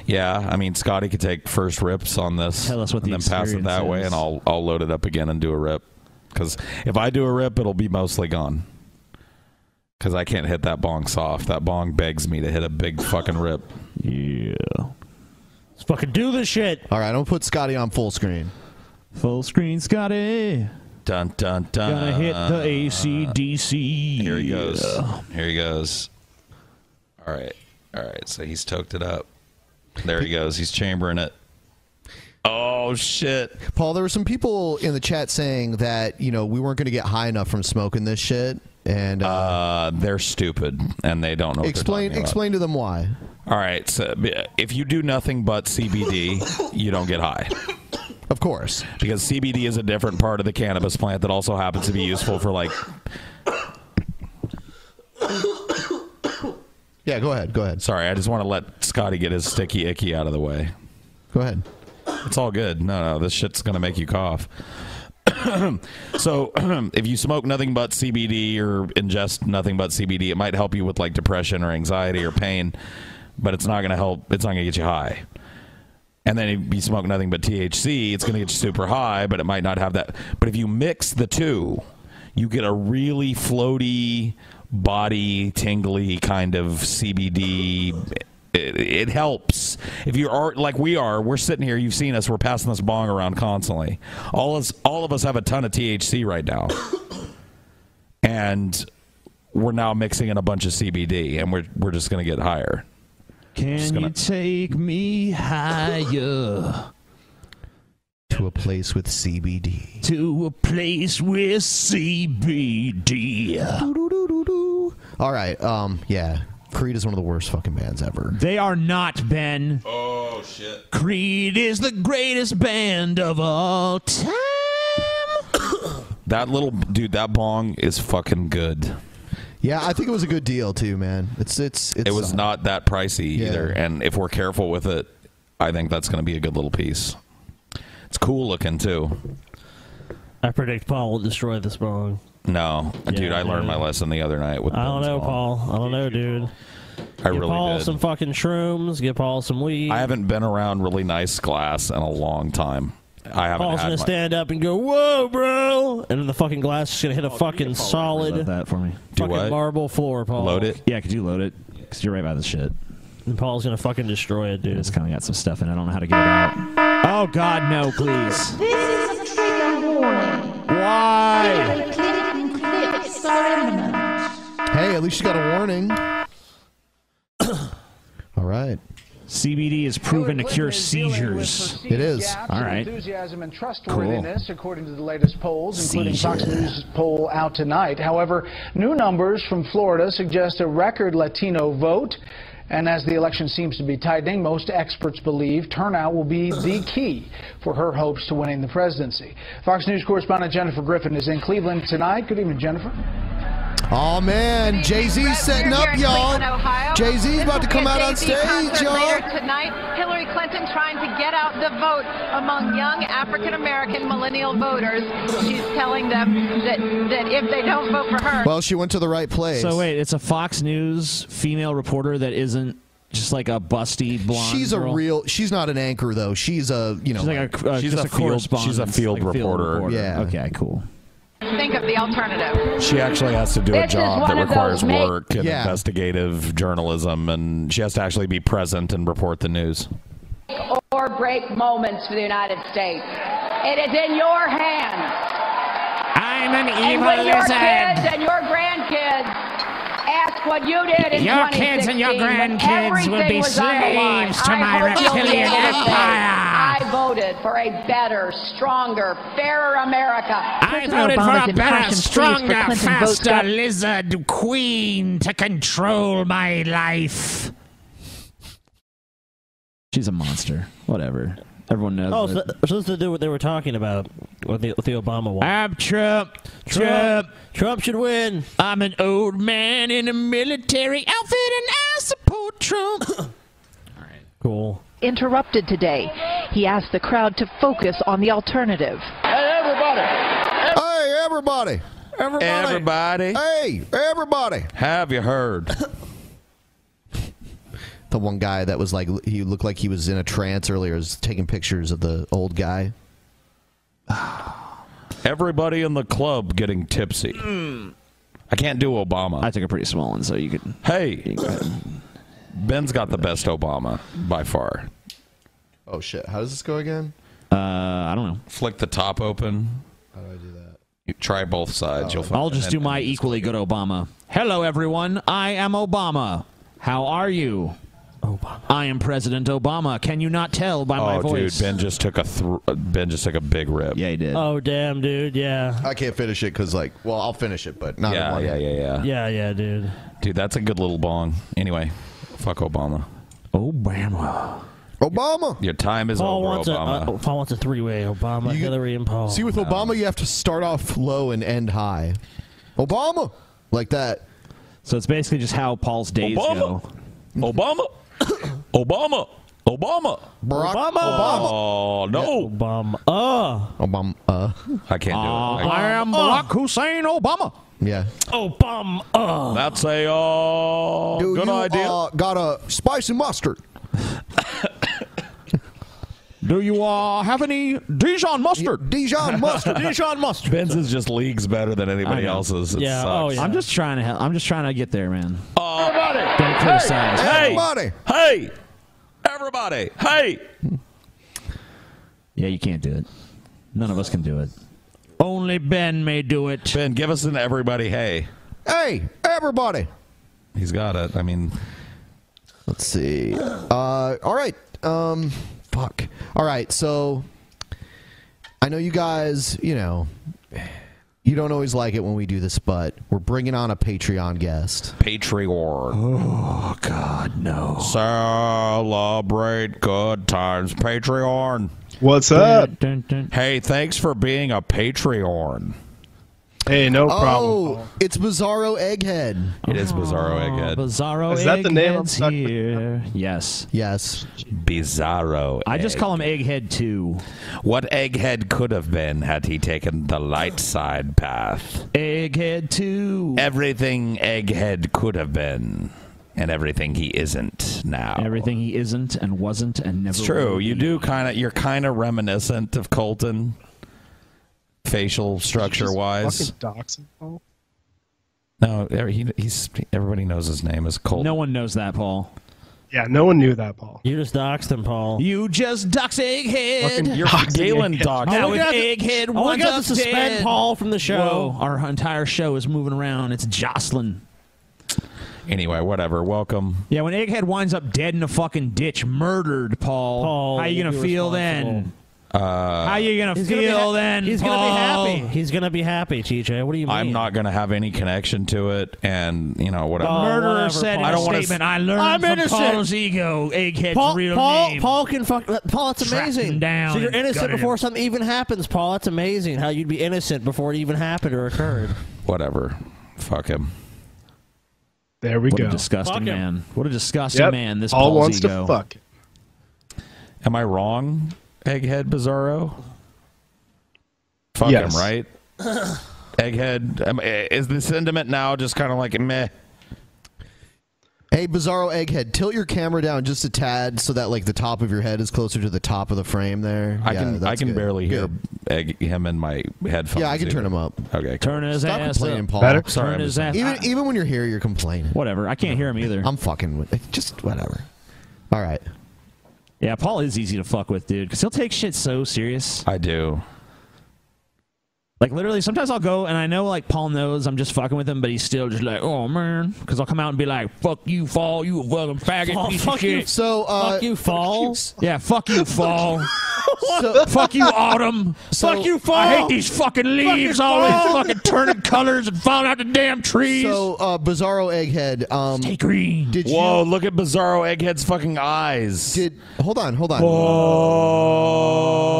Speaker 9: Yeah, I mean Scotty could take first rips on this.
Speaker 10: Tell us what
Speaker 9: and
Speaker 10: the
Speaker 9: then pass it
Speaker 10: experience
Speaker 9: that way,
Speaker 10: is.
Speaker 9: and I'll I'll load it up again and do a rip. Because if I do a rip, it'll be mostly gone. Because I can't hit that bong soft. That bong begs me to hit a big fucking rip.
Speaker 10: Yeah.
Speaker 7: Let's fucking do this shit.
Speaker 4: All right, I'm gonna put Scotty on full screen.
Speaker 10: Full screen, Scotty.
Speaker 9: Dun dun dun.
Speaker 10: Gonna hit the ACDC.
Speaker 9: Here he goes. Here he goes. All right. All right. So he's toked it up. There he goes. He's chambering it. Oh shit.
Speaker 4: Paul, there were some people in the chat saying that, you know, we weren't gonna get high enough from smoking this shit. And uh,
Speaker 9: Uh, they're stupid and they don't know. What
Speaker 4: explain
Speaker 9: They're talking about.
Speaker 4: explain to them why.
Speaker 9: All right. So if you do nothing but CBD, you don't get high.
Speaker 4: Of course.
Speaker 9: Because CBD is a different part of the cannabis plant that also happens to be useful for like.
Speaker 4: Yeah, go ahead. Go ahead.
Speaker 9: Sorry, I just want to let Scotty get his sticky icky out of the way.
Speaker 4: Go ahead.
Speaker 9: It's all good. No, no, this shit's gonna make you cough. so, if you smoke nothing but CBD or ingest nothing but CBD, it might help you with like depression or anxiety or pain, but it's not gonna help. It's not gonna get you high. And then if you smoke nothing but THC, it's gonna get you super high, but it might not have that. But if you mix the two, you get a really floaty, body tingly kind of CBD. It, it helps if you are like we are. We're sitting here. You've seen us. We're passing this bong around constantly. All us, all of us have a ton of THC right now, and we're now mixing in a bunch of CBD, and we're we're just gonna get higher.
Speaker 10: Can you take me higher
Speaker 4: To a place with CBD.
Speaker 10: to a place with CBD?
Speaker 4: All right. Um. Yeah. Creed is one of the worst fucking bands ever.
Speaker 10: They are not Ben.
Speaker 9: Oh shit.
Speaker 10: Creed is the greatest band of all time.
Speaker 9: That little dude, that bong is fucking good.
Speaker 4: Yeah, I think it was a good deal too, man. It's it's, it's
Speaker 9: it was
Speaker 4: uh,
Speaker 9: not that pricey either, and if we're careful with it, I think that's gonna be a good little piece. It's cool looking too.
Speaker 7: I predict Paul will destroy this bong.
Speaker 9: No, dude,
Speaker 7: Yeah,
Speaker 9: I learned my
Speaker 7: dude.
Speaker 9: lesson the other night with.
Speaker 7: I don't
Speaker 9: Ben's
Speaker 7: know,
Speaker 9: bong.
Speaker 7: Paul. I don't know, dude.
Speaker 9: I
Speaker 7: Give
Speaker 9: really
Speaker 7: Paul
Speaker 9: did.
Speaker 7: some fucking shrooms. Give Paul some weed.
Speaker 9: I haven't been around really nice glass in a long time. I haven't
Speaker 7: Paul's
Speaker 9: had
Speaker 7: gonna
Speaker 9: my-
Speaker 7: stand up and go, "Whoa, bro!" And the fucking glass is gonna hit a fucking solid
Speaker 10: Load that for me.
Speaker 7: fucking marble floor, Paul.
Speaker 10: Yeah, could you load it? Because you're right by this shit.
Speaker 7: And Paul's gonna fucking destroy it, dude.
Speaker 10: It's kind of got some stuff in. it. I don't know how to get it out. Oh God, no, please.
Speaker 12: This is a trigger warning.
Speaker 10: Why?
Speaker 12: Hillary Clinton clips are imminent.
Speaker 4: Hey, at least you got a warning. All right.
Speaker 10: CBD is proven to cure seizures.
Speaker 4: It is.
Speaker 13: gaps
Speaker 10: All
Speaker 13: in
Speaker 10: right.
Speaker 13: Enthusiasm and trustworthiness, according to the latest polls, including Fox
Speaker 10: Seizure.
Speaker 13: News poll out tonight. However, new numbers from Florida suggest a record Latino vote. And as the election seems to be tightening, most experts believe turnout will be the key for her hopes to winning the presidency. Fox News correspondent Jennifer Griffin is in Cleveland tonight. Good evening, Jennifer.
Speaker 4: Oh man, Jay Z's setting
Speaker 12: We're here
Speaker 4: up,
Speaker 12: in
Speaker 4: y'all.
Speaker 12: Cleveland, Ohio.
Speaker 4: Jay Z's
Speaker 12: This
Speaker 4: about
Speaker 12: will
Speaker 4: to
Speaker 12: be
Speaker 4: come
Speaker 12: a
Speaker 4: out on
Speaker 12: Jay-Z
Speaker 4: stage,
Speaker 12: concert
Speaker 4: y'all.
Speaker 12: Later tonight, Hillary Clinton trying to get out the vote among young African American millennial voters. She's telling them that that if they don't vote for her,
Speaker 4: Well, she went to the right place.
Speaker 10: So wait, it's a Fox News female reporter that isn't just like a busty blonde.
Speaker 4: she's a
Speaker 10: girl?
Speaker 4: real. She's not an anchor though. She's a you know.
Speaker 10: She's like a- uh, She's just a a field- correspondent, she's a field like a field reporter. reporter.
Speaker 4: Yeah.
Speaker 10: Okay. Cool.
Speaker 12: think of the alternative.
Speaker 9: She actually has to do
Speaker 12: This
Speaker 9: a
Speaker 12: is
Speaker 9: job that
Speaker 12: one of
Speaker 9: requires
Speaker 12: those make-
Speaker 9: work and
Speaker 12: Yeah.
Speaker 9: investigative journalism, and she has to actually be present and report the news.
Speaker 12: or break moments for the United States. It is in your hands.
Speaker 10: I'm an
Speaker 12: and
Speaker 10: evil
Speaker 12: when your
Speaker 10: lizard.
Speaker 12: kids and your grandkids ask what you did in
Speaker 10: Your kids and your
Speaker 12: 2016 when
Speaker 10: grandkids will be
Speaker 12: everything was on the line,
Speaker 10: slaves to
Speaker 12: I
Speaker 10: my
Speaker 12: hope you'll be
Speaker 10: reptilian
Speaker 12: able to say,
Speaker 10: empire.
Speaker 12: I voted for a better, stronger, fairer America.
Speaker 10: I voted for a better, stronger, faster lizard queen to control my life. She's a monster. Whatever. Everyone knows.
Speaker 7: Oh,
Speaker 10: it.
Speaker 7: so, so this is to do what they were talking about with the, with the Obama one.
Speaker 10: I'm Trump.
Speaker 7: Trump. Trump should win.
Speaker 10: I'm an old man in a military outfit, and I support Trump.
Speaker 7: Cool.
Speaker 12: Interrupted today. He asked the crowd to focus on the alternative.
Speaker 4: Hey everybody! Hey everybody! Everybody!
Speaker 9: Everybody!
Speaker 4: Hey everybody!
Speaker 9: Have you heard?
Speaker 4: The one guy that was like he looked like he was in a trance earlier was taking pictures of the old guy.
Speaker 9: Everybody in the club getting tipsy. I can't do Obama. I
Speaker 10: took a pretty small one, so you could.
Speaker 9: Hey, Ben's got the best Obama by far.
Speaker 4: Oh shit! How does this go again?
Speaker 10: Uh, I don't know.
Speaker 9: Flick the top open. How do I do that? You try both sides. You'll. find-
Speaker 10: Uh, I'll just do my equally good Obama. Hello, everyone. I am Obama. How are you? Obama. I am President Obama. Can you not tell by my
Speaker 9: Oh,
Speaker 10: voice?
Speaker 9: dude, Ben just took a thr Ben just took a big rip. Yeah,
Speaker 10: he did.
Speaker 7: Oh damn, dude. Yeah.
Speaker 4: I can't finish it because like, well, I'll finish it, but not in
Speaker 9: yeah,
Speaker 4: one.
Speaker 9: yeah, yeah, yeah.
Speaker 7: Yeah, yeah, dude.
Speaker 9: Dude, that's a good little bong. Anyway, fuck Obama.
Speaker 10: Obama.
Speaker 4: Obama.
Speaker 9: Your time is
Speaker 7: Paul
Speaker 9: over,
Speaker 7: wants
Speaker 9: Obama.
Speaker 7: a uh, Paul wants a three way. Obama, Hillary, and
Speaker 10: Oh,
Speaker 7: Paul.
Speaker 4: See, with Obama, you have to start off low and end high. Obama, like that.
Speaker 10: So it's basically just how Paul's days
Speaker 9: Obama.
Speaker 10: go.
Speaker 9: Obama. Obama. Obama.
Speaker 4: Barack Obama.
Speaker 9: Oh no.
Speaker 7: Obama. Uh.
Speaker 4: Obama. Uh.
Speaker 9: I can't do it.
Speaker 10: I am Barack Hussein Obama.
Speaker 4: Yeah.
Speaker 7: Obama. Uh.
Speaker 9: That's a uh,
Speaker 4: Dude,
Speaker 9: good
Speaker 4: you,
Speaker 9: idea.
Speaker 4: Uh, got a spicy mustard.
Speaker 10: Do you uh, have any Dijon mustard?
Speaker 4: Dijon mustard.
Speaker 7: Dijon mustard.
Speaker 9: Ben's is just leagues better than anybody else's. It sucks.
Speaker 10: oh, I'm just trying to help. I'm just trying to get there, man.
Speaker 9: everybody.
Speaker 10: Don't criticize.
Speaker 9: Hey, hey, everybody, hey.
Speaker 10: Yeah, you can't do it. None of us can do it. Only Ben may do it.
Speaker 9: Ben, give us an everybody hey.
Speaker 4: Hey, everybody.
Speaker 9: He's got it. I mean,
Speaker 4: Let's see. Uh, all right. Um, fuck. All right. So I know you guys, you know, you don't always like it when we do this, but we're bringing on a Patreon guest.
Speaker 9: Patreon. Oh
Speaker 10: God, no.
Speaker 9: Celebrate good times, Patreon.
Speaker 14: What's up?
Speaker 9: Hey, thanks for being a Patreon.
Speaker 14: Hey, no
Speaker 4: Oh, it's Bizarro Egghead.
Speaker 9: It is Bizarro Egghead.
Speaker 10: Oh, Bizarro
Speaker 4: Is that the name I'm
Speaker 10: Egghead's
Speaker 4: stuck with?
Speaker 10: here. Yes.
Speaker 4: Yes.
Speaker 9: Bizarro.
Speaker 10: I just call him Egghead 2.
Speaker 9: What Egghead could have been had he taken the light side path?
Speaker 10: Egghead 2.
Speaker 9: Everything Egghead could have been. and everything he isn't now.
Speaker 10: Everything he isn't and wasn't and never.
Speaker 9: It's true.
Speaker 10: will
Speaker 9: You
Speaker 10: be.
Speaker 9: do kind of. You're kind of reminiscent of Colton, facial structure wise.
Speaker 14: Fucking dox him, Paul.
Speaker 9: No, there- he, he's everybody knows his name is Colton. No
Speaker 10: one knows that, Paul.
Speaker 14: Yeah, no one knew that, Paul.
Speaker 7: You just doxed him, Paul.
Speaker 10: You just dox
Speaker 9: Fucking
Speaker 10: egghead.
Speaker 9: You're doxing Galen egghead. doxed.
Speaker 10: Now
Speaker 9: Oh, we
Speaker 10: it's
Speaker 9: got to-
Speaker 10: egghead.
Speaker 9: oh, we
Speaker 10: one's
Speaker 9: got to
Speaker 10: up
Speaker 9: suspend
Speaker 10: dead.
Speaker 9: Paul from the show.
Speaker 10: Whoa, our entire show is moving around. It's jostling.
Speaker 9: Anyway, whatever. Welcome.
Speaker 10: Yeah, when egghead winds up dead in a fucking ditch, murdered, Paul.
Speaker 7: Paul,
Speaker 10: how you gonna
Speaker 7: you're
Speaker 10: feel
Speaker 7: responsible.
Speaker 10: then?
Speaker 9: Uh,
Speaker 10: How you gonna
Speaker 7: He's gonna be
Speaker 10: feel
Speaker 7: ha-
Speaker 10: then?
Speaker 7: He's
Speaker 10: Paul?
Speaker 7: gonna be happy. He's gonna be happy, TJ. What do you mean?
Speaker 9: I'm not going to have any connection to it, and you know whatever.
Speaker 7: Oh,
Speaker 10: Murderer
Speaker 7: whatever,
Speaker 10: said in
Speaker 7: Paul.
Speaker 9: I
Speaker 10: a
Speaker 9: don't wanna
Speaker 10: statement,
Speaker 9: s-
Speaker 10: "I learned
Speaker 7: I'm
Speaker 10: from
Speaker 7: innocent."
Speaker 10: Paul's ego, egghead's
Speaker 7: Paul,
Speaker 10: real
Speaker 7: Paul,
Speaker 10: name."
Speaker 7: Paul can fuck. Paul, it's
Speaker 10: Tracked
Speaker 7: amazing.
Speaker 10: him down
Speaker 7: so you're
Speaker 10: and
Speaker 7: innocent
Speaker 10: gutted
Speaker 7: before
Speaker 10: him.
Speaker 7: something even happens, Paul. That's amazing. How you'd be innocent before it even happened or occurred.
Speaker 9: Whatever. Fuck him.
Speaker 14: There we
Speaker 10: what
Speaker 14: go.
Speaker 10: a disgusting
Speaker 14: Fuck him.
Speaker 10: man. What a disgusting
Speaker 14: Yep.
Speaker 10: man. This
Speaker 14: Paul
Speaker 10: Paul's
Speaker 14: wants to
Speaker 10: ego.
Speaker 14: fuck.
Speaker 9: Am I wrong, Egghead Bizarro? Fuck
Speaker 14: Yes.
Speaker 9: him, right? Egghead. um, eh, is the sentiment now just kind of like meh?
Speaker 4: Hey, Bizarro Egghead, tilt your camera down just a tad so that like the top of your head is closer to the top of the frame. There,
Speaker 9: I
Speaker 4: Yeah,
Speaker 9: can I
Speaker 4: that's
Speaker 9: can
Speaker 4: good.
Speaker 9: barely hear
Speaker 4: Good.
Speaker 9: egg, him in my headphones.
Speaker 4: Yeah, I can
Speaker 9: either.
Speaker 4: turn him up.
Speaker 9: Okay,
Speaker 10: Turn his
Speaker 4: Stop
Speaker 10: ass
Speaker 4: complaining,
Speaker 10: up.
Speaker 4: Paul.
Speaker 10: Better? Sorry, I'm
Speaker 4: Turn his
Speaker 10: just-
Speaker 4: ass. Even even when you're here, you're complaining.
Speaker 10: Whatever. I can't hear him either.
Speaker 4: I'm fucking with just whatever. All right.
Speaker 10: Yeah, Paul is easy to fuck with, dude, because he'll take shit so serious.
Speaker 9: I do.
Speaker 10: Like literally, sometimes I'll go and I know like Paul knows I'm just fucking with him, but he's still just like, oh man, because I'll come out and be like, fuck you, Fall, you a fucking faggot,
Speaker 7: Fall,
Speaker 10: piece
Speaker 7: fuck
Speaker 10: of
Speaker 7: you-
Speaker 10: shit.
Speaker 7: so, uh, Fuck you, Fall.
Speaker 10: Yeah, fuck you, Fall. fuck you, Autumn.
Speaker 4: So-
Speaker 10: fuck you, Fall. I hate these fucking leaves,
Speaker 4: Fucking
Speaker 10: always
Speaker 4: Fall.
Speaker 10: fucking turning colors and falling out the damn trees.
Speaker 4: So, uh, Bizarro Egghead, um,
Speaker 10: Stay green.
Speaker 4: Did
Speaker 9: Whoa! Look at Bizarro Egghead's fucking eyes.
Speaker 4: Did hold on, hold on.
Speaker 9: Whoa!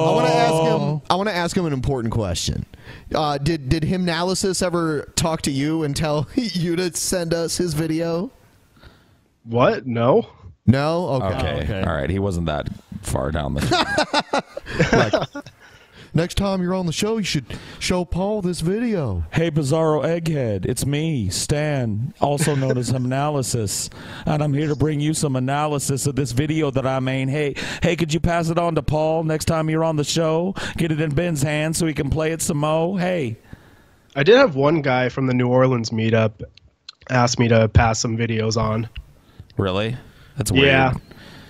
Speaker 4: I want to ask him. I want to ask him an important question. Uh, did did Hymnalysis ever talk to you and tell you to send us his video?
Speaker 14: What? No. Oh,
Speaker 4: No. Okay.
Speaker 9: Okay. All right. He wasn't that far down the.
Speaker 4: Next time you're on the show, you should show Paul this video.
Speaker 9: Hey, Bizarro Egghead, it's me, Stan, also known as Analysis, and I'm here to bring you some analysis of this video that I made. Hey, hey, could you pass it on to Paul next time you're on the show? Get it in Ben's hand so he can play it some more. Hey,
Speaker 14: I did have one guy from the New Orleans meetup ask me to pass some videos on.
Speaker 9: really? That's
Speaker 14: weird. Yeah.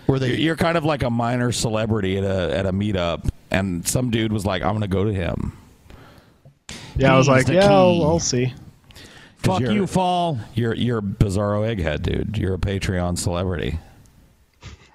Speaker 4: Were they?
Speaker 9: You're, you're kind of like a minor celebrity at a at a meetup, and some dude was like, "I'm gonna go to him."
Speaker 14: Yeah, I was
Speaker 9: He's
Speaker 14: like,
Speaker 9: the
Speaker 14: yeah,
Speaker 9: key.
Speaker 14: I'll, I'll see.
Speaker 9: 'Cause
Speaker 10: Fuck
Speaker 9: you're-
Speaker 10: you, Fall.
Speaker 9: You're you're a Bizarro Egghead, dude. You're a Patreon celebrity.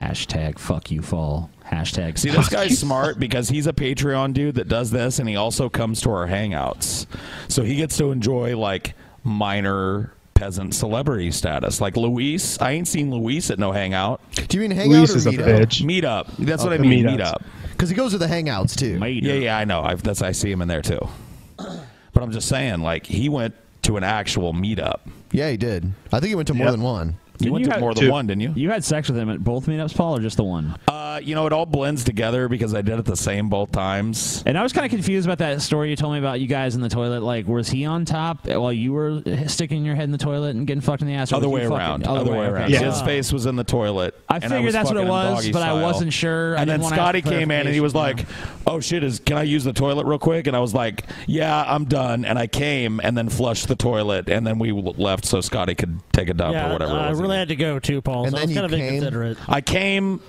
Speaker 10: Hashtag fuck you, Fall. Hashtag
Speaker 9: See, this guy's smart because he's a Patreon dude that does this, and he also comes to our hangouts. So he gets to enjoy like minor peasant celebrity status. Like Luis, I ain't seen Luis at no hangout.
Speaker 4: Do you mean hangout Luis or is a meetup? bitch.
Speaker 9: Meetup. That's what I
Speaker 4: Okay.
Speaker 9: mean.
Speaker 4: Meetups.
Speaker 9: Meetup.
Speaker 4: Because he goes to the hangouts too.
Speaker 9: Yeah, yeah, I know. I've, that's I see him in there too. But I'm just saying, like he went to an actual meetup.
Speaker 4: Yeah, he did. I think he went to more
Speaker 9: Yep.
Speaker 4: than one.
Speaker 9: You went to more than one, didn't you?
Speaker 10: You had sex with him at both meetups, Paul, or just the one?
Speaker 9: Uh, you know, it all blends together because I did it the same both times.
Speaker 10: And I was kind of confused about that story you told me about you guys in the toilet. Like, was he on top while you were sticking your head in the toilet and getting fucked in the ass? or
Speaker 9: Other
Speaker 10: was
Speaker 9: way
Speaker 10: you fucking-
Speaker 9: around.
Speaker 10: other way,
Speaker 9: around.
Speaker 10: okay.
Speaker 9: His face was in the toilet.
Speaker 10: I
Speaker 9: and
Speaker 10: figured
Speaker 9: was
Speaker 10: that's what
Speaker 9: fucking
Speaker 10: it
Speaker 9: in
Speaker 10: was,
Speaker 9: doggy
Speaker 10: but I
Speaker 9: style.
Speaker 10: wasn't sure. I
Speaker 9: And
Speaker 10: didn't
Speaker 9: then
Speaker 10: wanna ask
Speaker 9: Scotty
Speaker 10: for
Speaker 9: came in and he was like, "Oh shit, is can I use the toilet real quick?" And I was like, "Yeah, I'm done." And I came and then flushed the toilet, and then we w- left so Scotty could take a dump or
Speaker 7: yeah,
Speaker 9: whatever. it
Speaker 10: uh,
Speaker 7: I
Speaker 9: was.
Speaker 7: really had to go too, Paul.
Speaker 9: And
Speaker 7: so
Speaker 9: then
Speaker 7: it's
Speaker 9: you
Speaker 7: kind of
Speaker 9: came?
Speaker 7: inconsiderate.
Speaker 9: I came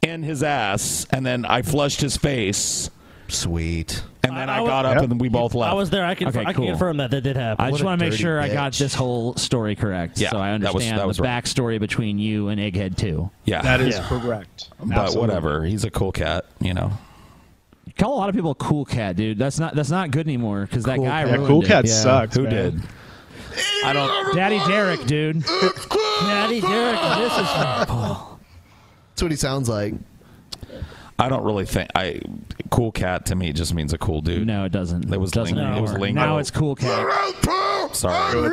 Speaker 9: in his ass, and then I flushed his face.
Speaker 4: Sweet.
Speaker 9: And then
Speaker 7: I-
Speaker 9: I,
Speaker 7: I was-
Speaker 9: got up,
Speaker 7: Yep.
Speaker 9: and we both left.
Speaker 7: I was there. I can,
Speaker 10: Okay,
Speaker 7: I can
Speaker 10: cool.
Speaker 7: confirm that that did happen.
Speaker 10: I just want to make sure I got this whole story correct,
Speaker 9: Yeah,
Speaker 10: so I
Speaker 9: that was-
Speaker 10: understand
Speaker 9: that was
Speaker 10: the
Speaker 9: right.
Speaker 10: backstory between you and Egghead too.
Speaker 9: Yeah,
Speaker 14: That is correct.
Speaker 9: But
Speaker 14: Absolutely.
Speaker 9: whatever. He's a cool cat, you know.
Speaker 10: Call a lot of people cool cat, dude. That's not that's not good anymore because that guy
Speaker 14: cat. Yeah,
Speaker 10: ruined
Speaker 14: cool
Speaker 10: it.
Speaker 14: cat Yeah. sucks,
Speaker 9: Who
Speaker 14: man.
Speaker 9: did? I don't.
Speaker 10: Daddy Derek, dude.
Speaker 7: Daddy Derek, this is
Speaker 4: That's what he sounds like.
Speaker 9: I don't really think I. Cool cat to me just means a cool dude. No,
Speaker 10: it doesn't.
Speaker 9: It was
Speaker 10: Doesn't
Speaker 9: lingo. It was
Speaker 10: anymore.
Speaker 9: lingo.
Speaker 10: Now it's cool cat.
Speaker 9: Sorry.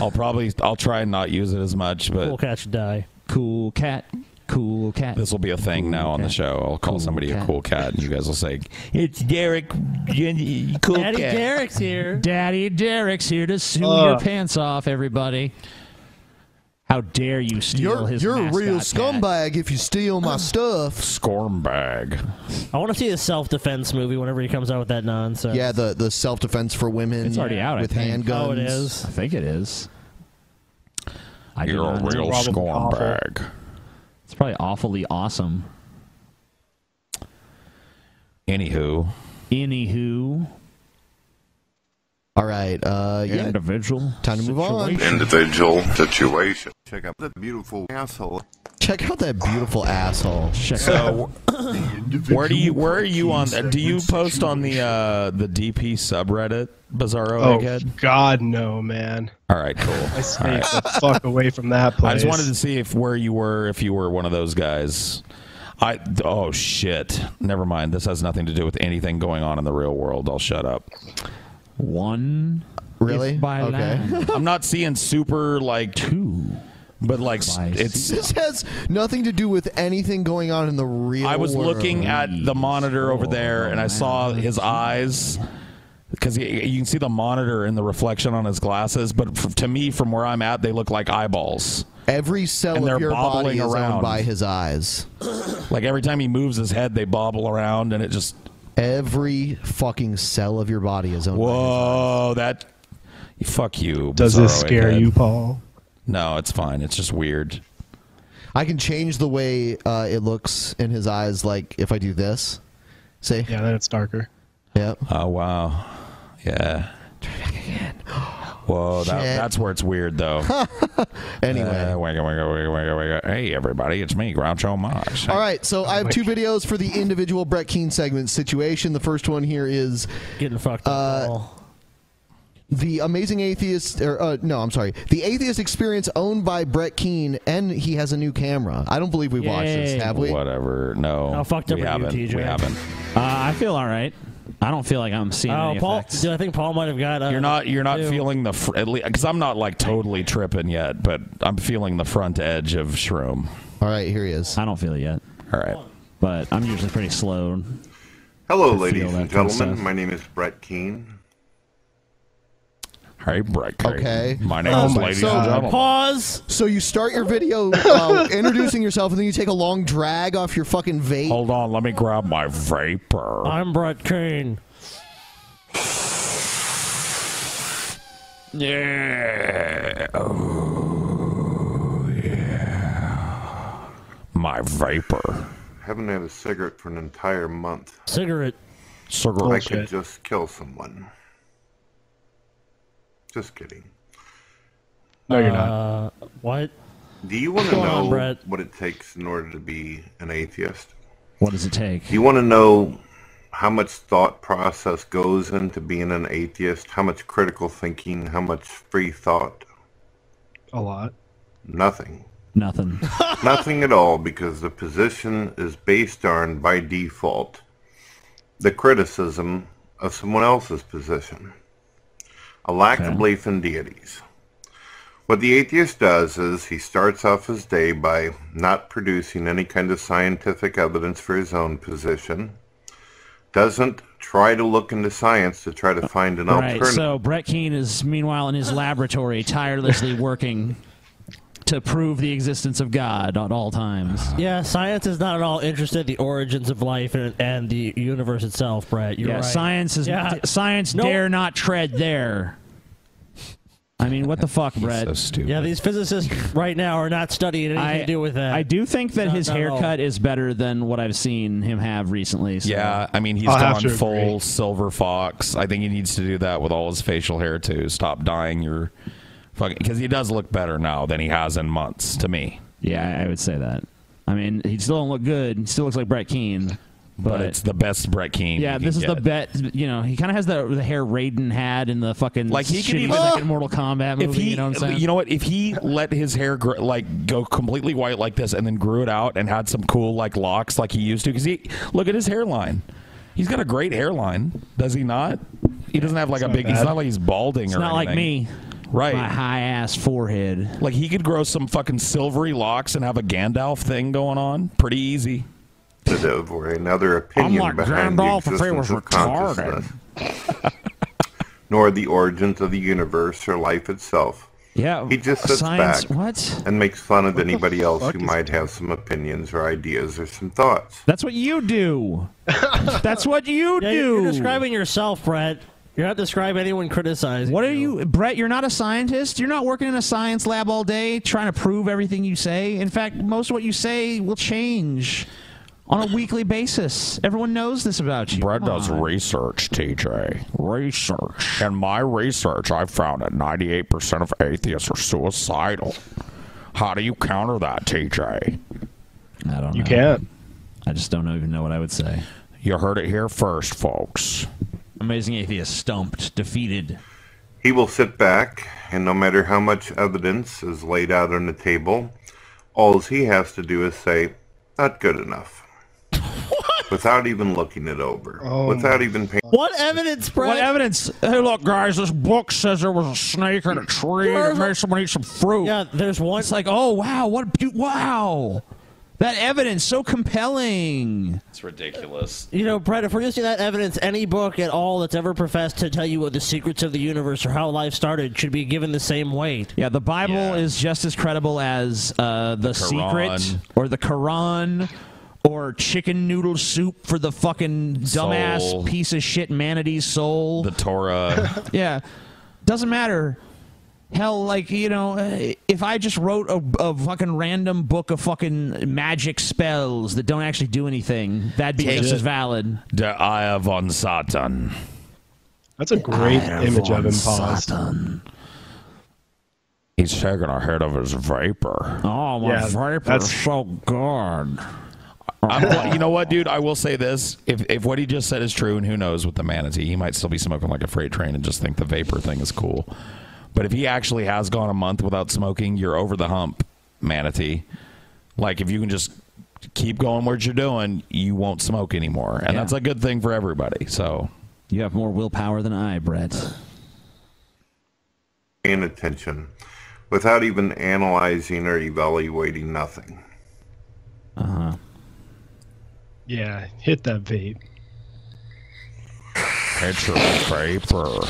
Speaker 9: I'll probably. I'll try and not use it as much, but
Speaker 7: Cool cat should die.
Speaker 10: Cool cat. Cool cat.
Speaker 9: This will be a thing now on the show. I'll call somebody a cool cat, and you guys will say, "It's Derek, cool
Speaker 10: Daddy
Speaker 9: cat."
Speaker 10: Derek's here. Daddy Derek's here to sue
Speaker 9: Ugh.
Speaker 10: your pants off, everybody. How dare you steal
Speaker 4: You're,
Speaker 10: his
Speaker 4: you're a
Speaker 10: mascot
Speaker 4: real
Speaker 10: cat.
Speaker 4: scumbag if you steal my stuff.
Speaker 9: Scumbag.
Speaker 7: Oh. I want to see a self defense movie whenever he comes out with that nonsense.
Speaker 4: Yeah, the, the self defense for women.
Speaker 7: It's already out, I
Speaker 4: with
Speaker 7: think.
Speaker 4: handguns.
Speaker 7: Oh, it is?
Speaker 10: I think it is. I do
Speaker 9: You're a
Speaker 10: not know.
Speaker 9: real Probably awful. scumbag.
Speaker 10: It's probably awfully awesome.
Speaker 9: Anywho.
Speaker 10: Anywho.
Speaker 4: All right. Uh,
Speaker 10: yeah. Individual.
Speaker 4: Time to move on.
Speaker 26: Individual situation. Check out that beautiful asshole.
Speaker 4: Check out that beautiful asshole.
Speaker 9: So, where do you where are you on? Do you post on the uh, the DP subreddit, Bizarro
Speaker 27: Oh,
Speaker 9: Egghead?
Speaker 27: God, no, man.
Speaker 9: All right, cool.
Speaker 27: I stay
Speaker 9: All right.
Speaker 27: the fuck away from that place.
Speaker 9: I just wanted to see if where you were, if you were one of those guys. I oh shit. Never mind. This has nothing to do with anything going on in the real world. I'll shut up.
Speaker 10: One.
Speaker 4: Really?
Speaker 10: by Okay. line.
Speaker 9: I'm not seeing super like two, but like s- it's.
Speaker 4: This has nothing to do with anything going on in the real.
Speaker 9: I was
Speaker 4: world. Oh,
Speaker 9: looking at the monitor over there, and I saw his eyes because you can see the monitor in the reflection on his glasses. But f- to me, from where I'm at, they look like eyeballs.
Speaker 4: Every cell
Speaker 9: and
Speaker 4: of
Speaker 9: they're
Speaker 4: your
Speaker 9: bobbling
Speaker 4: body is owned
Speaker 9: around
Speaker 4: by his eyes.
Speaker 9: like every time he moves his head, they bobble around, and it just
Speaker 4: Every fucking cell of your body is owned.
Speaker 9: whoa that fuck you.
Speaker 27: Does this
Speaker 9: Bizarro
Speaker 27: scare
Speaker 9: egghead.
Speaker 27: you, Paul?
Speaker 9: No, it's fine. It's just weird.
Speaker 4: I can change the way uh, it looks in his eyes. Like if I do this, see?
Speaker 27: Yeah, then it's darker.
Speaker 4: Yep.
Speaker 9: Oh wow, yeah. Whoa, that,
Speaker 4: Shit.
Speaker 9: that's where it's weird though.
Speaker 4: Anyway.
Speaker 9: Uh, wiggle, wiggle, wiggle, wiggle, wiggle. Hey, everybody, it's me, Groucho Marx.
Speaker 4: All right, so I have two videos for the individual Brett Keene segment situation. The first one here is uh,
Speaker 7: getting fucked up. Paul.
Speaker 4: the amazing atheist, or uh, no, I'm sorry, the atheist experience owned by Brett Keene, and he has a new camera. I don't believe we watched this, have we?
Speaker 9: Whatever. No.
Speaker 4: How fucked up
Speaker 9: oh, we
Speaker 4: are you,
Speaker 9: haven't.
Speaker 4: TJ?
Speaker 9: We haven't.
Speaker 10: Uh, I feel all right. I don't feel like I'm seeing
Speaker 7: Oh,
Speaker 10: any
Speaker 7: Paul,
Speaker 10: effects.
Speaker 7: dude, I think Paul might have got. Uh,
Speaker 9: You're not. You're not feeling the fr- at least because I'm not like totally tripping yet, but I'm feeling the front edge of shroom.
Speaker 4: All right, here he is.
Speaker 10: I don't feel it yet.
Speaker 9: All right,
Speaker 10: but I'm usually pretty slow. to
Speaker 1: Hello,
Speaker 10: feel
Speaker 1: ladies
Speaker 10: that
Speaker 1: and
Speaker 10: kind of
Speaker 1: gentlemen.
Speaker 10: stuff.
Speaker 1: My name is Brett Keene.
Speaker 9: Hey, Brett.
Speaker 4: Okay.
Speaker 9: My name
Speaker 7: Um,
Speaker 9: is ladies and gentlemen.
Speaker 7: Pause.
Speaker 4: So you start your video uh, introducing yourself, and then you take a long drag off your fucking vape.
Speaker 9: Hold on, let me grab my vapor.
Speaker 7: I'm Brett Kane.
Speaker 9: Yeah. Oh, yeah. My vapor.
Speaker 1: Haven't had a cigarette for an entire month.
Speaker 7: Cigarette. Oh,
Speaker 9: Cigarette.
Speaker 1: I could just kill someone. Just kidding.
Speaker 7: No, you're not. Uh, what?
Speaker 1: Do you want to
Speaker 7: Go on,
Speaker 1: know
Speaker 7: Brett.
Speaker 1: what it takes in order to be an atheist?
Speaker 10: What does it take?
Speaker 1: Do you want to know how much thought process goes into being an atheist? How much critical thinking? How much free thought?
Speaker 27: A lot.
Speaker 1: Nothing.
Speaker 10: Nothing.
Speaker 1: Nothing at all because the position is based on, by default, the criticism of someone else's position. A lack of belief in deities. What the atheist does is he starts off his day by not producing any kind of scientific evidence for his own position, doesn't try to look into science to try to find an
Speaker 10: Right.
Speaker 1: alternative.
Speaker 10: So Brett Keene is meanwhile in his laboratory, tirelessly working to prove the existence of God at all times.
Speaker 7: Yeah, science is not at all interested in the origins of life and, and the universe itself, Brett. You're
Speaker 10: yeah,
Speaker 7: right.
Speaker 10: science is
Speaker 7: Yeah.
Speaker 10: science
Speaker 7: Nope.
Speaker 10: dare not tread there. I mean, what the fuck, Brett? so stupid.
Speaker 7: Yeah, these physicists right now are not studying anything
Speaker 10: I
Speaker 7: to do with that.
Speaker 10: I do think that
Speaker 7: Not-
Speaker 10: his
Speaker 7: not at all.
Speaker 10: haircut is better than what I've seen him have recently. So.
Speaker 9: Yeah, I mean
Speaker 10: Oh,
Speaker 9: he's gone full silver fox. I think he needs to do that with all his facial hair too. Stop dyeing your fucking because he does look better now than he has in months to me.
Speaker 10: Yeah, I would say that. I mean, he still don't look good. He still looks like Brett Keene.
Speaker 9: But, it's the best Brett Keene.
Speaker 10: Yeah,
Speaker 9: you
Speaker 10: this
Speaker 9: can
Speaker 10: is the
Speaker 9: get.
Speaker 10: bet. You know, he kind of has the the hair Raiden had in the fucking
Speaker 9: Like, he could
Speaker 10: shitty
Speaker 9: even-
Speaker 10: second Mortal Kombat movie.
Speaker 9: If he, uh,
Speaker 10: you know what I'm saying?
Speaker 9: you know what? If he let his hair gr- like go completely white like this, and then grew it out and had some cool like locks like he used to, because he look at his hairline. He's got a great hairline, does he not? He doesn't have like a
Speaker 10: not
Speaker 9: big. He's
Speaker 10: bad.
Speaker 9: not like he's balding
Speaker 10: It's
Speaker 9: or
Speaker 10: not like
Speaker 9: anything.
Speaker 10: me.
Speaker 9: Right.
Speaker 10: My high ass forehead.
Speaker 9: Like he could grow some fucking silvery locks and have a Gandalf thing going on. Pretty easy.
Speaker 1: alternative or another opinion
Speaker 9: like
Speaker 1: behind the
Speaker 9: Gandalf if he
Speaker 1: existence
Speaker 9: was
Speaker 1: of consciousness, nor the origins of the universe or life itself.
Speaker 10: Yeah,
Speaker 1: he just sits
Speaker 10: science-
Speaker 1: back
Speaker 10: what?
Speaker 1: and makes fun of anybody else
Speaker 10: fuck
Speaker 1: who
Speaker 10: is-
Speaker 1: might have some opinions or ideas or some thoughts.
Speaker 10: That's what you do. That's what you
Speaker 7: Yeah,
Speaker 10: do.
Speaker 7: you're- You're describing yourself, Brett. You're not describing anyone criticizing.
Speaker 10: What are you, Brett? You're not a scientist. You're not working in a science lab all day trying to prove everything you say. In fact, most of what you say will change on a weekly basis. Everyone knows this about you.
Speaker 9: Brett
Speaker 10: Come
Speaker 9: does
Speaker 10: on.
Speaker 9: research, TJ. Research. In my research, I found that 98% of atheists are suicidal. How do you counter that, TJ?
Speaker 10: I don't
Speaker 9: You
Speaker 10: know.
Speaker 9: can't.
Speaker 10: I just don't even know what I would say.
Speaker 9: You heard it here first, folks.
Speaker 10: Amazing atheist stumped, defeated.
Speaker 1: He will sit back, and no matter how much evidence is laid out on the table, all he has to do is say, not good enough. Without even looking it over.
Speaker 10: Oh
Speaker 1: without even paying.
Speaker 7: What evidence, Brett?
Speaker 9: What evidence? Hey, look, guys, this book says there was a snake in a tree that made someone eat some fruit.
Speaker 7: Yeah, there's one.
Speaker 10: It's like, oh wow, what a beau- wow, that evidence so compelling.
Speaker 28: It's ridiculous.
Speaker 7: You know, Brett, if we're using that evidence, any book at all that's ever professed to tell you what the secrets of the universe or how life started should be given the same weight.
Speaker 10: Yeah, the Bible is just as credible as uh, the,
Speaker 9: Quran.
Speaker 10: Secret or the Quran or chicken noodle soup for the fucking dumbass
Speaker 9: Soul.
Speaker 10: piece of shit manatee's soul.
Speaker 9: The Torah.
Speaker 10: yeah, doesn't matter. Hell, like you know, eh, if I just wrote a, a fucking random book of fucking magic spells that don't actually do anything, that'd be just as valid.
Speaker 9: Der Eier von Satan.
Speaker 27: That's a great image of him paused.
Speaker 9: He's taking a hit of his vapor. Oh,
Speaker 27: my Yeah,
Speaker 9: vapor
Speaker 27: vapor's that's-
Speaker 9: so good. you know what, dude? I will say this: if if what he just said is true, and who knows with the manatee, he might still be smoking like a freight train and just think the vapor thing is cool. But if he actually has gone a month without smoking, you're over the hump, manatee. Like if you can just keep going what you're doing, you won't smoke anymore, and
Speaker 10: Yeah.
Speaker 9: that's a good thing for everybody. So
Speaker 10: you have more willpower than I, Brett.
Speaker 1: paying attention without even analyzing or evaluating nothing.
Speaker 10: Uh-huh.
Speaker 27: Yeah, hit that vape.
Speaker 9: It's your vapor.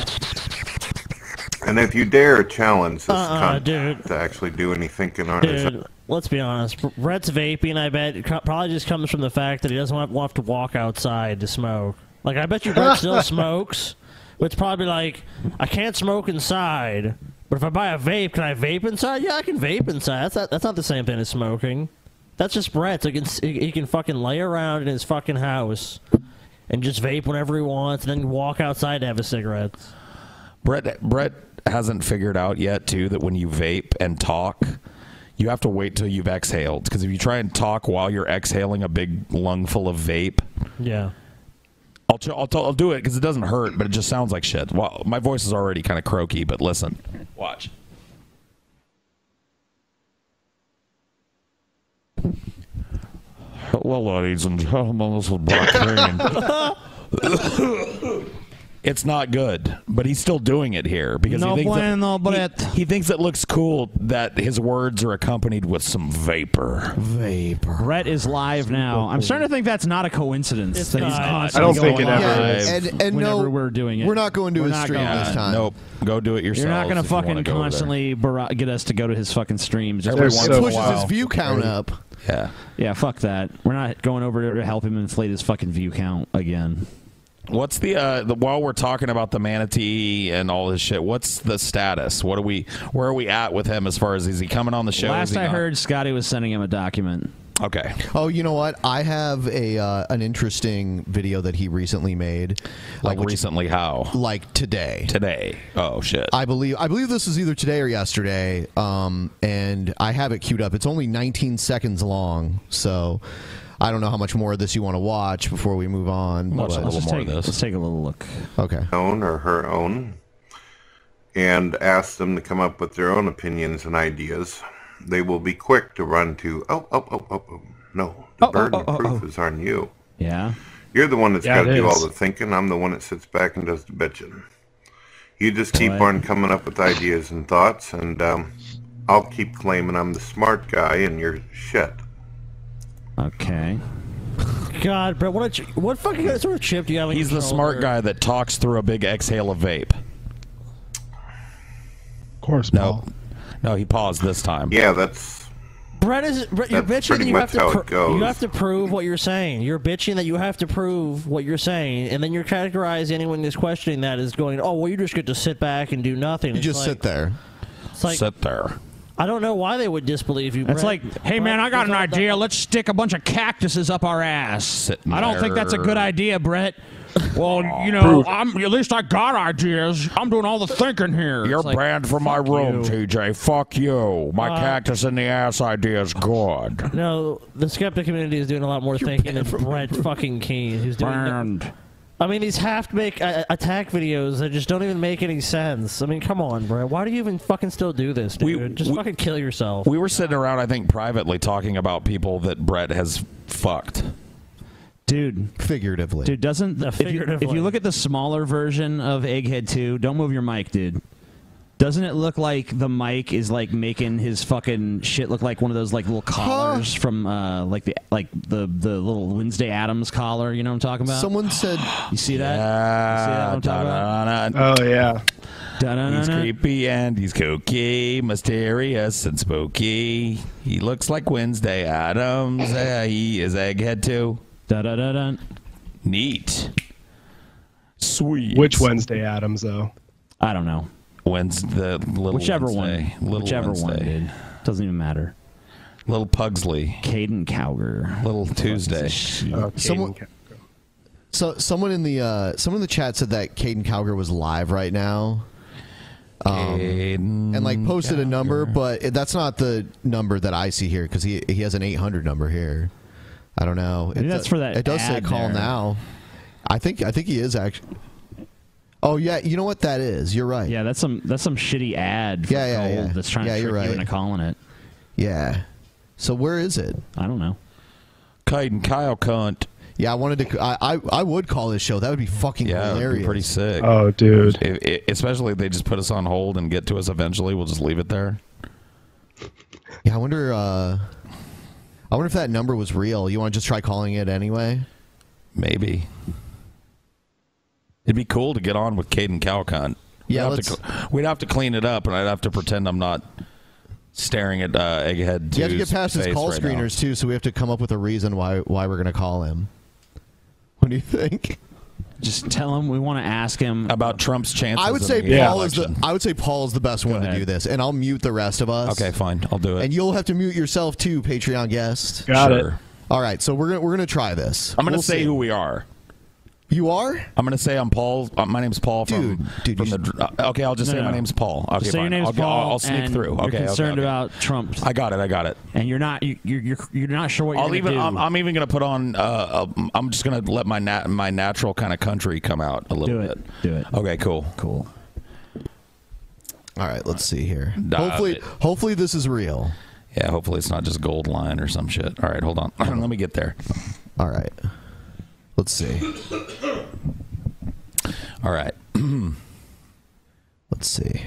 Speaker 1: And if you dare challenge this
Speaker 7: Uh-uh,
Speaker 1: concept to actually do any thinking on his
Speaker 7: Dude, let's be honest. Brett's vaping, I bet, it co- probably just comes from the fact that he doesn't want, want to walk outside to smoke. Like, I bet you Brett still smokes, but it's probably like, I can't smoke inside, but if I buy a vape, can I vape inside? Yeah, I can vape inside. That's not, that's not the same thing as smoking. That's just Brett. So he, can, s- he he can fucking lay around in his fucking house and just vape whenever he wants and then walk outside to have a cigarette.
Speaker 9: Brett Brett hasn't figured out yet too that when you vape and talk, you have to wait till you've exhaled because if you try and talk while you're exhaling a big lung full of vape,
Speaker 7: Yeah.
Speaker 9: I'll t- I'll, t- I'll do it because it doesn't hurt, but it just sounds like shit. Well, my voice is already kind of croaky, but listen, watch. Well, ladies and gentlemen, this is Black it's not good, but he's still doing it here because
Speaker 10: No
Speaker 9: he thinks that,
Speaker 10: bueno,
Speaker 9: he-
Speaker 10: Brett.
Speaker 9: He, thinks it looks cool that his words are accompanied with some vapor.
Speaker 10: Vapor. Brett is live now. I'm starting to think that's not a coincidence.
Speaker 9: It's
Speaker 10: that he's
Speaker 9: not.
Speaker 10: constantly
Speaker 9: I don't think
Speaker 10: going
Speaker 9: it ever
Speaker 10: live
Speaker 9: is. And-
Speaker 27: and
Speaker 10: whenever
Speaker 27: no,
Speaker 10: we're doing it.
Speaker 27: we're not going to his
Speaker 10: not
Speaker 27: stream
Speaker 10: going.
Speaker 27: this time.
Speaker 9: Nope, go do it yourself.
Speaker 10: You're not going to fucking constantly bar- get us to go to his fucking streams. just
Speaker 9: Every
Speaker 10: because-
Speaker 9: once in a Pushes his while.
Speaker 4: view count
Speaker 9: up. Yeah.
Speaker 10: Yeah, fuck that. We're not going over there to help him inflate his fucking view count again.
Speaker 9: What's the, uh, the while we're talking about the manatee and all this shit? What's the status? What are we? Where are we at with him as far as is he coming on the show?
Speaker 10: Last
Speaker 9: Is he
Speaker 10: I
Speaker 9: not?
Speaker 10: heard, Scotty was sending him a document.
Speaker 9: Okay.
Speaker 4: Oh, you know what? I have a uh, an interesting video that he recently made. Uh,
Speaker 9: Like
Speaker 4: which-
Speaker 9: recently, how?
Speaker 4: Like today.
Speaker 9: Today. Oh shit.
Speaker 4: I believe I believe this is either today or yesterday, um, and I have it queued up. It's only 19 seconds long, so I don't know how much more of this you want to watch before we move on.
Speaker 10: Watch a
Speaker 4: but-
Speaker 10: little Let's more of take- this. let's take a little look.
Speaker 4: Okay.
Speaker 1: own or her own and ask them to come up with their own opinions and ideas. They will be quick to run to, oh, oh, oh, oh, oh. no, the burden of proof is on you.
Speaker 10: oh, Yeah.
Speaker 1: You're the one that's
Speaker 10: Yeah,
Speaker 1: got to
Speaker 10: it
Speaker 1: do all
Speaker 10: is.
Speaker 1: the thinking. I'm the one that sits back and does the bitching. You just keep
Speaker 10: Right.
Speaker 1: on coming up with ideas and thoughts, and um, I'll keep claiming I'm the smart guy and you're shit.
Speaker 10: Okay.
Speaker 7: God, Brett, what, a ch- what fucking sort of chip do you have in
Speaker 9: He's
Speaker 7: your
Speaker 9: the smart
Speaker 7: shoulder?
Speaker 9: guy that talks through a big exhale of vape. Of course, no. No, he paused this time.
Speaker 16: Yeah, that's
Speaker 7: Brett is Brett, you're
Speaker 9: That's
Speaker 7: bitching.
Speaker 9: pretty
Speaker 7: You
Speaker 9: much
Speaker 7: have to
Speaker 9: how it
Speaker 7: pro-
Speaker 9: goes.
Speaker 7: you have to prove what you're saying. You're bitching that you have to prove what you're saying, and then you're categorizing anyone who's questioning that as going, "Oh, well, you just get to sit back and do nothing."
Speaker 4: You just sit there.
Speaker 7: It's like
Speaker 9: sit there.
Speaker 7: I don't know why they would disbelieve you.
Speaker 10: It's
Speaker 7: Brett.
Speaker 10: like, hey man, I got an idea. Let's stick a bunch of cactuses up our ass.
Speaker 9: Sitting
Speaker 10: I don't think that's a good
Speaker 9: there.
Speaker 10: idea, Brett. Well, you know,
Speaker 9: Prove it.
Speaker 10: I'm at least I got ideas. I'm doing all the thinking here.
Speaker 9: You're
Speaker 10: It's like,
Speaker 9: banned from my
Speaker 10: fuck
Speaker 9: room,
Speaker 10: you.
Speaker 9: TJ. Fuck you. My
Speaker 7: Uh,
Speaker 9: cactus in the ass idea is good.
Speaker 7: No, the skeptic community is doing a lot more thinking than Brett fucking Keane, who's doing.
Speaker 9: Burned.
Speaker 7: I mean, these half-make uh, attack videos that just don't even make any sense. I mean, come on, Brett. Why do you even fucking still do this, dude? just fucking kill yourself.
Speaker 9: We were sitting around, I think, privately talking about people that Brett has fucked.
Speaker 10: Dude,
Speaker 4: figuratively.
Speaker 10: Dude, doesn't if you,
Speaker 9: figuratively.
Speaker 10: if you look at the smaller version of Egghead 2, don't move your mic, dude. Doesn't it look like the mic is like making his fucking shit look like one of those like little collars from uh like the like the the little Wednesday Adams collar, you know what I'm talking about?
Speaker 4: Someone said
Speaker 10: You see that?
Speaker 9: Yeah,
Speaker 10: You see that what I'm
Speaker 9: da-da-da-da.
Speaker 10: talking about?
Speaker 9: Oh, yeah.
Speaker 10: Da-da-da-da.
Speaker 9: He's creepy and he's kooky, mysterious and spooky. He looks like Wednesday Adams. Yeah, he is egghead too.
Speaker 10: Da da da da.
Speaker 9: Neat. Sweet.
Speaker 14: Which Wednesday Adams though?
Speaker 10: I don't know.
Speaker 9: Wednesday, little
Speaker 10: Whichever
Speaker 9: Wednesday.
Speaker 10: one.
Speaker 9: Little
Speaker 10: Whichever one,
Speaker 9: Wednesday.
Speaker 10: dude. Doesn't even matter.
Speaker 9: Little Pugsley.
Speaker 10: Caden Cowger.
Speaker 9: Little Tuesday.
Speaker 4: Uh, someone, so someone in the uh, someone in the chat said that Caden Cowger was live right now. Um, and like posted a number, but it, that's not the number that I see here because he he has an 800 number here. I don't know.
Speaker 10: Maybe
Speaker 4: It's
Speaker 10: that's
Speaker 4: a-
Speaker 10: for that
Speaker 4: It does say
Speaker 10: ad
Speaker 4: call
Speaker 10: there.
Speaker 4: now. I think I think he is actually. Oh yeah, you know what that is. You're right.
Speaker 10: Yeah, that's some that's some shitty ad for
Speaker 4: Yeah, yeah,
Speaker 10: gold
Speaker 4: yeah.
Speaker 10: that's trying
Speaker 4: Yeah,
Speaker 10: to
Speaker 4: you're
Speaker 10: trick you
Speaker 4: right.
Speaker 10: into calling it.
Speaker 4: Yeah. So where is it?
Speaker 10: I don't know.
Speaker 9: Caden Kyle cunt.
Speaker 4: Yeah, I wanted to. I I, I would call this show. That would be fucking
Speaker 9: Yeah, it would
Speaker 4: hilarious. Uh,
Speaker 9: be pretty sick.
Speaker 14: Oh, dude.
Speaker 9: If, if, especially if they just put us on hold and get to us eventually, we'll just leave it there.
Speaker 4: Yeah, I wonder. Uh, I wonder if that number was real. You want to just try calling it anyway?
Speaker 9: Maybe. It'd be cool to get on with Caden Calcon.
Speaker 4: Yeah,
Speaker 9: we'd have, to, cl- we'd have to clean it up, and I'd have to pretend I'm not staring at uh, Egghead.
Speaker 4: You have to get
Speaker 9: Two's
Speaker 4: past his
Speaker 9: face
Speaker 4: call
Speaker 9: right now.
Speaker 4: screeners too, so we have to come up with a reason why why we're gonna call him. What do you think?
Speaker 10: Just tell him we want to ask him
Speaker 9: about Trump's chances.
Speaker 4: I would say Paul is the I would say Paul is the best one to do this, and I'll mute the rest of us.
Speaker 9: Okay, fine, I'll do it.
Speaker 4: And you'll have to mute yourself too, Patreon guest.
Speaker 9: Got it. Sure.
Speaker 4: All right, so we're gonna we're gonna try this.
Speaker 9: I'm gonna
Speaker 4: We'll
Speaker 9: say
Speaker 4: see.
Speaker 9: who we are.
Speaker 4: You are.
Speaker 9: I'm gonna say I'm Paul. Uh, my name's Paul from, from the. dr- uh, Okay, I'll just say
Speaker 10: No, no,
Speaker 9: my
Speaker 10: no.
Speaker 9: name's Paul. Okay,
Speaker 10: Just say your
Speaker 9: fine.
Speaker 10: name's
Speaker 9: I'll, go- I'll-
Speaker 10: Paul
Speaker 9: I'll sneak
Speaker 10: and
Speaker 9: through.
Speaker 10: you're
Speaker 9: Okay, okay,
Speaker 10: concerned
Speaker 9: okay.
Speaker 10: about Trump.
Speaker 9: I got it. I got it.
Speaker 10: And you're not you- you're you're, you're not sure what you're
Speaker 9: I'll
Speaker 10: gonna
Speaker 9: even.
Speaker 10: do.
Speaker 9: I'm, I'm even gonna put on. Uh, a, I'm just gonna let my nat- my natural kind of country come out a little bit.
Speaker 10: Do it.
Speaker 9: Okay. Cool.
Speaker 10: Cool.
Speaker 4: All right, let's see here.
Speaker 9: Dive
Speaker 4: hopefully,
Speaker 9: it.
Speaker 4: hopefully this is real.
Speaker 9: Yeah. Hopefully it's not just gold line or some shit. All right. Hold on. let me get there.
Speaker 4: All right, let's see.
Speaker 9: All right.
Speaker 4: Let's see.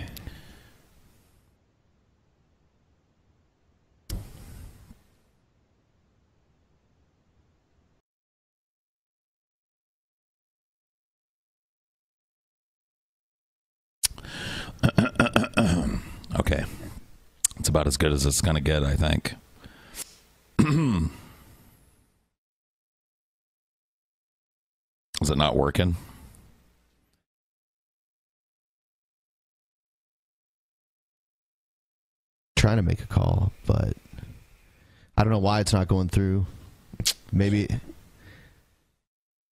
Speaker 9: okay. It's about as good as it's gonna get, I think. Is it not working?
Speaker 4: Trying to make a call, but I don't know why it's not going through. Maybe.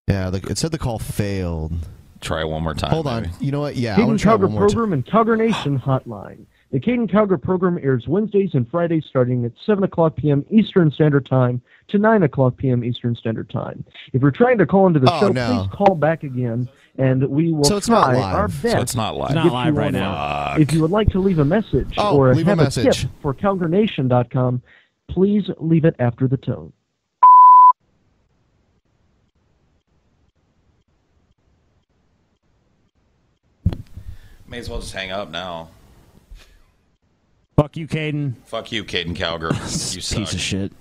Speaker 4: Yeah, the, it said the call failed.
Speaker 9: Try one more time.
Speaker 4: Hold on.
Speaker 9: maybe.
Speaker 4: You know what? Yeah, I
Speaker 17: Caden
Speaker 4: want to try
Speaker 17: Calgar
Speaker 4: one more time.
Speaker 17: program and Calgar Nation hotline. The Caden Calgar program airs Wednesdays and Fridays starting at 7 o'clock p.m. Eastern Standard Time to 9 o'clock p.m. Eastern Standard Time. If you're trying to call into the
Speaker 4: Oh,
Speaker 17: show,
Speaker 4: no.
Speaker 17: please call back again, and we will
Speaker 4: So it's not
Speaker 17: try our
Speaker 4: live.
Speaker 17: best.
Speaker 4: So it's not live. It's not
Speaker 17: if you
Speaker 4: live right
Speaker 17: want to.
Speaker 4: now.
Speaker 17: If you would like to leave a message
Speaker 4: Oh,
Speaker 17: or
Speaker 4: leave a
Speaker 17: have
Speaker 4: message.
Speaker 17: tip for CalgarNation.com, please leave it after the tone.
Speaker 9: May as well just hang up now.
Speaker 10: Fuck you, Caden.
Speaker 9: Fuck you, Caden Calger. you suck.
Speaker 10: Piece of shit.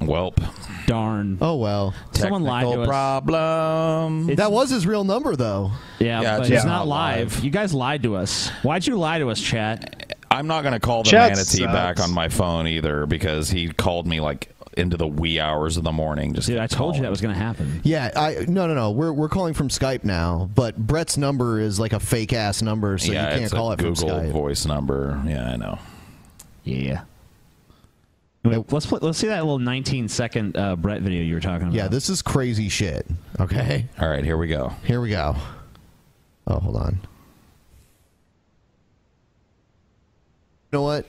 Speaker 9: Welp.
Speaker 10: Darn.
Speaker 4: Oh well.
Speaker 10: Someone lied
Speaker 9: Technical
Speaker 10: to us.
Speaker 9: problem.
Speaker 4: that was his real number, though.
Speaker 10: Yeah,
Speaker 9: Yeah,
Speaker 10: but
Speaker 9: it's
Speaker 10: it's
Speaker 9: not
Speaker 10: not live. You guys lied to us. Why'd you lie to us, chat?
Speaker 9: I'm not gonna call the manatee back on my phone either because he called me like into the wee hours of the morning. Just Dude, I told you that
Speaker 10: was gonna happen.
Speaker 4: Yeah, I no no no. We're we're calling from Skype now, but Brett's number is like a fake ass number, so
Speaker 9: yeah,
Speaker 4: you can't
Speaker 9: it's
Speaker 4: call
Speaker 9: a
Speaker 4: it
Speaker 9: Google
Speaker 4: from Skype.
Speaker 9: voice number. Yeah, I know.
Speaker 10: Yeah. Wait, let's play, let's see that little 19 second uh, Brett video you were talking about.
Speaker 4: Yeah, this is crazy shit. Okay.
Speaker 9: All right, here we go.
Speaker 4: Here we go. Oh, hold on. You know what?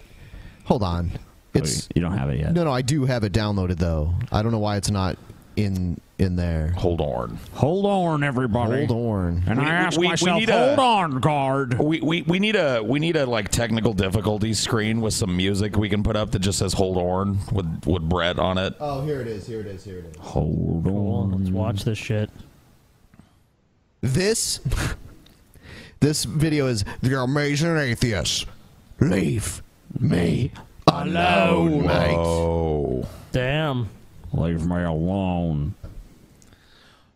Speaker 4: Hold on. It's
Speaker 10: Oh, you don't have it yet.
Speaker 4: No, no, I do have it downloaded though. I don't know why it's not in in there.
Speaker 9: Hold on.
Speaker 10: Hold on, everybody.
Speaker 4: Hold on.
Speaker 10: And I asked myself, hold on, guard.
Speaker 9: We, we we need a we need a like technical difficulties screen with some music we can put up that just says hold on with with Brett on it.
Speaker 4: Oh, here it is. Here it is. Here it is.
Speaker 10: Hold on.
Speaker 7: Let's watch this shit.
Speaker 4: This this video is the amazing atheist. Leave me alone.
Speaker 9: Whoa.
Speaker 7: Damn.
Speaker 10: Leave me alone.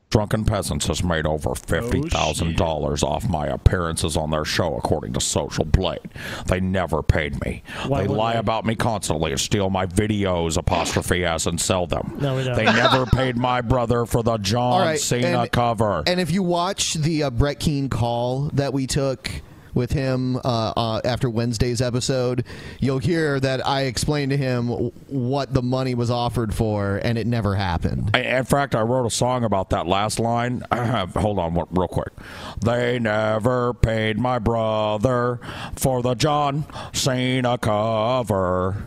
Speaker 9: Drunken Peasants has made
Speaker 7: Oh,
Speaker 9: over $50,000 off my appearances on their show, according to Social Blade. They never paid me.
Speaker 7: Why
Speaker 9: they
Speaker 7: would
Speaker 9: lie
Speaker 7: they?
Speaker 9: about me constantly and steal my videos, apostrophe S, and sell them.
Speaker 7: No, we don't.
Speaker 9: They never paid my brother for the John Cena
Speaker 4: and,
Speaker 9: cover.
Speaker 4: And if you watch the uh, Brett Keane call that we took with him uh, uh, after Wednesday's episode, you'll hear that I explained to him w- what the money was offered for, and it never happened.
Speaker 9: I- in fact, I wrote a song about that last line. Hold on, one, real quick. They never paid my brother for the John Cena cover.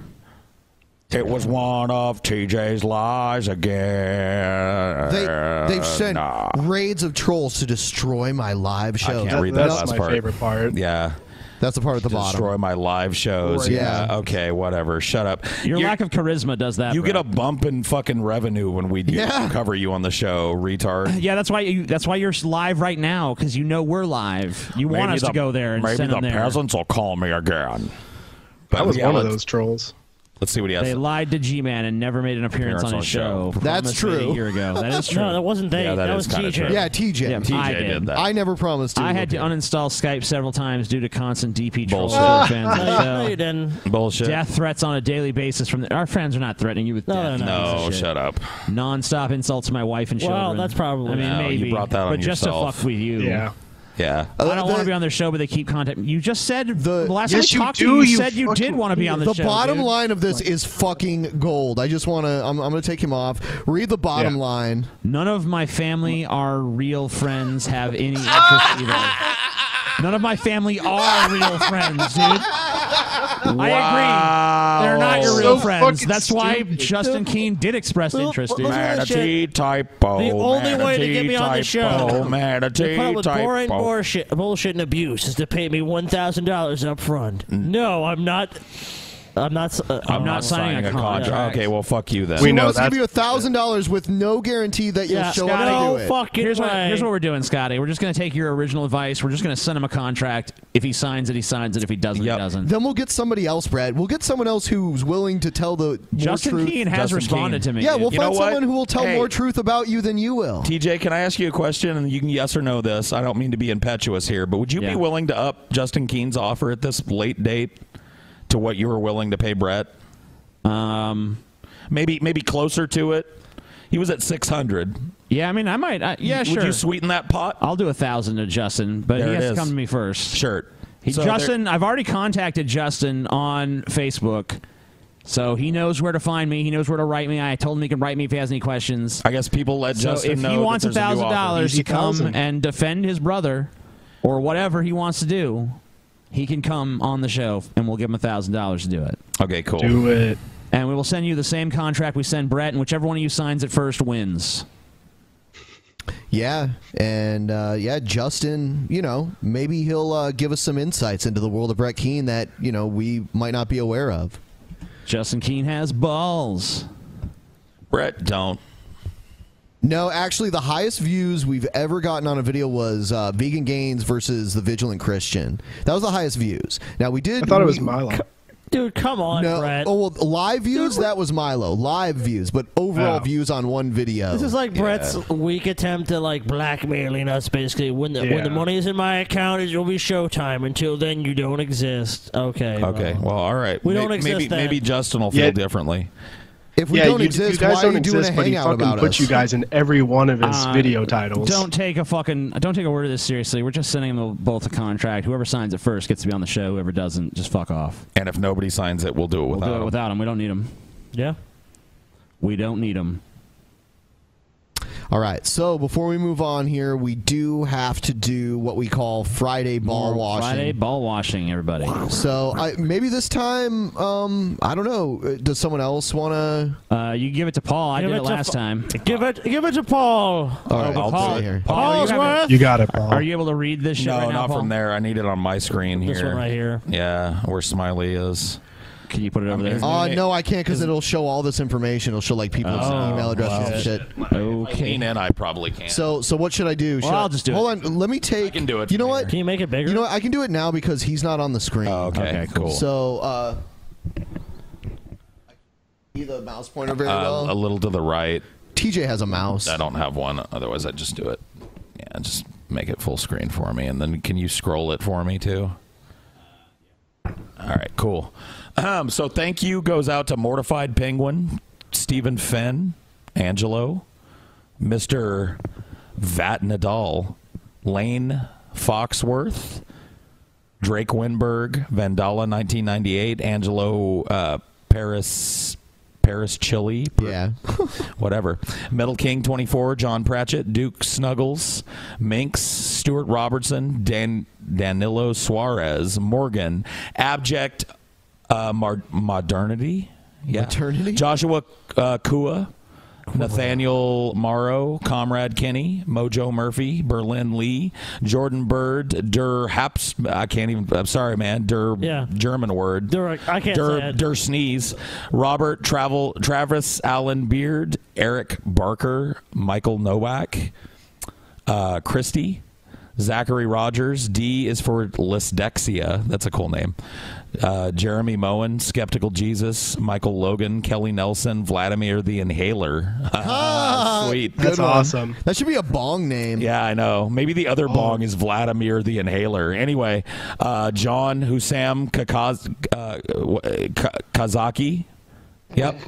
Speaker 9: It was one of TJ's lies again.
Speaker 4: They, they've sent
Speaker 9: Uh, Nah,
Speaker 4: raids of trolls to destroy my live
Speaker 9: I
Speaker 4: show.
Speaker 9: can't read that last part. part. Yeah.
Speaker 4: That's the part at the
Speaker 9: Destroy
Speaker 4: bottom.
Speaker 9: my live shows.
Speaker 4: Right.
Speaker 9: Yeah.
Speaker 4: Yeah.
Speaker 9: Okay. Whatever. Shut up.
Speaker 10: Your
Speaker 9: You're-
Speaker 10: lack of charisma does that.
Speaker 9: you
Speaker 10: Brett.
Speaker 9: get a bump in fucking revenue when we do
Speaker 10: Yeah.
Speaker 9: cover you on the show, retard.
Speaker 10: Yeah, that's why you, that's why you're live right now because you know we're live. You want
Speaker 9: Maybe
Speaker 10: us
Speaker 9: the-
Speaker 10: to go there and
Speaker 9: maybe
Speaker 10: send
Speaker 9: the
Speaker 10: them there.
Speaker 9: peasants will call me again.
Speaker 10: I was one of
Speaker 9: let's-
Speaker 10: those
Speaker 14: trolls.
Speaker 9: Let's see what he has.
Speaker 10: They lied to G-Man and never made an appearance, on his show. Promised it A year ago. That is true.
Speaker 7: no, that wasn't they. that was TJ.
Speaker 4: Yeah, TJ.
Speaker 10: Yeah, I did.
Speaker 4: I never promised to.
Speaker 10: I had to uninstall Skype several times due to constant DP trolls.
Speaker 7: Bullshit.
Speaker 10: from our fans of the
Speaker 7: Ah! No,
Speaker 10: show.
Speaker 7: you didn't.
Speaker 9: Bullshit.
Speaker 10: Death threats on a daily basis from the, our friends are not threatening you with death.
Speaker 9: no, no. No, shut up.
Speaker 10: Non-stop insults to my wife and
Speaker 7: Well,
Speaker 10: children.
Speaker 7: that's probably-
Speaker 10: I mean,
Speaker 9: No, you
Speaker 10: maybe.
Speaker 9: brought that on
Speaker 10: but just
Speaker 9: yourself.
Speaker 10: to fuck with you.
Speaker 9: Yeah. Yeah.
Speaker 10: I don't want to be on their show, but they keep contacting. You just said the last
Speaker 4: Yes,
Speaker 10: time
Speaker 4: you
Speaker 10: we talked
Speaker 4: do,
Speaker 10: to you,
Speaker 4: you
Speaker 10: you said you did
Speaker 4: fucking
Speaker 10: want to be on the,
Speaker 4: the
Speaker 10: show.
Speaker 4: bottom
Speaker 10: dude.
Speaker 4: line of this is fucking gold. I just want to. I'm, I'm going to take him off. Read the bottom
Speaker 10: Yeah.
Speaker 4: line.
Speaker 10: None of my family are real friends have any interest either. None of my family are real friends, dude. I agree. They're not your
Speaker 9: Wow.
Speaker 10: real
Speaker 9: So
Speaker 10: friends.
Speaker 9: fucking
Speaker 10: That's why
Speaker 9: stupid.
Speaker 10: Justin Keene did express interest in
Speaker 9: Manatee typo.
Speaker 7: The only way to get me on the
Speaker 9: manatee typo,
Speaker 7: show,
Speaker 9: Manatee
Speaker 7: to put up with
Speaker 9: typo.
Speaker 7: boring bullshit, bullshit and abuse, is to pay me one thousand dollars up front. No, I'm not. I'm not. s- Uh,
Speaker 9: Mm. I'm, not, signing, a contract. Okay, well, fuck you then.
Speaker 4: We know give you a thousand dollars with no guarantee that you'll show up to do it.
Speaker 10: here's What, here's what we're doing, Scotty. We're just going to take your original advice. We're just going to send him a contract. If he signs it, he signs it. If he doesn't, he doesn't.
Speaker 4: Then we'll get somebody else, Brad. We'll get someone else who's willing to tell the
Speaker 10: Justin
Speaker 4: more truth.
Speaker 10: Keane has Justin responded Keane. to me,
Speaker 4: Yeah,
Speaker 10: dude.
Speaker 4: we'll
Speaker 10: You
Speaker 4: find
Speaker 10: know what?
Speaker 4: someone who will tell
Speaker 10: Hey.
Speaker 4: more truth about you than you will.
Speaker 9: TJ, can I ask you a question? And you can yes or no this. I don't mean to be impetuous here, but would you be willing to up Justin Keene's offer at this late date to what you were willing to pay Brett?
Speaker 10: Um,
Speaker 9: maybe maybe closer to it. He was at six hundred.
Speaker 10: Yeah, I mean, I might. I, yeah,
Speaker 9: Would
Speaker 10: sure.
Speaker 9: you sweeten that pot?
Speaker 10: I'll do a thousand to Justin, but
Speaker 9: There
Speaker 10: he
Speaker 9: it
Speaker 10: has to
Speaker 9: is.
Speaker 10: come to me first.
Speaker 9: Sure.
Speaker 10: He,
Speaker 9: So
Speaker 10: Justin, I've already contacted Justin on Facebook, so he knows where to find me. He knows where to write me. I told him he can write me if he has any questions.
Speaker 9: I guess people let
Speaker 10: so
Speaker 9: Justin
Speaker 10: if
Speaker 9: know
Speaker 10: he
Speaker 9: that
Speaker 10: wants
Speaker 9: there's a new offer.
Speaker 10: thousand dollars
Speaker 9: Easy
Speaker 10: to come
Speaker 9: thousand.
Speaker 10: and defend his brother, or whatever he wants to do, he can come on the show, and we'll give him a thousand dollars to do it.
Speaker 9: Okay, cool.
Speaker 10: Do it. And we will send you the same contract we send Brett, and whichever one of you signs it first wins.
Speaker 4: Yeah, and uh, yeah, Justin, you know, maybe he'll uh, give us some insights into the world of Brett Keane that you know we might not be aware of.
Speaker 10: Justin Keene has balls.
Speaker 9: Brett, don't.
Speaker 4: No, actually, the highest views we've ever gotten on a video was uh, Vegan Gains versus the Vigilant Christian. That was the highest views. Now we did.
Speaker 14: I thought it was
Speaker 4: we-
Speaker 14: Milo.
Speaker 7: Dude, come on,
Speaker 4: no,
Speaker 7: Brett.
Speaker 4: Oh well, live views. that was Milo. Live views, but overall
Speaker 7: Oh.
Speaker 4: views on one video.
Speaker 7: This is like Brett's
Speaker 4: Yeah.
Speaker 7: weak attempt to like blackmailing us. Basically, when the when the
Speaker 9: Yeah.
Speaker 7: money is in my account, it will be showtime. Until then, you don't exist. Okay.
Speaker 9: Okay. Well, all right.
Speaker 7: We
Speaker 9: May-
Speaker 7: don't exist
Speaker 9: Maybe,
Speaker 7: then.
Speaker 9: maybe Justin will feel
Speaker 7: Yeah.
Speaker 9: differently.
Speaker 4: If
Speaker 14: yeah, you, you guys don't exist, but he fucking put you guys in every one of his
Speaker 10: Uh,
Speaker 14: video titles.
Speaker 10: Don't take a fucking don't take a word of this seriously. We're just sending them both a contract. Whoever signs it first gets to be on the show. Whoever doesn't, just fuck off.
Speaker 9: And if nobody signs it, we'll do it
Speaker 10: We'll
Speaker 9: without
Speaker 10: do it
Speaker 9: him.
Speaker 10: without them. We don't need them.
Speaker 7: Yeah.
Speaker 10: We don't need them.
Speaker 4: All right. So before we move on here, we do have to do what we call Friday ball washing.
Speaker 10: Friday ball washing, everybody.
Speaker 4: So I, maybe this time, um, I don't know. uh, Does someone else want to?
Speaker 10: Uh, you give it to Paul. I
Speaker 4: Give
Speaker 10: did
Speaker 4: it
Speaker 10: it
Speaker 4: to
Speaker 10: last
Speaker 4: Fa-
Speaker 10: time.
Speaker 7: Give it, give it to Paul.
Speaker 4: All right, I'll
Speaker 10: Oh, Paul,
Speaker 4: stay here.
Speaker 10: Paul, you have
Speaker 7: Paulsworth?
Speaker 10: it.
Speaker 14: You got it, Paul.
Speaker 10: Are you able to read this shit
Speaker 9: No,
Speaker 10: right now,
Speaker 9: not
Speaker 10: Paul?
Speaker 9: from there. I need it on my screen here.
Speaker 10: This one right here.
Speaker 9: Yeah, where Smiley is.
Speaker 10: Can you put it Oh, over
Speaker 4: Oh no, I can't because it'll show all this information. It'll show like people's email addresses and shit.
Speaker 9: Okay. Lean in, I probably can't.
Speaker 4: So, so what should I do? Should
Speaker 9: Well, I'll
Speaker 4: I-
Speaker 9: just do
Speaker 4: hold
Speaker 9: it.
Speaker 4: on. Let me take. I can do it. You know what? Can
Speaker 7: you make it bigger?
Speaker 4: You know what? I can do it now because he's not on the screen.
Speaker 9: okay, Oh, Okay, cool. cool.
Speaker 4: So, uh, see the mouse pointer very
Speaker 9: Uh,
Speaker 4: well.
Speaker 9: A little to the right.
Speaker 4: TJ has a mouse.
Speaker 9: I don't have one. Otherwise, I'd just do it. Yeah, just make it full screen for me, and then can you scroll it for me too? All right, cool. Um, so thank you goes out to Mortified Penguin, Stephen Finn, Angelo, Mister Vat Nadal, Lane Foxworth, Drake Winberg, Vandala 1998, Angelo uh, Paris Paris Chili, yeah, whatever. Metal King 24, John Pratchett, Duke Snuggles, Minx, Stuart Robertson, Dan Danilo Suarez, Morgan, Abject uh, Mar- Modernity, yeah, Modernity, Joshua uh, Kua. Nathaniel Morrow, Comrade Kenny, Mojo Murphy, Berlin Lee, Jordan Bird, Der Haps. I can't even. I'm sorry, man. Der
Speaker 7: Yeah.
Speaker 9: German word.
Speaker 7: Der, I can't
Speaker 9: Der,
Speaker 7: say it.
Speaker 9: Der Sneeze, Robert Travel, Travis Allen Beard, Eric Barker, Michael Nowak, uh, Christy, Zachary Rogers. D is for Lysdexia. That's a cool name. Uh, Jeremy Moen, Skeptical Jesus, Michael Logan, Kelly Nelson, Vladimir the Inhaler.
Speaker 4: Ah,
Speaker 9: Sweet.
Speaker 4: Good one. That should be a bong name. Oh.
Speaker 9: Yeah, I know. Maybe the other bong is Vladimir the Inhaler. Anyway, uh, John Hussam Kakaz, uh, Ka- Kazaki. Yep.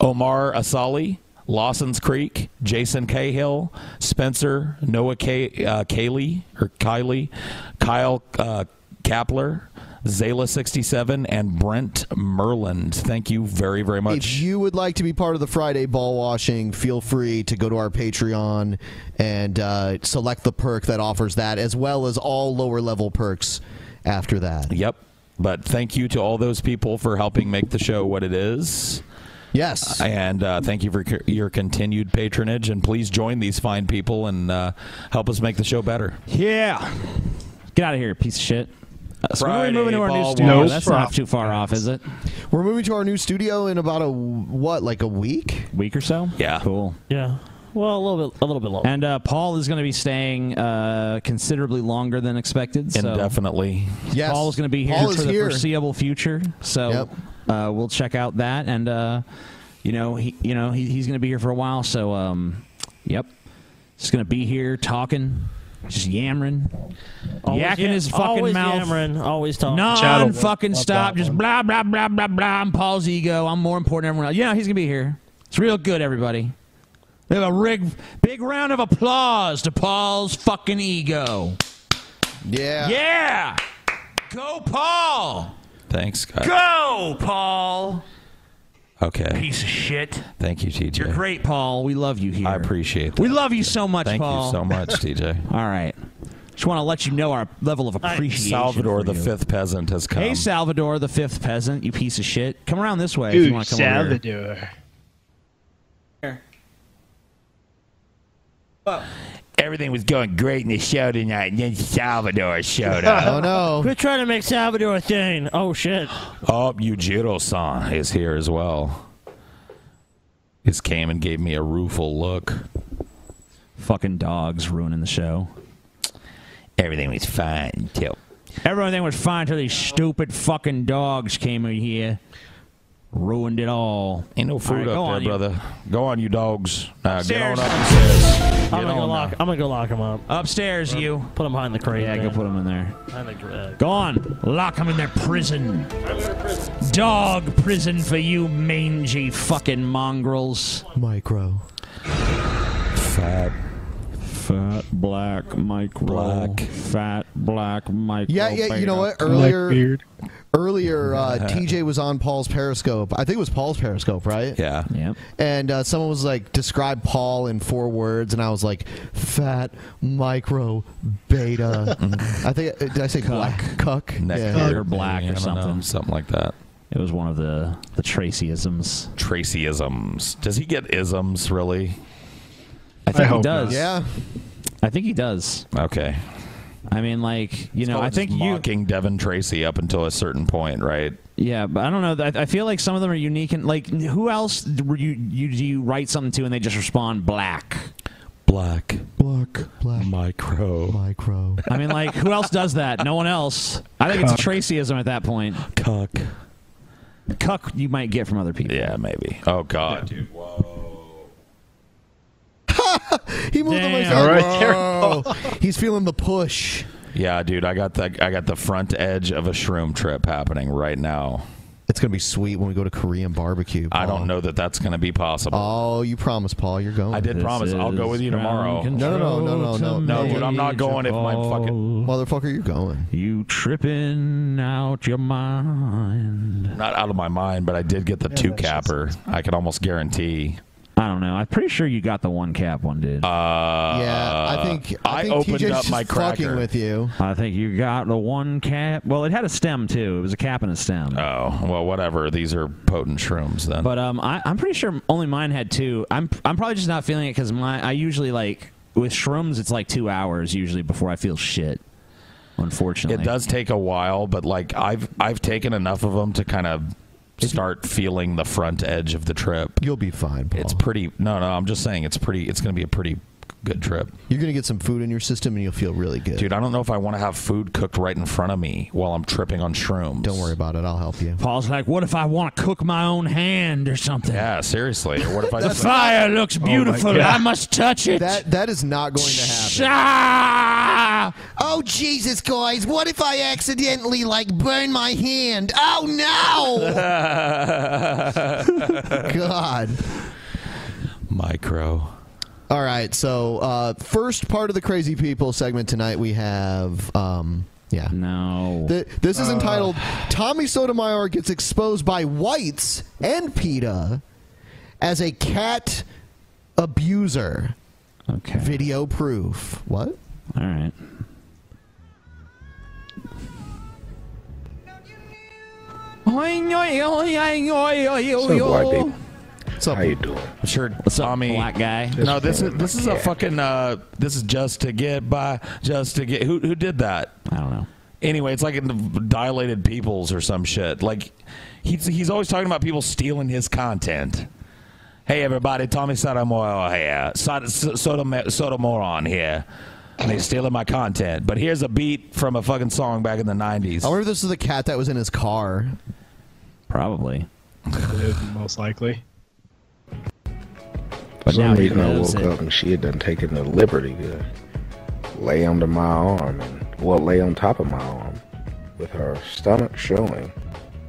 Speaker 9: Omar Asali. Lawson's Creek, Jason Cahill, Spencer, Noah K- uh, Kaylee or Kylie, Kyle uh, Kapler, Zayla67, and Brent Merland. Thank you very, very much.
Speaker 4: If you would like to be part of the Friday ball washing, feel free to go to our Patreon and uh, select the perk that offers that, as well as all lower level perks after that.
Speaker 9: Yep. But thank you to all those people for helping make the show what it is.
Speaker 4: Yes.
Speaker 9: And uh, thank you for c- your continued patronage. And please join these fine people and uh, help us make the show better.
Speaker 10: Yeah. Get out of here, piece of shit. Uh, so we're
Speaker 9: Friday
Speaker 10: moving to our new
Speaker 9: ball
Speaker 10: studio.
Speaker 9: wash.
Speaker 10: That's
Speaker 9: Nope.
Speaker 10: not too far off, is it?
Speaker 4: We're moving to our new studio in about a what, like a week?
Speaker 10: Week or so.
Speaker 9: Yeah.
Speaker 10: Cool.
Speaker 7: Yeah. Well, a little bit, a little bit longer.
Speaker 10: And uh, Paul is going to be staying uh, considerably longer than expected. So
Speaker 9: Indefinitely.
Speaker 10: Yes. Paul is going to be here
Speaker 9: Paul is
Speaker 10: for the
Speaker 9: here.
Speaker 10: foreseeable future. So uh, we'll check out that, and uh, you know, he, you know, he, he's going to be here for a while. So, um, yep, just going to be here talking, just yammering,
Speaker 7: Always
Speaker 10: yakking
Speaker 7: ya-
Speaker 10: his fucking
Speaker 7: always
Speaker 10: mouth,
Speaker 7: yammering, always talking.
Speaker 10: non
Speaker 7: Chattel.
Speaker 10: fucking
Speaker 7: Love
Speaker 10: stop,
Speaker 7: that
Speaker 10: just
Speaker 7: one.
Speaker 10: blah blah blah blah blah. I'm Paul's ego. I'm more important than everyone else. Yeah, he's going to be here. It's real good, everybody. We have a rig, big round of applause to Paul's fucking ego.
Speaker 4: Yeah.
Speaker 10: Yeah. Go, Paul.
Speaker 9: Thanks, guys.
Speaker 10: Go, Paul.
Speaker 9: Okay.
Speaker 10: Piece of shit.
Speaker 9: Thank you, TJ.
Speaker 10: You're great, Paul. We love you here.
Speaker 9: I appreciate that.
Speaker 10: We love you so much,
Speaker 9: Thank
Speaker 10: Paul.
Speaker 9: you so much, TJ.
Speaker 10: All right. Just want to let you know our level of appreciation.
Speaker 9: Salvador,
Speaker 10: for
Speaker 9: the
Speaker 10: you.
Speaker 9: fifth peasant, has come.
Speaker 10: Hey, Salvador, the fifth peasant, you piece of shit. Come around this way if you
Speaker 14: Dude,
Speaker 10: want to come over here.
Speaker 14: Salvador.
Speaker 9: Everything was going great in the show tonight, and then Salvador showed
Speaker 4: no.
Speaker 7: Quit trying to make Salvador a thing. Oh shit.
Speaker 9: Oh, Yujiro-san is here as well. Just came and gave me a rueful look.
Speaker 10: Fucking dogs ruining the show.
Speaker 9: Everything was fine until
Speaker 10: Everything was fine until these stupid fucking dogs came in here, ruined it all.
Speaker 9: Ain't no food up there, brother. Go on, you dogs. Nah, get on
Speaker 10: Upstairs.
Speaker 9: up and says.
Speaker 7: I'm gonna go lock. I'm gonna go lock him up.
Speaker 10: Upstairs, you.
Speaker 7: Put him behind the crate.
Speaker 10: Yeah, go
Speaker 7: man.
Speaker 10: put them in there.
Speaker 7: Behind the uh, crate.
Speaker 10: Go on, lock them in their prison. Dog prison for you mangy fucking mongrels.
Speaker 4: Micro.
Speaker 10: Fat. Fat black micro. Black. Fat black micro.
Speaker 4: Yeah, yeah. You know what? Earlier, earlier, uh, TJ was on Paul's Periscope. I think it was Paul's Periscope, right?
Speaker 9: Yeah.
Speaker 10: Yeah.
Speaker 4: And uh, someone was like, "Describe Paul in four words," and I was like, "Fat, micro, beta."
Speaker 10: Mm-hmm.
Speaker 4: I think uh, did I say black cuck?
Speaker 9: Neck
Speaker 4: Yeah.
Speaker 9: beard,
Speaker 10: Or black
Speaker 9: maybe,
Speaker 10: or
Speaker 9: I don't know,
Speaker 10: something.
Speaker 9: something like that.
Speaker 10: It was one of the the Tracyisms.
Speaker 9: Tracyisms. Does he get isms really?
Speaker 10: I think he does.
Speaker 4: Yeah.
Speaker 10: I think he does.
Speaker 9: Okay.
Speaker 10: I mean, like you know, I think
Speaker 9: you mocking Devin Tracy up until a certain point, right?
Speaker 10: Yeah, but I don't know. I, I feel like some of them are unique and like who else d- were you you do you write something to and they just respond black.
Speaker 9: Black.
Speaker 4: Black. Black.
Speaker 9: Micro.
Speaker 4: Micro.
Speaker 10: I mean, like who else does that? No one else. I think it's a Tracyism at that point.
Speaker 9: Cuck.
Speaker 10: Cuck you might get from other people.
Speaker 9: Yeah, maybe. Oh God, dude.
Speaker 4: He moved
Speaker 10: Damn.
Speaker 4: away. from-
Speaker 9: All right,
Speaker 4: Whoa. He's feeling the push.
Speaker 9: Yeah, dude. I got the I got the front edge of a shroom trip happening right now.
Speaker 4: It's gonna be sweet when we go to Korean barbecue.
Speaker 9: I don't know that that's going to be possible.
Speaker 4: Oh, you promised, Paul. You're going.
Speaker 9: I did promise. I'll go with you tomorrow.
Speaker 4: No, no, no, no, no, no.
Speaker 9: No, dude. I'm not going if my fucking.
Speaker 4: motherfucker. You're going.
Speaker 10: You tripping out your mind.
Speaker 9: Not out of my mind, but I did get the two capper. I can almost guarantee.
Speaker 10: I don't know. I'm pretty sure you got the one cap one, dude.
Speaker 9: Uh, yeah,
Speaker 10: I think- I
Speaker 9: I,
Speaker 10: think
Speaker 9: opened
Speaker 10: TJ's
Speaker 9: up
Speaker 10: just
Speaker 9: my cracker.
Speaker 10: fucking with
Speaker 4: you.
Speaker 10: I think you got the one cap. Well, it had a stem too. It was a cap and a stem.
Speaker 9: Oh well, whatever. These are potent shrooms then.
Speaker 10: But um, I, I'm pretty sure only mine had two. I'm I'm probably just not feeling it because my I usually like with shrooms it's like two hours usually before I feel shit. Unfortunately,
Speaker 9: It does take a while, but like I've I've taken enough of them to kind of start feeling the front edge of the trip.
Speaker 4: You'll be fine. Paul.
Speaker 9: It's pretty. No, no. I'm just saying it's pretty. It's going to be a pretty good trip,
Speaker 4: You're gonna get some food in your system, and you'll feel really good.
Speaker 9: dude. I don't know if I want to have food cooked right in front of me while I'm tripping on shrooms. Don't
Speaker 4: worry about it. I'll help you.
Speaker 10: Paul's like, what if I want to cook my own hand or something?
Speaker 9: Yeah, seriously. Or what if I Oh
Speaker 10: The
Speaker 9: just
Speaker 10: fire looks beautiful. I must touch it.
Speaker 4: That that is not going to happen. Oh Jesus, guys! What if I accidentally like burn my hand? Oh no! God.
Speaker 9: Micro.
Speaker 4: All right, so uh, first part of the crazy people segment tonight, we have um, yeah.
Speaker 10: No.
Speaker 4: Th- this is
Speaker 10: Uh.
Speaker 4: entitled "Tommy Sotomayor gets exposed by whites and PETA as a cat abuser."
Speaker 10: Okay.
Speaker 4: Video proof. What?
Speaker 10: All right.
Speaker 8: So, Whitey,
Speaker 4: What's up?
Speaker 8: how you doing?
Speaker 9: Sure, Tommy.
Speaker 10: black guy?
Speaker 9: No,
Speaker 8: Just
Speaker 9: this is
Speaker 8: playing
Speaker 9: this
Speaker 8: with
Speaker 9: is
Speaker 8: my
Speaker 9: a
Speaker 8: cat.
Speaker 9: fucking. Uh, this is just to get by, just to get. Who who did that?
Speaker 10: I don't know.
Speaker 9: Anyway, it's like in the dilated peoples or some shit. Like he's he's always talking about people stealing his content. Hey everybody, Tommy Sotomayor here. Sot- S- Sotom- Sotomoron here. And he's stealing my content. But here's a beat from a fucking song back in the '90s.
Speaker 4: I wonder if this is the cat that was in his car.
Speaker 10: Probably.
Speaker 14: most likely.
Speaker 8: For
Speaker 10: now
Speaker 8: some
Speaker 10: he
Speaker 8: reason, I
Speaker 10: knows
Speaker 8: woke
Speaker 10: it.
Speaker 8: up and she had done taken the liberty to lay under my arm and, well, lay on top of my arm with her stomach showing.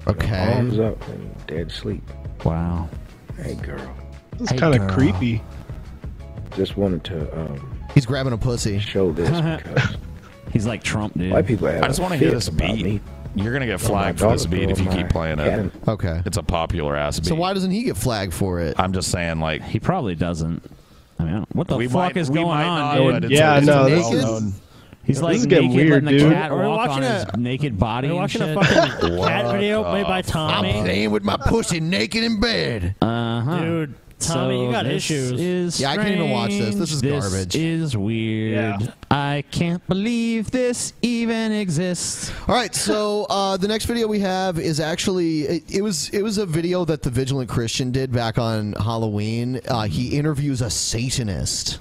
Speaker 4: Okay.
Speaker 8: Arms up and dead sleep.
Speaker 10: Wow.
Speaker 8: Hey, girl.
Speaker 14: It's kind of creepy.
Speaker 8: Just wanted to um,
Speaker 4: He's grabbing a pussy.
Speaker 8: show this because
Speaker 10: He's like Trump, dude.
Speaker 8: white people have
Speaker 9: I just
Speaker 8: want to
Speaker 9: hear this beat. You're gonna get
Speaker 8: Oh, my
Speaker 9: flagged for this
Speaker 8: daughter's
Speaker 9: beat if you
Speaker 8: doing
Speaker 9: keep
Speaker 8: my
Speaker 9: playing
Speaker 8: cat.
Speaker 9: it.
Speaker 4: Okay.
Speaker 9: It's a popular ass beat.
Speaker 4: So why doesn't he get flagged for it?
Speaker 9: I'm just saying, like
Speaker 10: he probably doesn't. I mean, I don't- what the
Speaker 9: We
Speaker 10: fuck
Speaker 9: might-
Speaker 10: is
Speaker 9: we
Speaker 10: going
Speaker 9: might not,
Speaker 10: on,
Speaker 9: but
Speaker 10: dude?
Speaker 9: it's- Yeah, it's no, well this is- known.
Speaker 10: He's
Speaker 9: this
Speaker 10: like
Speaker 9: is
Speaker 10: naked,
Speaker 9: getting
Speaker 10: letting
Speaker 9: weird,
Speaker 10: the
Speaker 9: dude.
Speaker 10: cat
Speaker 9: Are we
Speaker 10: walk on
Speaker 9: watching
Speaker 10: his
Speaker 9: a-
Speaker 10: naked body.
Speaker 7: Are we
Speaker 10: and
Speaker 7: watching a
Speaker 10: shit?
Speaker 7: fucking cat
Speaker 10: What
Speaker 7: video
Speaker 10: the
Speaker 7: made by Tommy?
Speaker 4: I'm playing with my pussy naked in bed.
Speaker 10: Uh huh.
Speaker 7: Dude, Tommy, you got issues.
Speaker 4: Yeah, I can't even watch this. This is garbage.
Speaker 10: Is weird. I can't believe this even exists.
Speaker 4: All right, so uh, the next video we have is actually it, it was it was a video that the Vigilant Christian did back on Halloween. Uh,
Speaker 9: Hmm.
Speaker 4: he interviews a Satanist.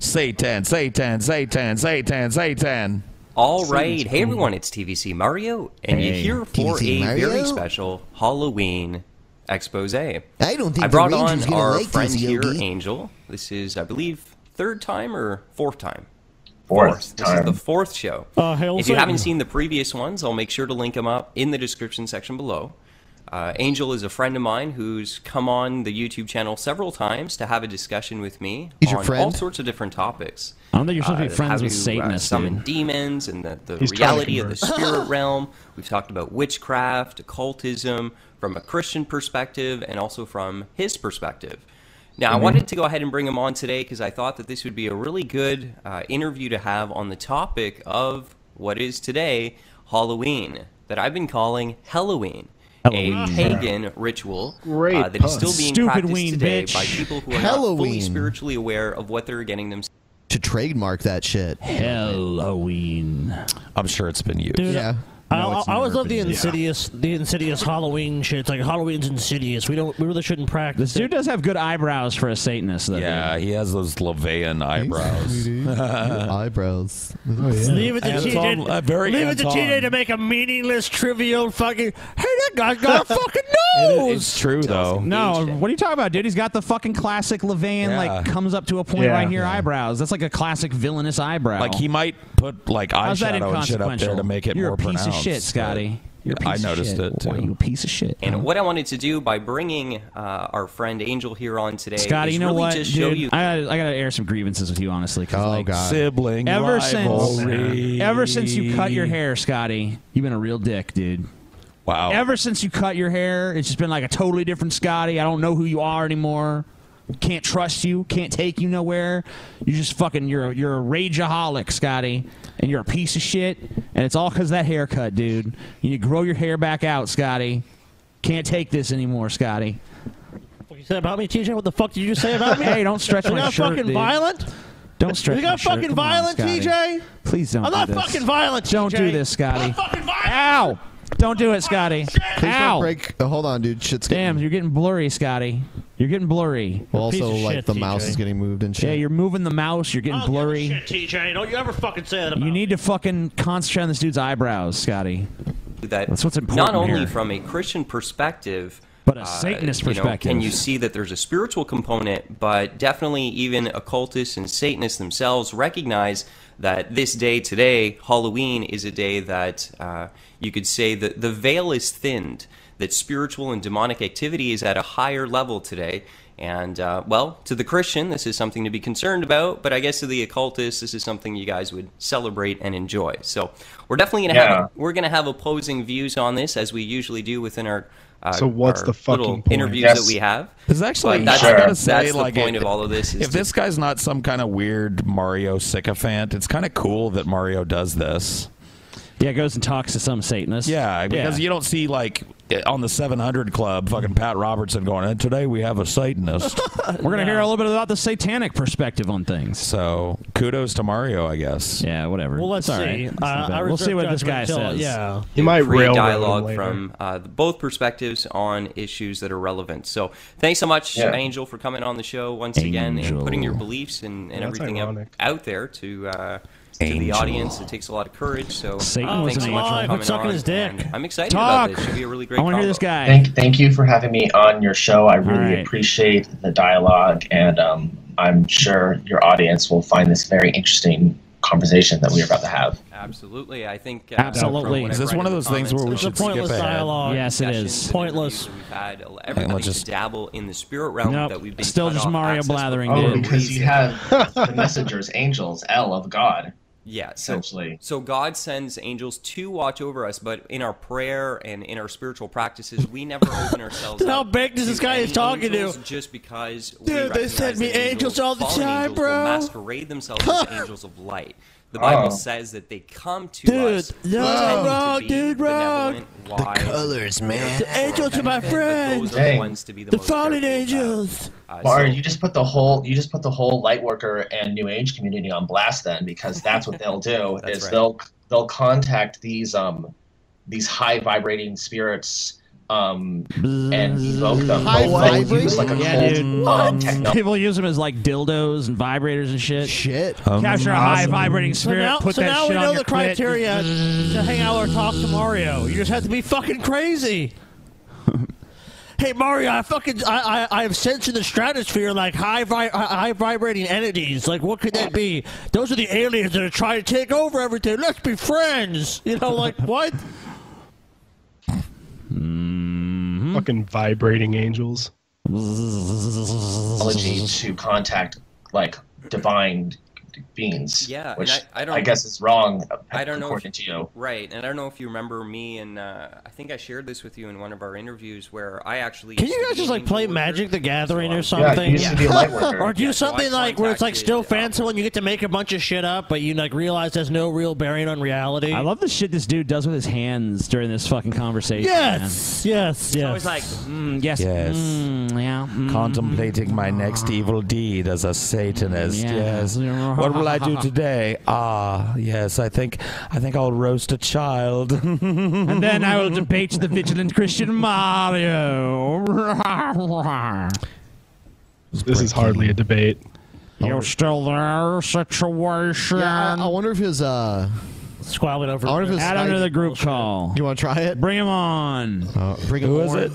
Speaker 9: Satan, Satan, Satan, Satan, Satan.
Speaker 8: Oh,
Speaker 18: All
Speaker 21: Seems
Speaker 18: right. Hey,
Speaker 21: cool.
Speaker 18: everyone, it's TVC Mario, and you're
Speaker 21: Hey.
Speaker 18: here for
Speaker 21: TVC
Speaker 18: a
Speaker 21: Mario?
Speaker 18: very special Halloween expose. I
Speaker 21: don't think
Speaker 18: I brought
Speaker 21: the
Speaker 18: on
Speaker 21: Rangers gonna
Speaker 18: our
Speaker 21: like this,
Speaker 18: friend here,
Speaker 21: Yogi.
Speaker 18: Angel. This is, I believe, third time or fourth time?
Speaker 8: Fourth
Speaker 18: This is
Speaker 8: time.
Speaker 18: the fourth show.
Speaker 8: Uh, hail
Speaker 18: if you
Speaker 8: Satan.
Speaker 18: haven't seen the previous ones, I'll make sure to link them up in the description section below. Uh, Angel is a friend of mine who's come on the YouTube channel several times to have a discussion with me
Speaker 10: He's your
Speaker 18: on all
Speaker 10: friend?
Speaker 18: sorts of different topics.
Speaker 10: I don't think you're supposed to be
Speaker 18: Uh,
Speaker 10: friends
Speaker 18: how
Speaker 10: with
Speaker 18: to, uh,
Speaker 10: Satanists,
Speaker 18: summon
Speaker 10: dude.
Speaker 18: demons and the, the
Speaker 10: He's trying to
Speaker 18: reality of the
Speaker 10: convert.
Speaker 18: spirit realm. We've talked about witchcraft, occultism from a Christian perspective, and also from his perspective. Now, I
Speaker 22: Mhm.
Speaker 18: wanted to go ahead and bring him on today because I thought that this would be a really good uh, interview to have on the topic of what is today Halloween, that I've been calling Halloween, a
Speaker 10: Halloween.
Speaker 18: pagan ritual
Speaker 10: Great
Speaker 18: uh, that is
Speaker 10: pun.
Speaker 18: still being
Speaker 10: Stupid
Speaker 18: practiced
Speaker 10: ween,
Speaker 18: today
Speaker 10: bitch.
Speaker 18: by people who are not fully
Speaker 4: Halloween.
Speaker 18: spiritually aware of what they're getting themselves.
Speaker 4: to trademark that shit.
Speaker 9: Halloween. I'm sure it's been used.
Speaker 7: Dude,
Speaker 4: yeah.
Speaker 7: I, I, I always love the
Speaker 9: been used.
Speaker 7: insidious, the insidious Halloween shit. It's like Halloween's insidious. We don't, we really shouldn't practice.
Speaker 10: This dude does have good eyebrows for a Satanist, though.
Speaker 9: Yeah, he has those Levian eyebrows.
Speaker 4: eyebrows.
Speaker 7: Leave it to TJ.
Speaker 9: Anton- uh, very
Speaker 7: leave it to
Speaker 9: Anton.
Speaker 7: TJ to make a meaningless, trivial fucking. Hey, that guy's got a fucking
Speaker 10: It-
Speaker 7: nose.
Speaker 10: it's true though. No, what are you talking about, dude? He's got the fucking classic Levan,
Speaker 9: Yeah.
Speaker 10: like comes up to a point
Speaker 9: Yeah.
Speaker 10: right here, eyebrows. That's like a classic villainous eyebrow.
Speaker 9: Like he might put like
Speaker 10: How's
Speaker 9: eyeshadow
Speaker 10: that
Speaker 9: and shit up there
Speaker 10: inconsequential?
Speaker 9: to make it
Speaker 10: You're
Speaker 9: more
Speaker 10: a piece
Speaker 9: pronounced.
Speaker 10: of shit,
Speaker 9: but-
Speaker 10: Scotty. You're a
Speaker 9: I
Speaker 10: piece of
Speaker 9: noticed
Speaker 10: shit.
Speaker 9: it too.
Speaker 10: Why you a piece of shit?
Speaker 18: And what I wanted to do by bringing uh, our friend Angel here on today
Speaker 10: Scotty,
Speaker 18: is
Speaker 10: you know
Speaker 18: really
Speaker 10: what,
Speaker 18: just show
Speaker 10: dude?
Speaker 18: you
Speaker 10: I gotta, I gotta air some grievances with you, honestly. 'cause, like,
Speaker 18: God.
Speaker 9: Sibling
Speaker 10: Ever
Speaker 9: rivalry.
Speaker 10: since, ever since you cut your hair, Scotty, you've been a real dick, dude.
Speaker 9: Wow.
Speaker 10: Ever since you cut your hair, it's just been like a totally different Scotty. I don't know who you are anymore. Can't trust you. Can't take you nowhere. You're just fucking. You're a, you're a rageaholic, Scotty, and you're a piece of shit. And it's all because that haircut, dude. You need to grow your hair back out, Scotty. Can't take this anymore, Scotty.
Speaker 7: What you said about me, TJ? What the fuck did you just say about me?
Speaker 10: Hey, don't stretch
Speaker 7: you
Speaker 10: my
Speaker 7: got
Speaker 10: shirt,
Speaker 7: fucking
Speaker 10: dude.
Speaker 7: violent.
Speaker 10: Don't stretch.
Speaker 7: You got
Speaker 10: my shirt.
Speaker 7: fucking
Speaker 10: Come on,
Speaker 7: violent,
Speaker 10: Scotty.
Speaker 7: TJ?
Speaker 10: Please don't.
Speaker 7: I'm
Speaker 10: do
Speaker 7: not
Speaker 10: this.
Speaker 7: fucking violent,
Speaker 10: Don't
Speaker 7: TJ.
Speaker 10: do this, Scotty. Ow! Don't do it, Scotty.
Speaker 4: Please
Speaker 10: Ow!
Speaker 4: don't break. oh, hold on, dude. Shit's getting.
Speaker 10: Damn, you're getting blurry, Scotty. You're getting blurry.
Speaker 4: Well, also like the mouse is getting moved and shit.
Speaker 10: Yeah, you're moving the mouse. You're getting blurry.
Speaker 7: Shit, TJ, don't you ever fucking say that.
Speaker 10: You need to fucking concentrate on this dude's eyebrows, Scotty.
Speaker 18: that
Speaker 10: That's what's important
Speaker 18: not only
Speaker 10: here.
Speaker 18: from a Christian perspective, uh,
Speaker 10: But a Satanist
Speaker 18: you know,
Speaker 10: perspective.
Speaker 18: can you see that there's a spiritual component? But definitely, even occultists and Satanists themselves recognize that this day today, Halloween, is a day that uh, you could say that the veil is thinned. That spiritual and demonic activity is at a higher level today. And uh, well, to the Christian, this is something to be concerned about. But I guess to the occultist, this is something you guys would celebrate and enjoy. So we're definitely gonna
Speaker 3: Yeah.
Speaker 18: have we're gonna have opposing views on this as we usually do within our uh,
Speaker 9: So what's
Speaker 18: our
Speaker 9: the fucking
Speaker 18: little
Speaker 9: point?
Speaker 18: interviews
Speaker 9: Yes.
Speaker 18: that we have.
Speaker 9: Because actually,
Speaker 18: But that's,
Speaker 9: I gotta
Speaker 18: that's
Speaker 9: say,
Speaker 18: the
Speaker 9: like,
Speaker 18: point
Speaker 9: it-
Speaker 18: of all of this. Is
Speaker 9: If
Speaker 18: to-
Speaker 9: this guy's not some kind of weird Mario sycophant, it's kind of cool that Mario does this.
Speaker 10: Yeah, goes and talks to some Satanist.
Speaker 9: Yeah, because you don't see like on the 700 Club, fucking Pat Robertson going, and today we have a Satanist.
Speaker 10: We're gonna hear a little bit about the satanic perspective on things.
Speaker 9: So kudos to Mario, I guess.
Speaker 10: Yeah, whatever.
Speaker 7: Well, let's
Speaker 10: It's all
Speaker 7: see.
Speaker 10: right. It's
Speaker 7: Uh,
Speaker 10: not bad.
Speaker 7: I
Speaker 10: we'll see
Speaker 7: reserve
Speaker 10: what this guy
Speaker 7: judgment till-
Speaker 10: says.
Speaker 7: yeah.
Speaker 14: He might
Speaker 18: free
Speaker 14: railroad him
Speaker 18: dialogue
Speaker 14: later.
Speaker 18: from uh, both perspectives on issues that are relevant. So thanks so much,
Speaker 14: Yeah.
Speaker 18: Angel, for coming on the show once again and putting your beliefs and, and
Speaker 14: That's
Speaker 18: everything up,
Speaker 14: ironic.
Speaker 18: out there to uh, to the
Speaker 9: Angel.
Speaker 18: audience. It takes a lot of courage. So
Speaker 10: Satan
Speaker 18: uh,
Speaker 10: was
Speaker 18: thanks
Speaker 10: an
Speaker 18: so much
Speaker 10: angel.
Speaker 18: for
Speaker 10: Quit
Speaker 18: coming
Speaker 10: sucking
Speaker 18: on.
Speaker 10: his dick.
Speaker 18: and I'm excited about this. It should be a really great.
Speaker 10: I want to hear
Speaker 18: combo.
Speaker 10: this guy.
Speaker 23: Thank, thank you for having me on your show. I
Speaker 10: All
Speaker 23: really
Speaker 10: right.
Speaker 23: appreciate the dialogue, and um, I'm sure your audience will find this very interesting conversation that we're about to have.
Speaker 18: Absolutely, I think. Uh,
Speaker 10: Absolutely.
Speaker 18: from
Speaker 10: Is
Speaker 18: what
Speaker 10: this
Speaker 18: I've
Speaker 10: one of
Speaker 18: read in
Speaker 10: those
Speaker 18: the
Speaker 10: things where we
Speaker 18: comments,
Speaker 10: should It's a skip pointless ahead? dialogue. Yes, it is.
Speaker 18: discussions and
Speaker 10: Pointless.
Speaker 18: interviews We've had everything
Speaker 10: just-
Speaker 18: to dabble in the spirit realm
Speaker 10: Nope.
Speaker 18: that we've been
Speaker 10: Still
Speaker 18: cut
Speaker 10: just
Speaker 18: off
Speaker 10: Mario
Speaker 18: access from.
Speaker 10: blathering,
Speaker 23: Oh,
Speaker 10: dude.
Speaker 23: because you have the messengers, angels, L of God.
Speaker 18: Yeah, so,
Speaker 23: Essentially.
Speaker 18: so God sends angels to watch over us, but in our prayer and in our spiritual practices, we never open ourselves
Speaker 7: Dude,
Speaker 18: up.
Speaker 7: how big does
Speaker 18: to
Speaker 7: this guy
Speaker 18: any
Speaker 7: is talking to?
Speaker 18: angels Just because we
Speaker 7: Dude, they
Speaker 18: recognize
Speaker 7: send me
Speaker 18: that
Speaker 7: angels all the
Speaker 18: fallen
Speaker 7: time,
Speaker 18: angels will
Speaker 7: bro.
Speaker 18: masquerade themselves as angels of light. The Bible
Speaker 7: Oh.
Speaker 18: says that they come to
Speaker 7: Dude,
Speaker 18: us.
Speaker 7: no,
Speaker 18: intended to
Speaker 7: wrong,
Speaker 18: be
Speaker 7: dude, wrong.
Speaker 18: benevolent, wise,
Speaker 7: The angels are my friends.
Speaker 18: Those are the ones to be the,
Speaker 7: The
Speaker 18: most
Speaker 7: fallen angels.
Speaker 18: Uh,
Speaker 23: Mar, you just put the whole you just put the whole light worker and new age community on blast then because that's what they'll do
Speaker 18: That's
Speaker 23: is
Speaker 18: right.
Speaker 23: they'll they'll contact these um these high vibrating spirits um, and evoke them.
Speaker 10: High
Speaker 23: Both of them
Speaker 10: vibrating?
Speaker 23: use, Mm. like a
Speaker 10: Yeah,
Speaker 23: cult,
Speaker 10: dude.
Speaker 23: um, technology.
Speaker 10: People use them as like dildos and vibrators and shit.
Speaker 4: Shit.
Speaker 23: Um,
Speaker 10: Capture a high vibrating spirit.
Speaker 7: So now,
Speaker 10: put
Speaker 7: so
Speaker 10: that
Speaker 7: now
Speaker 10: shit
Speaker 7: we
Speaker 10: on
Speaker 7: know
Speaker 10: your
Speaker 7: the
Speaker 10: clit.
Speaker 7: criteria to hang out or talk to Mario. You just have to be fucking crazy. hey Mario, I fucking I I, I have sensed in the stratosphere like high vi- uh, high vibrating entities. Like what could that be? Those are the aliens that are trying to take over everything. Let's be friends. You know, like what?
Speaker 27: Fucking vibrating angels.
Speaker 23: technology to contact like divine beings.
Speaker 18: Yeah, and
Speaker 23: which
Speaker 18: I- I don't-
Speaker 23: guess is wrong.
Speaker 18: I don't know.
Speaker 23: according
Speaker 18: If,
Speaker 23: to you.
Speaker 18: Right, and I don't know if you remember me, and uh, I think I shared this with you in one of our interviews where I actually.
Speaker 7: Can you guys just like play Magic the Gathering or
Speaker 18: Yeah,
Speaker 7: something?
Speaker 18: you used to be a light worker.
Speaker 7: or do
Speaker 18: Yeah, so I
Speaker 7: something like where it's like still fanciful and you get to make a bunch of shit up, but you like realize there's no real bearing on reality.
Speaker 10: I love the shit this dude does with his hands during this fucking conversation.
Speaker 7: Yes, yes, yes.
Speaker 10: always like, mm, yes,
Speaker 9: Yes.
Speaker 10: mm, yeah. mm.
Speaker 9: Contemplating my next evil deed as a Satanist.
Speaker 10: Mm-hmm. Yeah.
Speaker 9: Yes. What will I do today? Ah, yes. I think I think I'll roast a child.
Speaker 10: and then I will debate the vigilant Christian Mario.
Speaker 27: This is hardly a debate.
Speaker 10: You're still there, situation.
Speaker 4: Yeah, I, I wonder if his uh
Speaker 7: squabbling over.
Speaker 4: I wonder if his
Speaker 10: Add
Speaker 4: Skype-
Speaker 10: him to the group call.
Speaker 4: You want to try it? Uh,
Speaker 10: Bring him on.
Speaker 4: bring him
Speaker 10: Who is
Speaker 4: Orn.
Speaker 10: it?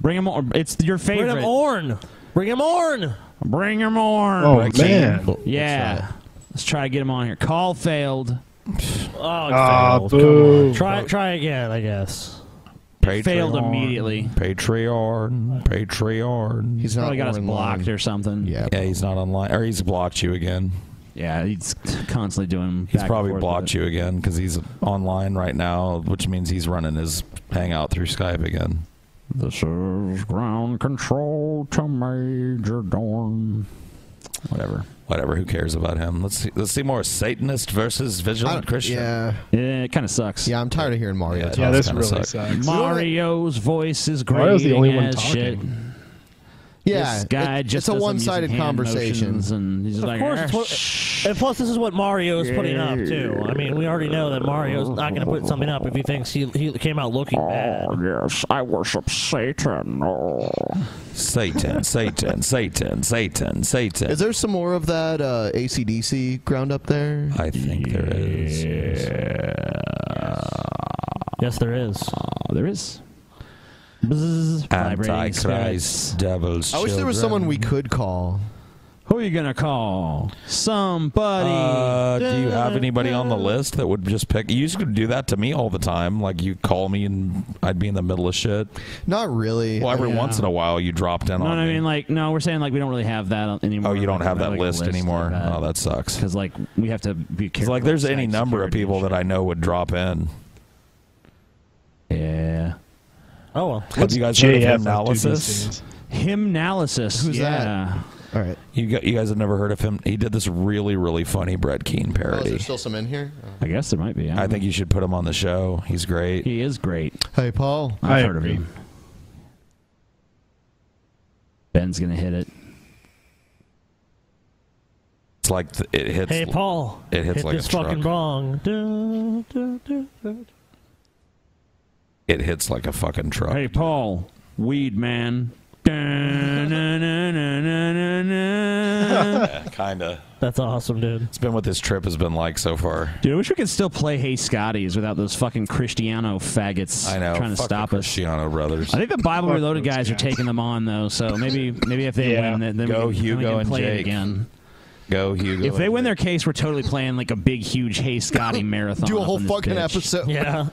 Speaker 10: Bring him on. It's your favorite.
Speaker 7: Bring him Orn. Bring him Orn.
Speaker 10: Bring him on.
Speaker 7: Oh, man.
Speaker 10: Yeah. Let's try, to get him on here. Call failed.
Speaker 7: Oh, it
Speaker 10: Ah,
Speaker 7: failed.
Speaker 10: boo.
Speaker 7: Come on. Try try again, I guess.
Speaker 10: Patreon. Failed immediately.
Speaker 9: Patreon. Patreon.
Speaker 4: He's
Speaker 10: Probably got us blocked or something.
Speaker 4: Yeah.
Speaker 9: Yeah, he's not online, or he's blocked you again.
Speaker 10: Yeah, he's constantly doing.
Speaker 9: He's
Speaker 10: back and
Speaker 9: probably
Speaker 10: forth with
Speaker 9: blocked you again because he's online right now, which means he's running his hangout through Skype again.
Speaker 10: This is ground control to Major Dorn. Whatever.
Speaker 9: Whatever. Who cares about him? Let's see, let's see more Satanist versus vigilant Christian.
Speaker 4: Yeah.
Speaker 10: Yeah, it kind of sucks.
Speaker 4: Yeah, I'm tired of hearing Mario.
Speaker 9: it
Speaker 4: talk.
Speaker 9: does kinda suck.
Speaker 10: Mario's voice is great.
Speaker 4: Mario's the only one
Speaker 10: as
Speaker 4: talking.
Speaker 10: shit.
Speaker 4: Yeah,
Speaker 10: this guy
Speaker 4: it-
Speaker 10: just
Speaker 4: it's a
Speaker 10: does them
Speaker 4: one-sided
Speaker 10: using hand
Speaker 4: conversation.
Speaker 10: motions and he's
Speaker 7: Of
Speaker 10: like,
Speaker 7: course, it's what- and plus this is what Mario is putting up too. I mean, we already know that Mario's not going to put something up if he thinks he, he came out looking
Speaker 9: Oh,
Speaker 7: bad.
Speaker 10: yes, I worship Satan.
Speaker 9: Satan, Satan, Satan, Satan, Satan.
Speaker 4: Is there some more of that uh, ACDC ground up there?
Speaker 9: I think there is.
Speaker 7: Yes, there is.
Speaker 10: Oh, there is. Vibrating
Speaker 9: Antichrist, devil's
Speaker 4: I wish there
Speaker 9: children.
Speaker 4: was someone we could call.
Speaker 10: Who are you gonna call? Somebody.
Speaker 9: Uh, do you have anybody on the list that would just pick? You used to do that to me all the time. Like you call me and I'd be in the middle of shit.
Speaker 4: Not really.
Speaker 9: Well, every
Speaker 10: Yeah.
Speaker 9: once in a while you dropped in
Speaker 10: No,
Speaker 9: on
Speaker 10: no, I
Speaker 9: me.
Speaker 10: mean like no, we're saying like we don't really have that on- anymore.
Speaker 9: Oh, you don't
Speaker 10: Like,
Speaker 9: have
Speaker 10: we
Speaker 9: that
Speaker 10: like, a
Speaker 9: list
Speaker 10: like
Speaker 9: anymore?
Speaker 10: that.
Speaker 9: Oh, that sucks. Because
Speaker 10: like we have to be
Speaker 9: It's
Speaker 10: careful.
Speaker 9: like there's
Speaker 10: with
Speaker 9: any
Speaker 10: site
Speaker 9: number of
Speaker 10: security.
Speaker 9: people that I know would drop in.
Speaker 10: Yeah.
Speaker 7: Oh well.
Speaker 9: Have you guys heard of analysis?
Speaker 10: Hymnalysis.
Speaker 9: Who's that?
Speaker 10: yeah.
Speaker 4: All right.
Speaker 9: You got, you guys have never heard of him? He did this really really funny Brett Keane
Speaker 4: Oh, is there
Speaker 9: parody.
Speaker 4: still some in here?
Speaker 10: I guess there might be.
Speaker 9: I think you should put him on the show. He's great.
Speaker 10: He is great.
Speaker 4: Hey, Paul.
Speaker 10: I've heard of him. Ben's gonna hit it.
Speaker 9: It's like th- it hits.
Speaker 7: Hey, Paul.
Speaker 9: It hits
Speaker 7: hit
Speaker 9: like
Speaker 7: this
Speaker 9: a truck.
Speaker 7: fucking bong. Du- du- du- du-
Speaker 9: It hits like a fucking truck.
Speaker 10: Hey, Paul. Weed man. Dun-dun-dun-dun-dun-dun-dun.
Speaker 9: Kinda.
Speaker 7: That's awesome, dude.
Speaker 9: It's been what this trip has been like so far.
Speaker 10: Dude, I wish we could still play Hey Scotties without those fucking Cristiano faggots
Speaker 9: I know.
Speaker 10: trying to
Speaker 9: Fuck
Speaker 10: stop
Speaker 9: the Cristiano brothers.
Speaker 10: I think the Bible Reloaded guys are taking them on though, so maybe maybe if they
Speaker 9: Yeah.
Speaker 10: win, then, then
Speaker 9: Go
Speaker 10: we can, then we
Speaker 9: Hugo
Speaker 10: can
Speaker 9: and
Speaker 10: play it
Speaker 9: Jake.
Speaker 10: again.
Speaker 9: Go Hugo.
Speaker 10: if they win their case, we're totally playing like a big, huge Hey Scotty marathon.
Speaker 4: Do a
Speaker 10: up
Speaker 4: whole
Speaker 10: in this
Speaker 4: fucking
Speaker 10: bitch.
Speaker 4: episode.
Speaker 7: Yeah.
Speaker 10: Just a-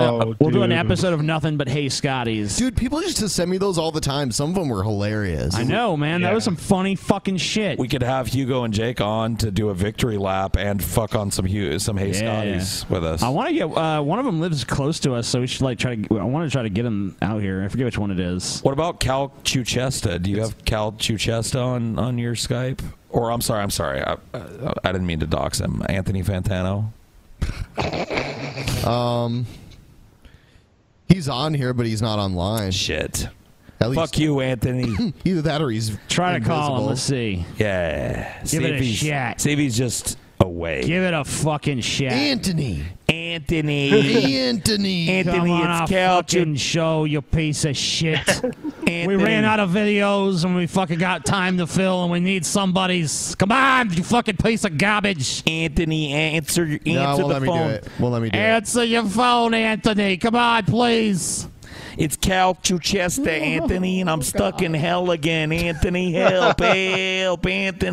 Speaker 4: Oh,
Speaker 10: we'll do an
Speaker 4: dude.
Speaker 10: episode of nothing but Hey Scotties.
Speaker 4: Dude, people used to send me those all the time. Some of them were hilarious.
Speaker 10: I know, man. That was some funny fucking shit.
Speaker 9: we could have Hugo and Jake on to do a victory lap and fuck on some Hu- some Hey
Speaker 10: Yeah.
Speaker 9: Scotties with us.
Speaker 10: I want to get uh, one of them lives close to us, so we should like try to. I want to try to get him out here. I forget which one it is.
Speaker 9: What about Cal Chuchesta? Do you have Cal Chuchesta on on your Skype? Or I'm sorry, I'm sorry. I, I, I didn't mean to dox him. Anthony Fantano.
Speaker 4: Um, he's on here, but he's not online.
Speaker 9: Shit. Fuck you, Anthony.
Speaker 4: Either that or he's
Speaker 10: Try to call him.
Speaker 4: invisible.
Speaker 10: Let's see.
Speaker 9: Yeah.
Speaker 10: Give it a
Speaker 9: Eh, if he's-
Speaker 10: shot.
Speaker 9: See if he's just away.
Speaker 10: Give it a fucking shot.
Speaker 4: Anthony.
Speaker 10: Anthony.
Speaker 29: Anthony.
Speaker 4: Anthony.
Speaker 29: Anthony,
Speaker 10: Come on
Speaker 29: it's
Speaker 10: our
Speaker 29: Cal
Speaker 10: fucking show, you piece of shit. we ran out of videos and we fucking got time to fill and we need somebody's. Come on, you fucking piece of garbage.
Speaker 9: Anthony, answer your
Speaker 10: answer
Speaker 4: no, won't
Speaker 10: the
Speaker 4: let me
Speaker 10: phone.
Speaker 4: do it. Won't let me do it.
Speaker 10: Answer your phone, Anthony. Come on, please. Oh,
Speaker 9: It's Cal Chuchesta, Anthony, and I'm stuck in hell again. Anthony, help, help,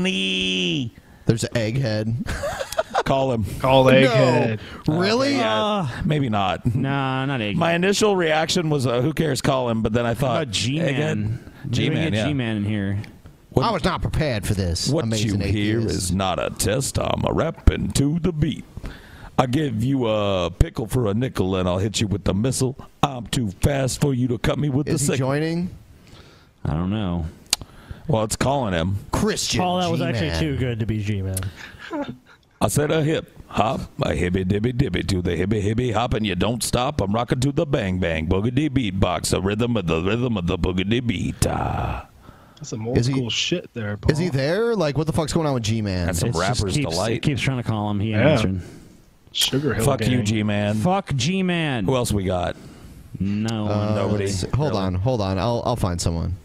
Speaker 9: Anthony.
Speaker 4: There's an egghead.
Speaker 9: Call him.
Speaker 27: Call
Speaker 4: egghead.
Speaker 9: really? maybe not.
Speaker 10: Nah, not egghead.
Speaker 9: My initial reaction was, uh, "Who cares?" Call him. But then I thought,
Speaker 10: G-Man.
Speaker 9: Egghead?
Speaker 10: Maybe we
Speaker 9: G-Man,
Speaker 10: get
Speaker 9: yeah.
Speaker 10: G-Man in here.
Speaker 4: I was not prepared for this.
Speaker 9: What
Speaker 4: amazing
Speaker 9: you
Speaker 4: atheist.
Speaker 9: hear is not a test. I'm a rapping to the beat. I give you a pickle for a nickel, and I'll hit you with the missile. I'm too fast for you to cut me with
Speaker 4: Is he
Speaker 9: the sickle.
Speaker 4: joining?
Speaker 10: I don't know.
Speaker 9: Well, it's calling him
Speaker 4: Christian.
Speaker 7: Paul, that was actually
Speaker 9: G-Man.
Speaker 7: too good to be G-Man.
Speaker 9: I said a hip hop, a hibby dibby dibby to the hibby hibby hop, and you don't stop. I'm rocking to the bang bang boogity beatbox, the rhythm of the rhythm of the boogity beat. Ah.
Speaker 27: That's some old
Speaker 4: Is he-
Speaker 27: school shit there.
Speaker 4: Is he there? Like, what the fuck's going on with G Man?
Speaker 9: That's some It's just rapper's keeps- delight.
Speaker 10: Keeps trying to call him. He ain't
Speaker 4: Yeah.
Speaker 10: answering.
Speaker 27: Sugar
Speaker 9: Fuck you, G man.
Speaker 10: Fuck G man.
Speaker 9: Who else we got?
Speaker 10: No,
Speaker 4: Uh,
Speaker 9: Uh, nobody.
Speaker 4: Hold on, hold on. I'll I'll find someone.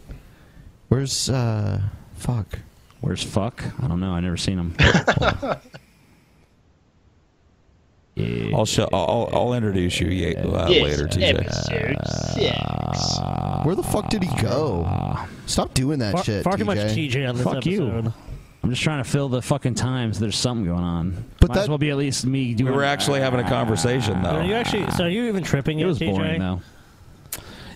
Speaker 4: Where's uh fuck?
Speaker 10: Where's fuck? I don't know. I never seen him.
Speaker 9: I'll show. I'll, I'll- I'll introduce you ye- uh,
Speaker 4: Yes,
Speaker 9: later, TJ. Uh,
Speaker 4: Where the fuck did he go? Stop doing that
Speaker 10: Fuck-
Speaker 4: shit.
Speaker 10: fuck
Speaker 4: TJ.
Speaker 10: him, it's TJ on this Fuck you. episode. I'm just trying to fill the fucking time so there's something going on. But Might as well be at least me doing
Speaker 9: We were actually having a conversation
Speaker 10: Are
Speaker 9: though.
Speaker 10: you
Speaker 7: actually? So are you even tripping?
Speaker 10: It
Speaker 7: yet,
Speaker 10: was
Speaker 7: TJ?
Speaker 10: boring though.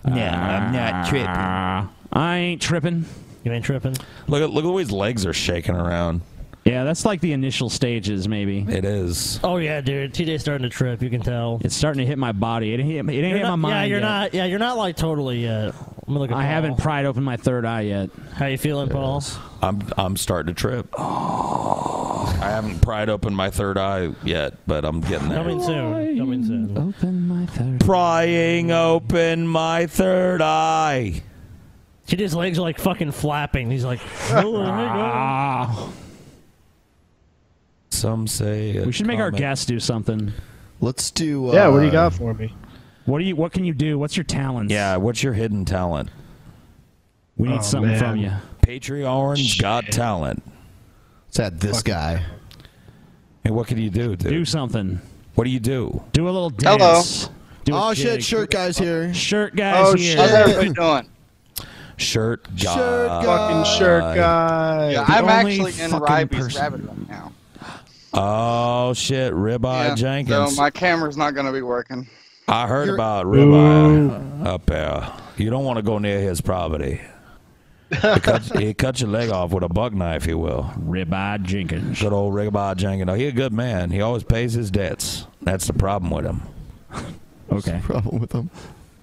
Speaker 10: No, I'm not tripping. I ain't tripping.
Speaker 7: You ain't tripping.
Speaker 9: Ah. Look at look at the way his legs are shaking around.
Speaker 10: Yeah, that's like the initial stages, maybe.
Speaker 9: It is.
Speaker 7: Oh yeah, dude. TJ's starting to trip. You can tell.
Speaker 10: It's starting to hit my body. It ain't, hit- it ain't
Speaker 7: You're
Speaker 10: hit
Speaker 7: not-
Speaker 10: my mind.
Speaker 7: Yeah, you're
Speaker 10: yet.
Speaker 7: not. Yeah, you're not like totally yet. I'm gonna look at
Speaker 10: I
Speaker 7: Paul.
Speaker 10: haven't pried open my third eye yet.
Speaker 7: How you feeling, Paul?
Speaker 9: I'm I'm starting to trip.
Speaker 10: Oh.
Speaker 9: I haven't pried open my third eye yet, but I'm getting there.
Speaker 7: Coming soon. Coming soon.
Speaker 10: Open my third.
Speaker 9: Prying open my third eye.
Speaker 7: TJ's legs are like fucking flapping. He's like, oh, there
Speaker 23: Ah,
Speaker 7: you go.
Speaker 9: Some say
Speaker 10: We should make our guests do something.
Speaker 4: Let's do.
Speaker 27: Yeah, what do you got for me?
Speaker 10: What do you? What can you do? What's your talents?
Speaker 9: uh, Yeah, what's your hidden talent?
Speaker 10: We
Speaker 4: Oh,
Speaker 27: Oh,
Speaker 10: need something from you.
Speaker 9: Patreon's got talent.
Speaker 4: It's at this guy.
Speaker 9: And what can you do, dude?
Speaker 10: Do something.
Speaker 9: What do you do?
Speaker 10: Do a little
Speaker 4: Hello.
Speaker 10: dance. Do a
Speaker 4: Oh shit,
Speaker 10: jig.
Speaker 4: shirt guys here.
Speaker 10: Shirt guys
Speaker 4: Oh,
Speaker 10: here.
Speaker 4: shit. How's everybody
Speaker 21: doing?
Speaker 9: Shirt guy.
Speaker 21: guy.
Speaker 27: guy.
Speaker 21: Yeah,
Speaker 9: The
Speaker 21: I'm
Speaker 9: only
Speaker 21: actually in
Speaker 9: fucking
Speaker 21: Ribe's
Speaker 9: person-
Speaker 21: rabbit right now.
Speaker 9: Oh shit, Ribeye
Speaker 21: Yeah,
Speaker 9: Jenkins.
Speaker 21: So my camera's not going to be working.
Speaker 9: I heard
Speaker 21: You're-
Speaker 9: about Ribeye up there. You don't want to go near his property. he, cuts, he cut your leg off with a buck knife, he will.
Speaker 10: Ribeye Jenkins.
Speaker 9: Good old Ribeye Jenkins. Now, he a good man. He always pays his debts. That's the problem with him.
Speaker 10: Okay.
Speaker 4: problem with him?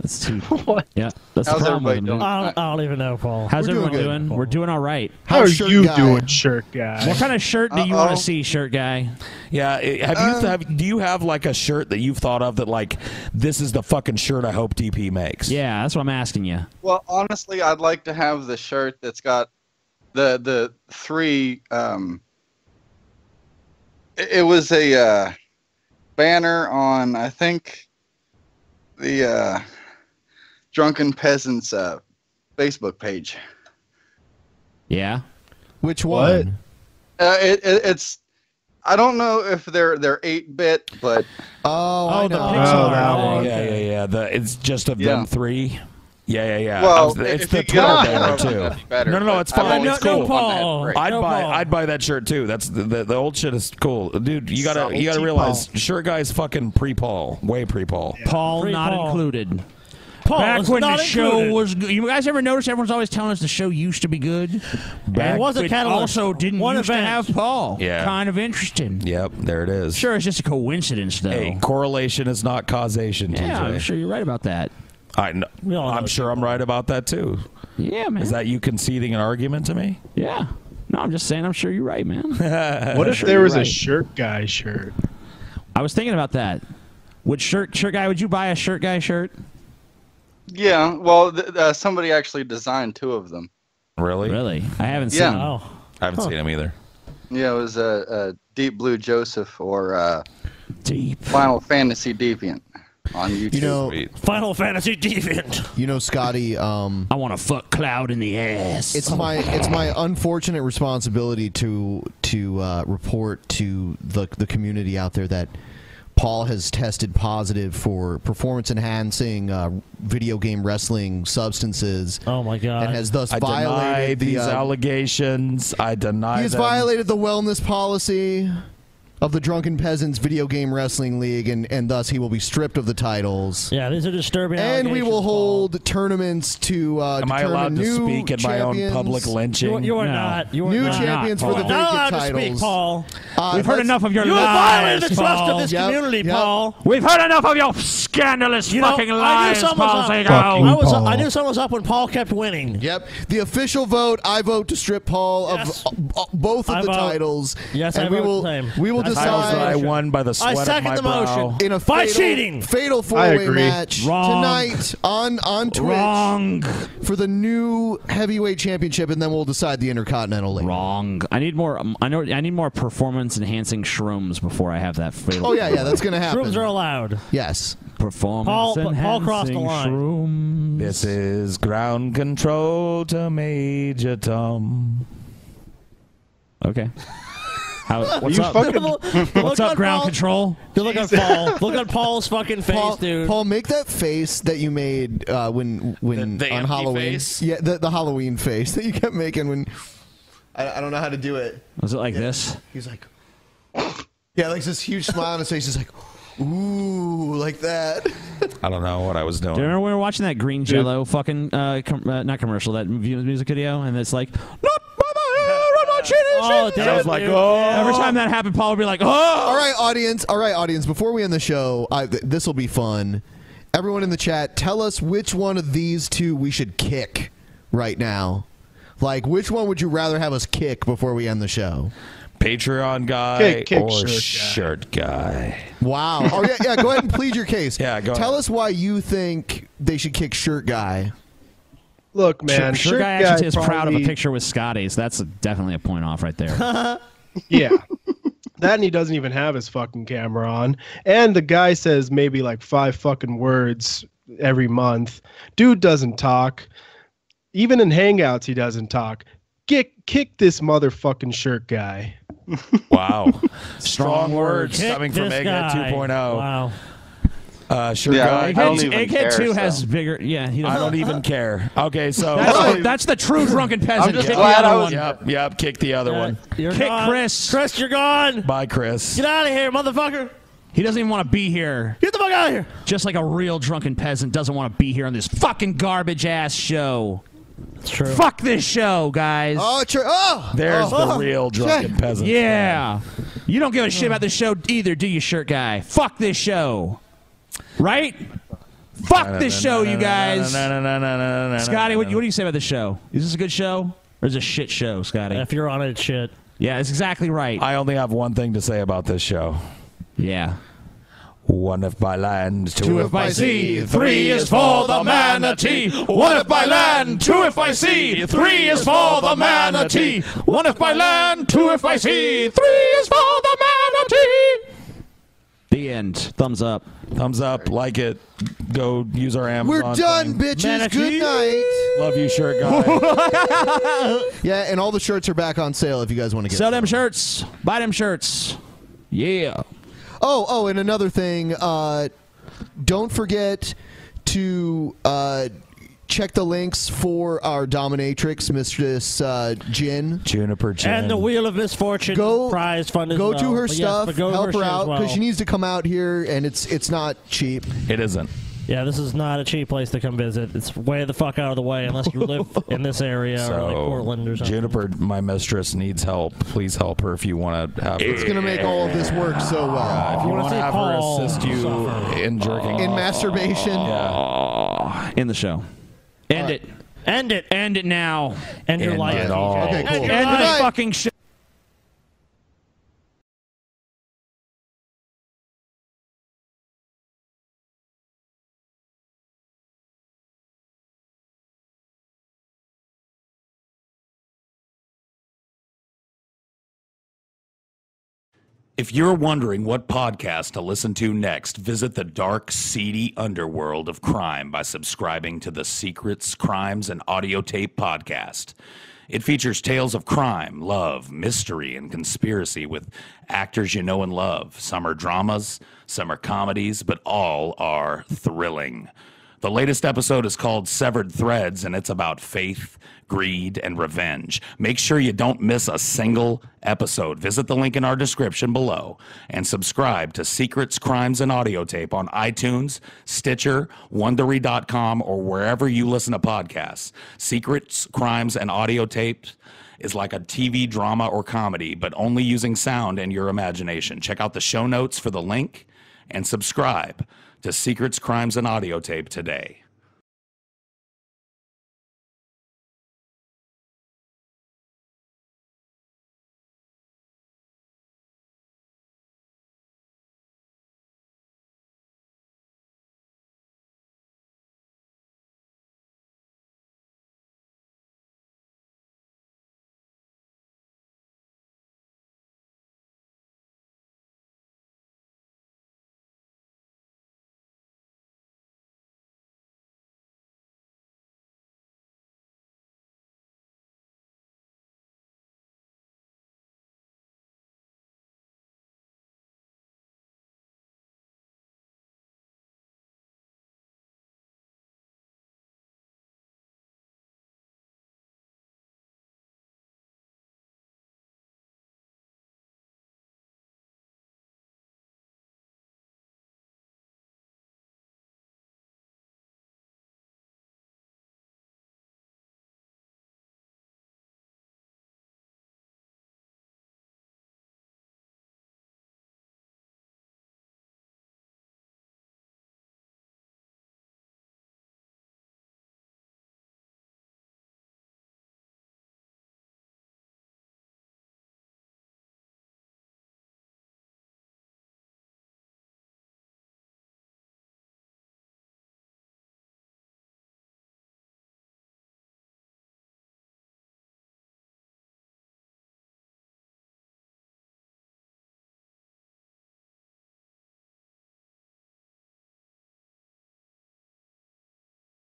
Speaker 10: That's too. what? Yeah. That's the problem. Uh, with them, dude.
Speaker 7: I don't, I don't even know, Paul.
Speaker 10: How's everyone doing? We're doing all right.
Speaker 27: How are you doing, shirt guy?
Speaker 10: What kind of shirt do you want to see, shirt guy?
Speaker 9: Yeah, eh, have you have, do you have like a shirt that you've thought of that like this is the fucking shirt I hope DP makes?
Speaker 10: Yeah, that's what I'm asking you.
Speaker 21: Well, honestly, I'd like to have the shirt that's got the the three. Um, it it was a uh, banner on I think the uh, drunken peasants uh, Facebook page.
Speaker 10: Yeah.
Speaker 4: Which one?
Speaker 21: Uh, it, it, it's I don't know if they're they're eight bit, but
Speaker 4: oh,
Speaker 21: I
Speaker 9: the
Speaker 21: know.
Speaker 9: pixel art. yeah, yeah, yeah. The it's just of them
Speaker 21: Yeah.
Speaker 9: three. Yeah, yeah, yeah.
Speaker 21: Well,
Speaker 9: I was- it's
Speaker 21: if
Speaker 9: the
Speaker 21: you
Speaker 9: Twitter
Speaker 21: got
Speaker 9: banner
Speaker 21: it, that'd
Speaker 9: too.
Speaker 21: be better,
Speaker 9: no, no, no,
Speaker 21: but
Speaker 9: it's
Speaker 21: I've
Speaker 9: fine.
Speaker 21: always
Speaker 9: It's cool.
Speaker 21: been on that break.
Speaker 9: I'd
Speaker 21: No,
Speaker 9: buy,
Speaker 21: Paul.
Speaker 9: I'd buy that shirt too. That's the, the, the old shit is cool, dude. You gotta, you gotta
Speaker 10: Subtlety,
Speaker 9: realize, shirt guy's fucking pre-Paul, way pre-Paul.
Speaker 10: Paul
Speaker 9: Free
Speaker 10: not
Speaker 9: Paul.
Speaker 10: included.
Speaker 9: Paul
Speaker 10: back
Speaker 9: is
Speaker 10: when
Speaker 9: not
Speaker 10: the show
Speaker 9: included.
Speaker 10: was good. You guys ever notice everyone's always telling us the show used to be good?
Speaker 9: Back-
Speaker 10: it was a
Speaker 9: It
Speaker 10: catalyst.
Speaker 9: also
Speaker 10: also didn't
Speaker 9: One
Speaker 10: used to
Speaker 9: event.
Speaker 10: have Paul.
Speaker 9: Yeah.
Speaker 10: Kind of interesting.
Speaker 9: Yep, there it is.
Speaker 10: Sure, it's just a coincidence though.
Speaker 9: Hey, correlation is not causation.
Speaker 10: Yeah,
Speaker 9: TJ.
Speaker 10: I'm sure you're right about that.
Speaker 9: I know. I'm sure I'm right about that too.
Speaker 10: Yeah, man.
Speaker 9: Is that you conceding an argument to me?
Speaker 10: Yeah. No, I'm just saying I'm sure you're right, man.
Speaker 27: What if
Speaker 10: Sure
Speaker 27: there
Speaker 10: you're
Speaker 27: was a
Speaker 10: right.
Speaker 27: shirt guy shirt?
Speaker 10: I was thinking about that. Would shirt shirt guy? Would you buy a shirt guy shirt?
Speaker 21: yeah. Well, th- uh, somebody actually designed two of them.
Speaker 9: Really?
Speaker 10: Really? I haven't seen.
Speaker 21: Yeah.
Speaker 10: him.
Speaker 21: Oh.
Speaker 9: I haven't
Speaker 21: Huh.
Speaker 9: seen him either.
Speaker 21: Yeah, it was uh, uh, Deep Blue Joseph or uh,
Speaker 23: Deep.
Speaker 21: Final Fantasy Deviant on YouTube.
Speaker 4: You know,
Speaker 23: Final Fantasy Deviant.
Speaker 4: You know, Scotty. Um,
Speaker 23: I want to fuck Cloud in the ass.
Speaker 4: It's my it's my unfortunate responsibility to to uh, report to the the community out there that Paul has tested positive for performance enhancing uh, video game wrestling substances.
Speaker 7: Oh my god!
Speaker 4: And has thus
Speaker 9: I deny
Speaker 4: violated the,
Speaker 9: these
Speaker 4: uh,
Speaker 9: allegations. I um, deny
Speaker 4: He has
Speaker 9: them.
Speaker 4: violated the wellness policy of the Drunken Peasants Video Game Wrestling League, and, and thus he will be stripped of the titles.
Speaker 7: Yeah, these are disturbing.
Speaker 4: And we will hold tournaments to uh,
Speaker 9: Am I
Speaker 4: determine
Speaker 9: allowed to
Speaker 4: new
Speaker 9: speak at my own
Speaker 4: champions.
Speaker 9: public lynching? You are- you are No. not. You are
Speaker 4: new
Speaker 9: not,
Speaker 4: champions for
Speaker 9: Paul.
Speaker 4: the vacant
Speaker 9: Not
Speaker 7: Ah,
Speaker 9: allowed to
Speaker 4: titles.
Speaker 9: speak, Paul.
Speaker 4: Uh,
Speaker 23: We've heard
Speaker 4: let's-
Speaker 23: enough of your
Speaker 4: You have
Speaker 23: lies,
Speaker 4: violated the
Speaker 23: Paul.
Speaker 4: trust of this Yep, community, yep. Paul.
Speaker 23: We've heard enough of your scandalous
Speaker 4: You know,
Speaker 23: fucking
Speaker 4: I knew
Speaker 23: lies,
Speaker 4: someone
Speaker 23: Paul
Speaker 4: was up-
Speaker 23: Ziegler.
Speaker 4: Fucking
Speaker 23: I was-
Speaker 4: Paul.
Speaker 23: I knew
Speaker 7: someone was uh, up when Paul kept winning.
Speaker 4: Yep. The official vote, I vote to strip Paul of uh, uh, both of
Speaker 7: I
Speaker 4: the
Speaker 7: vote-
Speaker 4: titles.
Speaker 7: Yes,
Speaker 4: and
Speaker 7: I
Speaker 4: we
Speaker 7: vote
Speaker 4: will
Speaker 7: the same.
Speaker 4: we will
Speaker 7: I second
Speaker 4: decide
Speaker 7: the I motion. won by the I
Speaker 9: sweat of second my the motion. brow.
Speaker 4: in a fatal,
Speaker 9: By cheating.
Speaker 4: fatal
Speaker 9: I
Speaker 4: four-way
Speaker 9: agree.
Speaker 4: match
Speaker 9: Wrong.
Speaker 4: tonight on on Twitch
Speaker 23: Wrong.
Speaker 4: for the new heavyweight championship and then we'll decide the Intercontinental League.
Speaker 10: Wrong. I need more. um, I know. I need more performance enhancing shrooms before I have that. Fatal
Speaker 4: Oh yeah, yeah, that's going to happen.
Speaker 10: Shrooms
Speaker 7: are allowed.
Speaker 4: Yes.
Speaker 10: Performance
Speaker 7: Paul- Paul crossed the
Speaker 10: enhancing
Speaker 7: line.
Speaker 10: shrooms.
Speaker 9: This is ground control to Major Tom.
Speaker 10: Okay. How,
Speaker 9: what's up?
Speaker 23: What's up, ground control?
Speaker 7: You look on
Speaker 4: Jesus.
Speaker 7: Paul. Look on Paul's fucking face,
Speaker 4: Paul,
Speaker 7: dude.
Speaker 4: Paul, make that face that you made uh, when when
Speaker 7: The- the
Speaker 4: on
Speaker 7: empty
Speaker 4: Halloween.
Speaker 7: face?
Speaker 4: Yeah, the, the Halloween face that you kept making when I, I don't know how to do it.
Speaker 10: Was it like this?
Speaker 4: He's like, yeah, like this huge smile on his face. He's like, ooh, like that.
Speaker 9: I don't know what I was
Speaker 10: Do
Speaker 9: doing.
Speaker 10: you remember we were watching that Green
Speaker 9: Dude.
Speaker 10: Jello fucking uh, com- uh, not commercial that mu- music video and it's like
Speaker 7: Oh,
Speaker 10: damn, I was like, dude. oh. Every time that happened, Paul would be like, oh. All
Speaker 4: right, audience. All right, audience. Before we end the show, I, th- this will be fun. Everyone in the chat, tell us which one of these two we should kick right now. Like, which one would you rather have us kick before we end the show?
Speaker 9: Patreon guy
Speaker 4: Kick- kick
Speaker 9: or
Speaker 4: shirt
Speaker 9: shirt,
Speaker 4: guy.
Speaker 9: guy.
Speaker 4: Wow. Oh yeah, yeah. Go ahead and plead your case.
Speaker 9: Yeah, go
Speaker 4: Tell us why you think they should kick shirt guy.
Speaker 27: Look,
Speaker 10: Sure, sure guy actually is proud of a picture with Scotty, so that's definitely a point off right there.
Speaker 27: yeah. That and he doesn't even have his fucking camera on. And the guy says maybe like five fucking words every month. Dude doesn't talk. Even in hangouts, he doesn't talk. Kick, kick this motherfucking shirt guy.
Speaker 9: Wow. Strong words
Speaker 27: Kick
Speaker 9: coming from
Speaker 27: this
Speaker 9: Egghead
Speaker 27: guy.
Speaker 9: 2.0.
Speaker 7: Wow.
Speaker 9: Uh, shirt
Speaker 10: Yeah,
Speaker 9: guy.
Speaker 10: I don't Egghead- even Egghead care, 2 has so. bigger- yeah, he
Speaker 9: I
Speaker 10: doesn't-
Speaker 9: don't even care. Okay, so
Speaker 10: That's, the, that's the true drunken peasant.
Speaker 9: Kick
Speaker 10: Kick
Speaker 9: the
Speaker 10: the
Speaker 9: other
Speaker 10: other one.
Speaker 9: Yep, yep. Kick the other one.
Speaker 7: You're
Speaker 10: Kick
Speaker 7: gone.
Speaker 10: Chris.
Speaker 7: Chris, you're gone.
Speaker 9: Bye, Chris.
Speaker 7: Get out of here, motherfucker.
Speaker 10: He doesn't even want to be here.
Speaker 7: Get the fuck out of here.
Speaker 10: Just like a real drunken peasant doesn't want to be here on this fucking garbage ass show. That's
Speaker 7: true.
Speaker 10: Fuck this show, guys.
Speaker 4: Oh, true. Oh,
Speaker 10: there's
Speaker 9: Oh. the real drunken peasant.
Speaker 10: Yeah, you don't give a shit about this show either, do you, shirt guy? Fuck this show, right? Fuck this show, you guys. Scotty, what, what do you say about this show? Is this a good show or is it a shit show, Scotty?
Speaker 7: If you're on it, it's shit.
Speaker 10: Yeah, that's exactly right.
Speaker 9: I only have one thing to say about this show.
Speaker 10: Yeah.
Speaker 9: One if by land, two,
Speaker 10: Two
Speaker 9: if, by sea, three is
Speaker 10: for the manatee. One if by land, two if by sea. Three is for the manatee. One if by land, two if by sea. Three is for the manatee. The end. Thumbs up.
Speaker 9: Thumbs up. Like it. Go use our Amazon.
Speaker 4: We're done,
Speaker 9: thing.
Speaker 4: bitches. Good night.
Speaker 9: Love you, shirt guy.
Speaker 4: yeah, and all the shirts are back on sale if you guys want to get.
Speaker 10: Sell them shirts. Buy them shirts. Yeah.
Speaker 4: Oh, oh, and another thing. Uh, don't forget to uh, check the links for our dominatrix, Mistress uh, Jin.
Speaker 9: Juniper Jin.
Speaker 7: And the Wheel of Misfortune prize fund as
Speaker 4: go
Speaker 7: well.
Speaker 4: to her
Speaker 7: But yes,
Speaker 4: stuff,
Speaker 7: but go to
Speaker 4: help
Speaker 7: her
Speaker 4: her,
Speaker 7: shit as
Speaker 4: out because
Speaker 7: well.
Speaker 4: she needs to come out here, and it's it's not cheap.
Speaker 9: it isn't.
Speaker 7: Yeah, this is not a cheap place to come visit. It's way the fuck out of the way unless you live in this area or like Portland or something.
Speaker 9: Juniper, my mistress, needs help. Please help her if you want to have.
Speaker 4: It's gonna make all of this work so well.
Speaker 9: Yeah, if
Speaker 4: You
Speaker 9: you
Speaker 4: wanna
Speaker 9: want
Speaker 4: see
Speaker 9: to have her
Speaker 4: Paul
Speaker 9: assist you in jerking,
Speaker 4: In masturbation.
Speaker 9: yeah,
Speaker 10: in the show. End it. End it. End it now.
Speaker 7: End your
Speaker 10: End
Speaker 7: life.
Speaker 10: it all.
Speaker 7: DJ.
Speaker 10: Okay, cool.
Speaker 7: End your
Speaker 10: End the
Speaker 7: life.
Speaker 10: fucking show.
Speaker 9: If you're wondering what podcast to listen to next, visit the dark, seedy underworld of crime by subscribing to the Secrets, Crimes, and Audio Tape podcast. It features tales of crime, love, mystery, and conspiracy with actors you know and love. Some are dramas, some are comedies, but all are thrilling. The latest episode is called Severed Threads, and it's about faith, greed, and revenge. Make sure you don't miss a single episode. Visit the link in our description below and subscribe to Secrets, Crimes, and Audio Tape on iTunes, Stitcher, Wondery.com, or wherever you listen to podcasts. Secrets, Crimes, and Audio Tape is like a TV drama or comedy, but only using sound and your imagination. Check out the show notes for the link and subscribe to Secrets, Crimes, and Audio Tape today.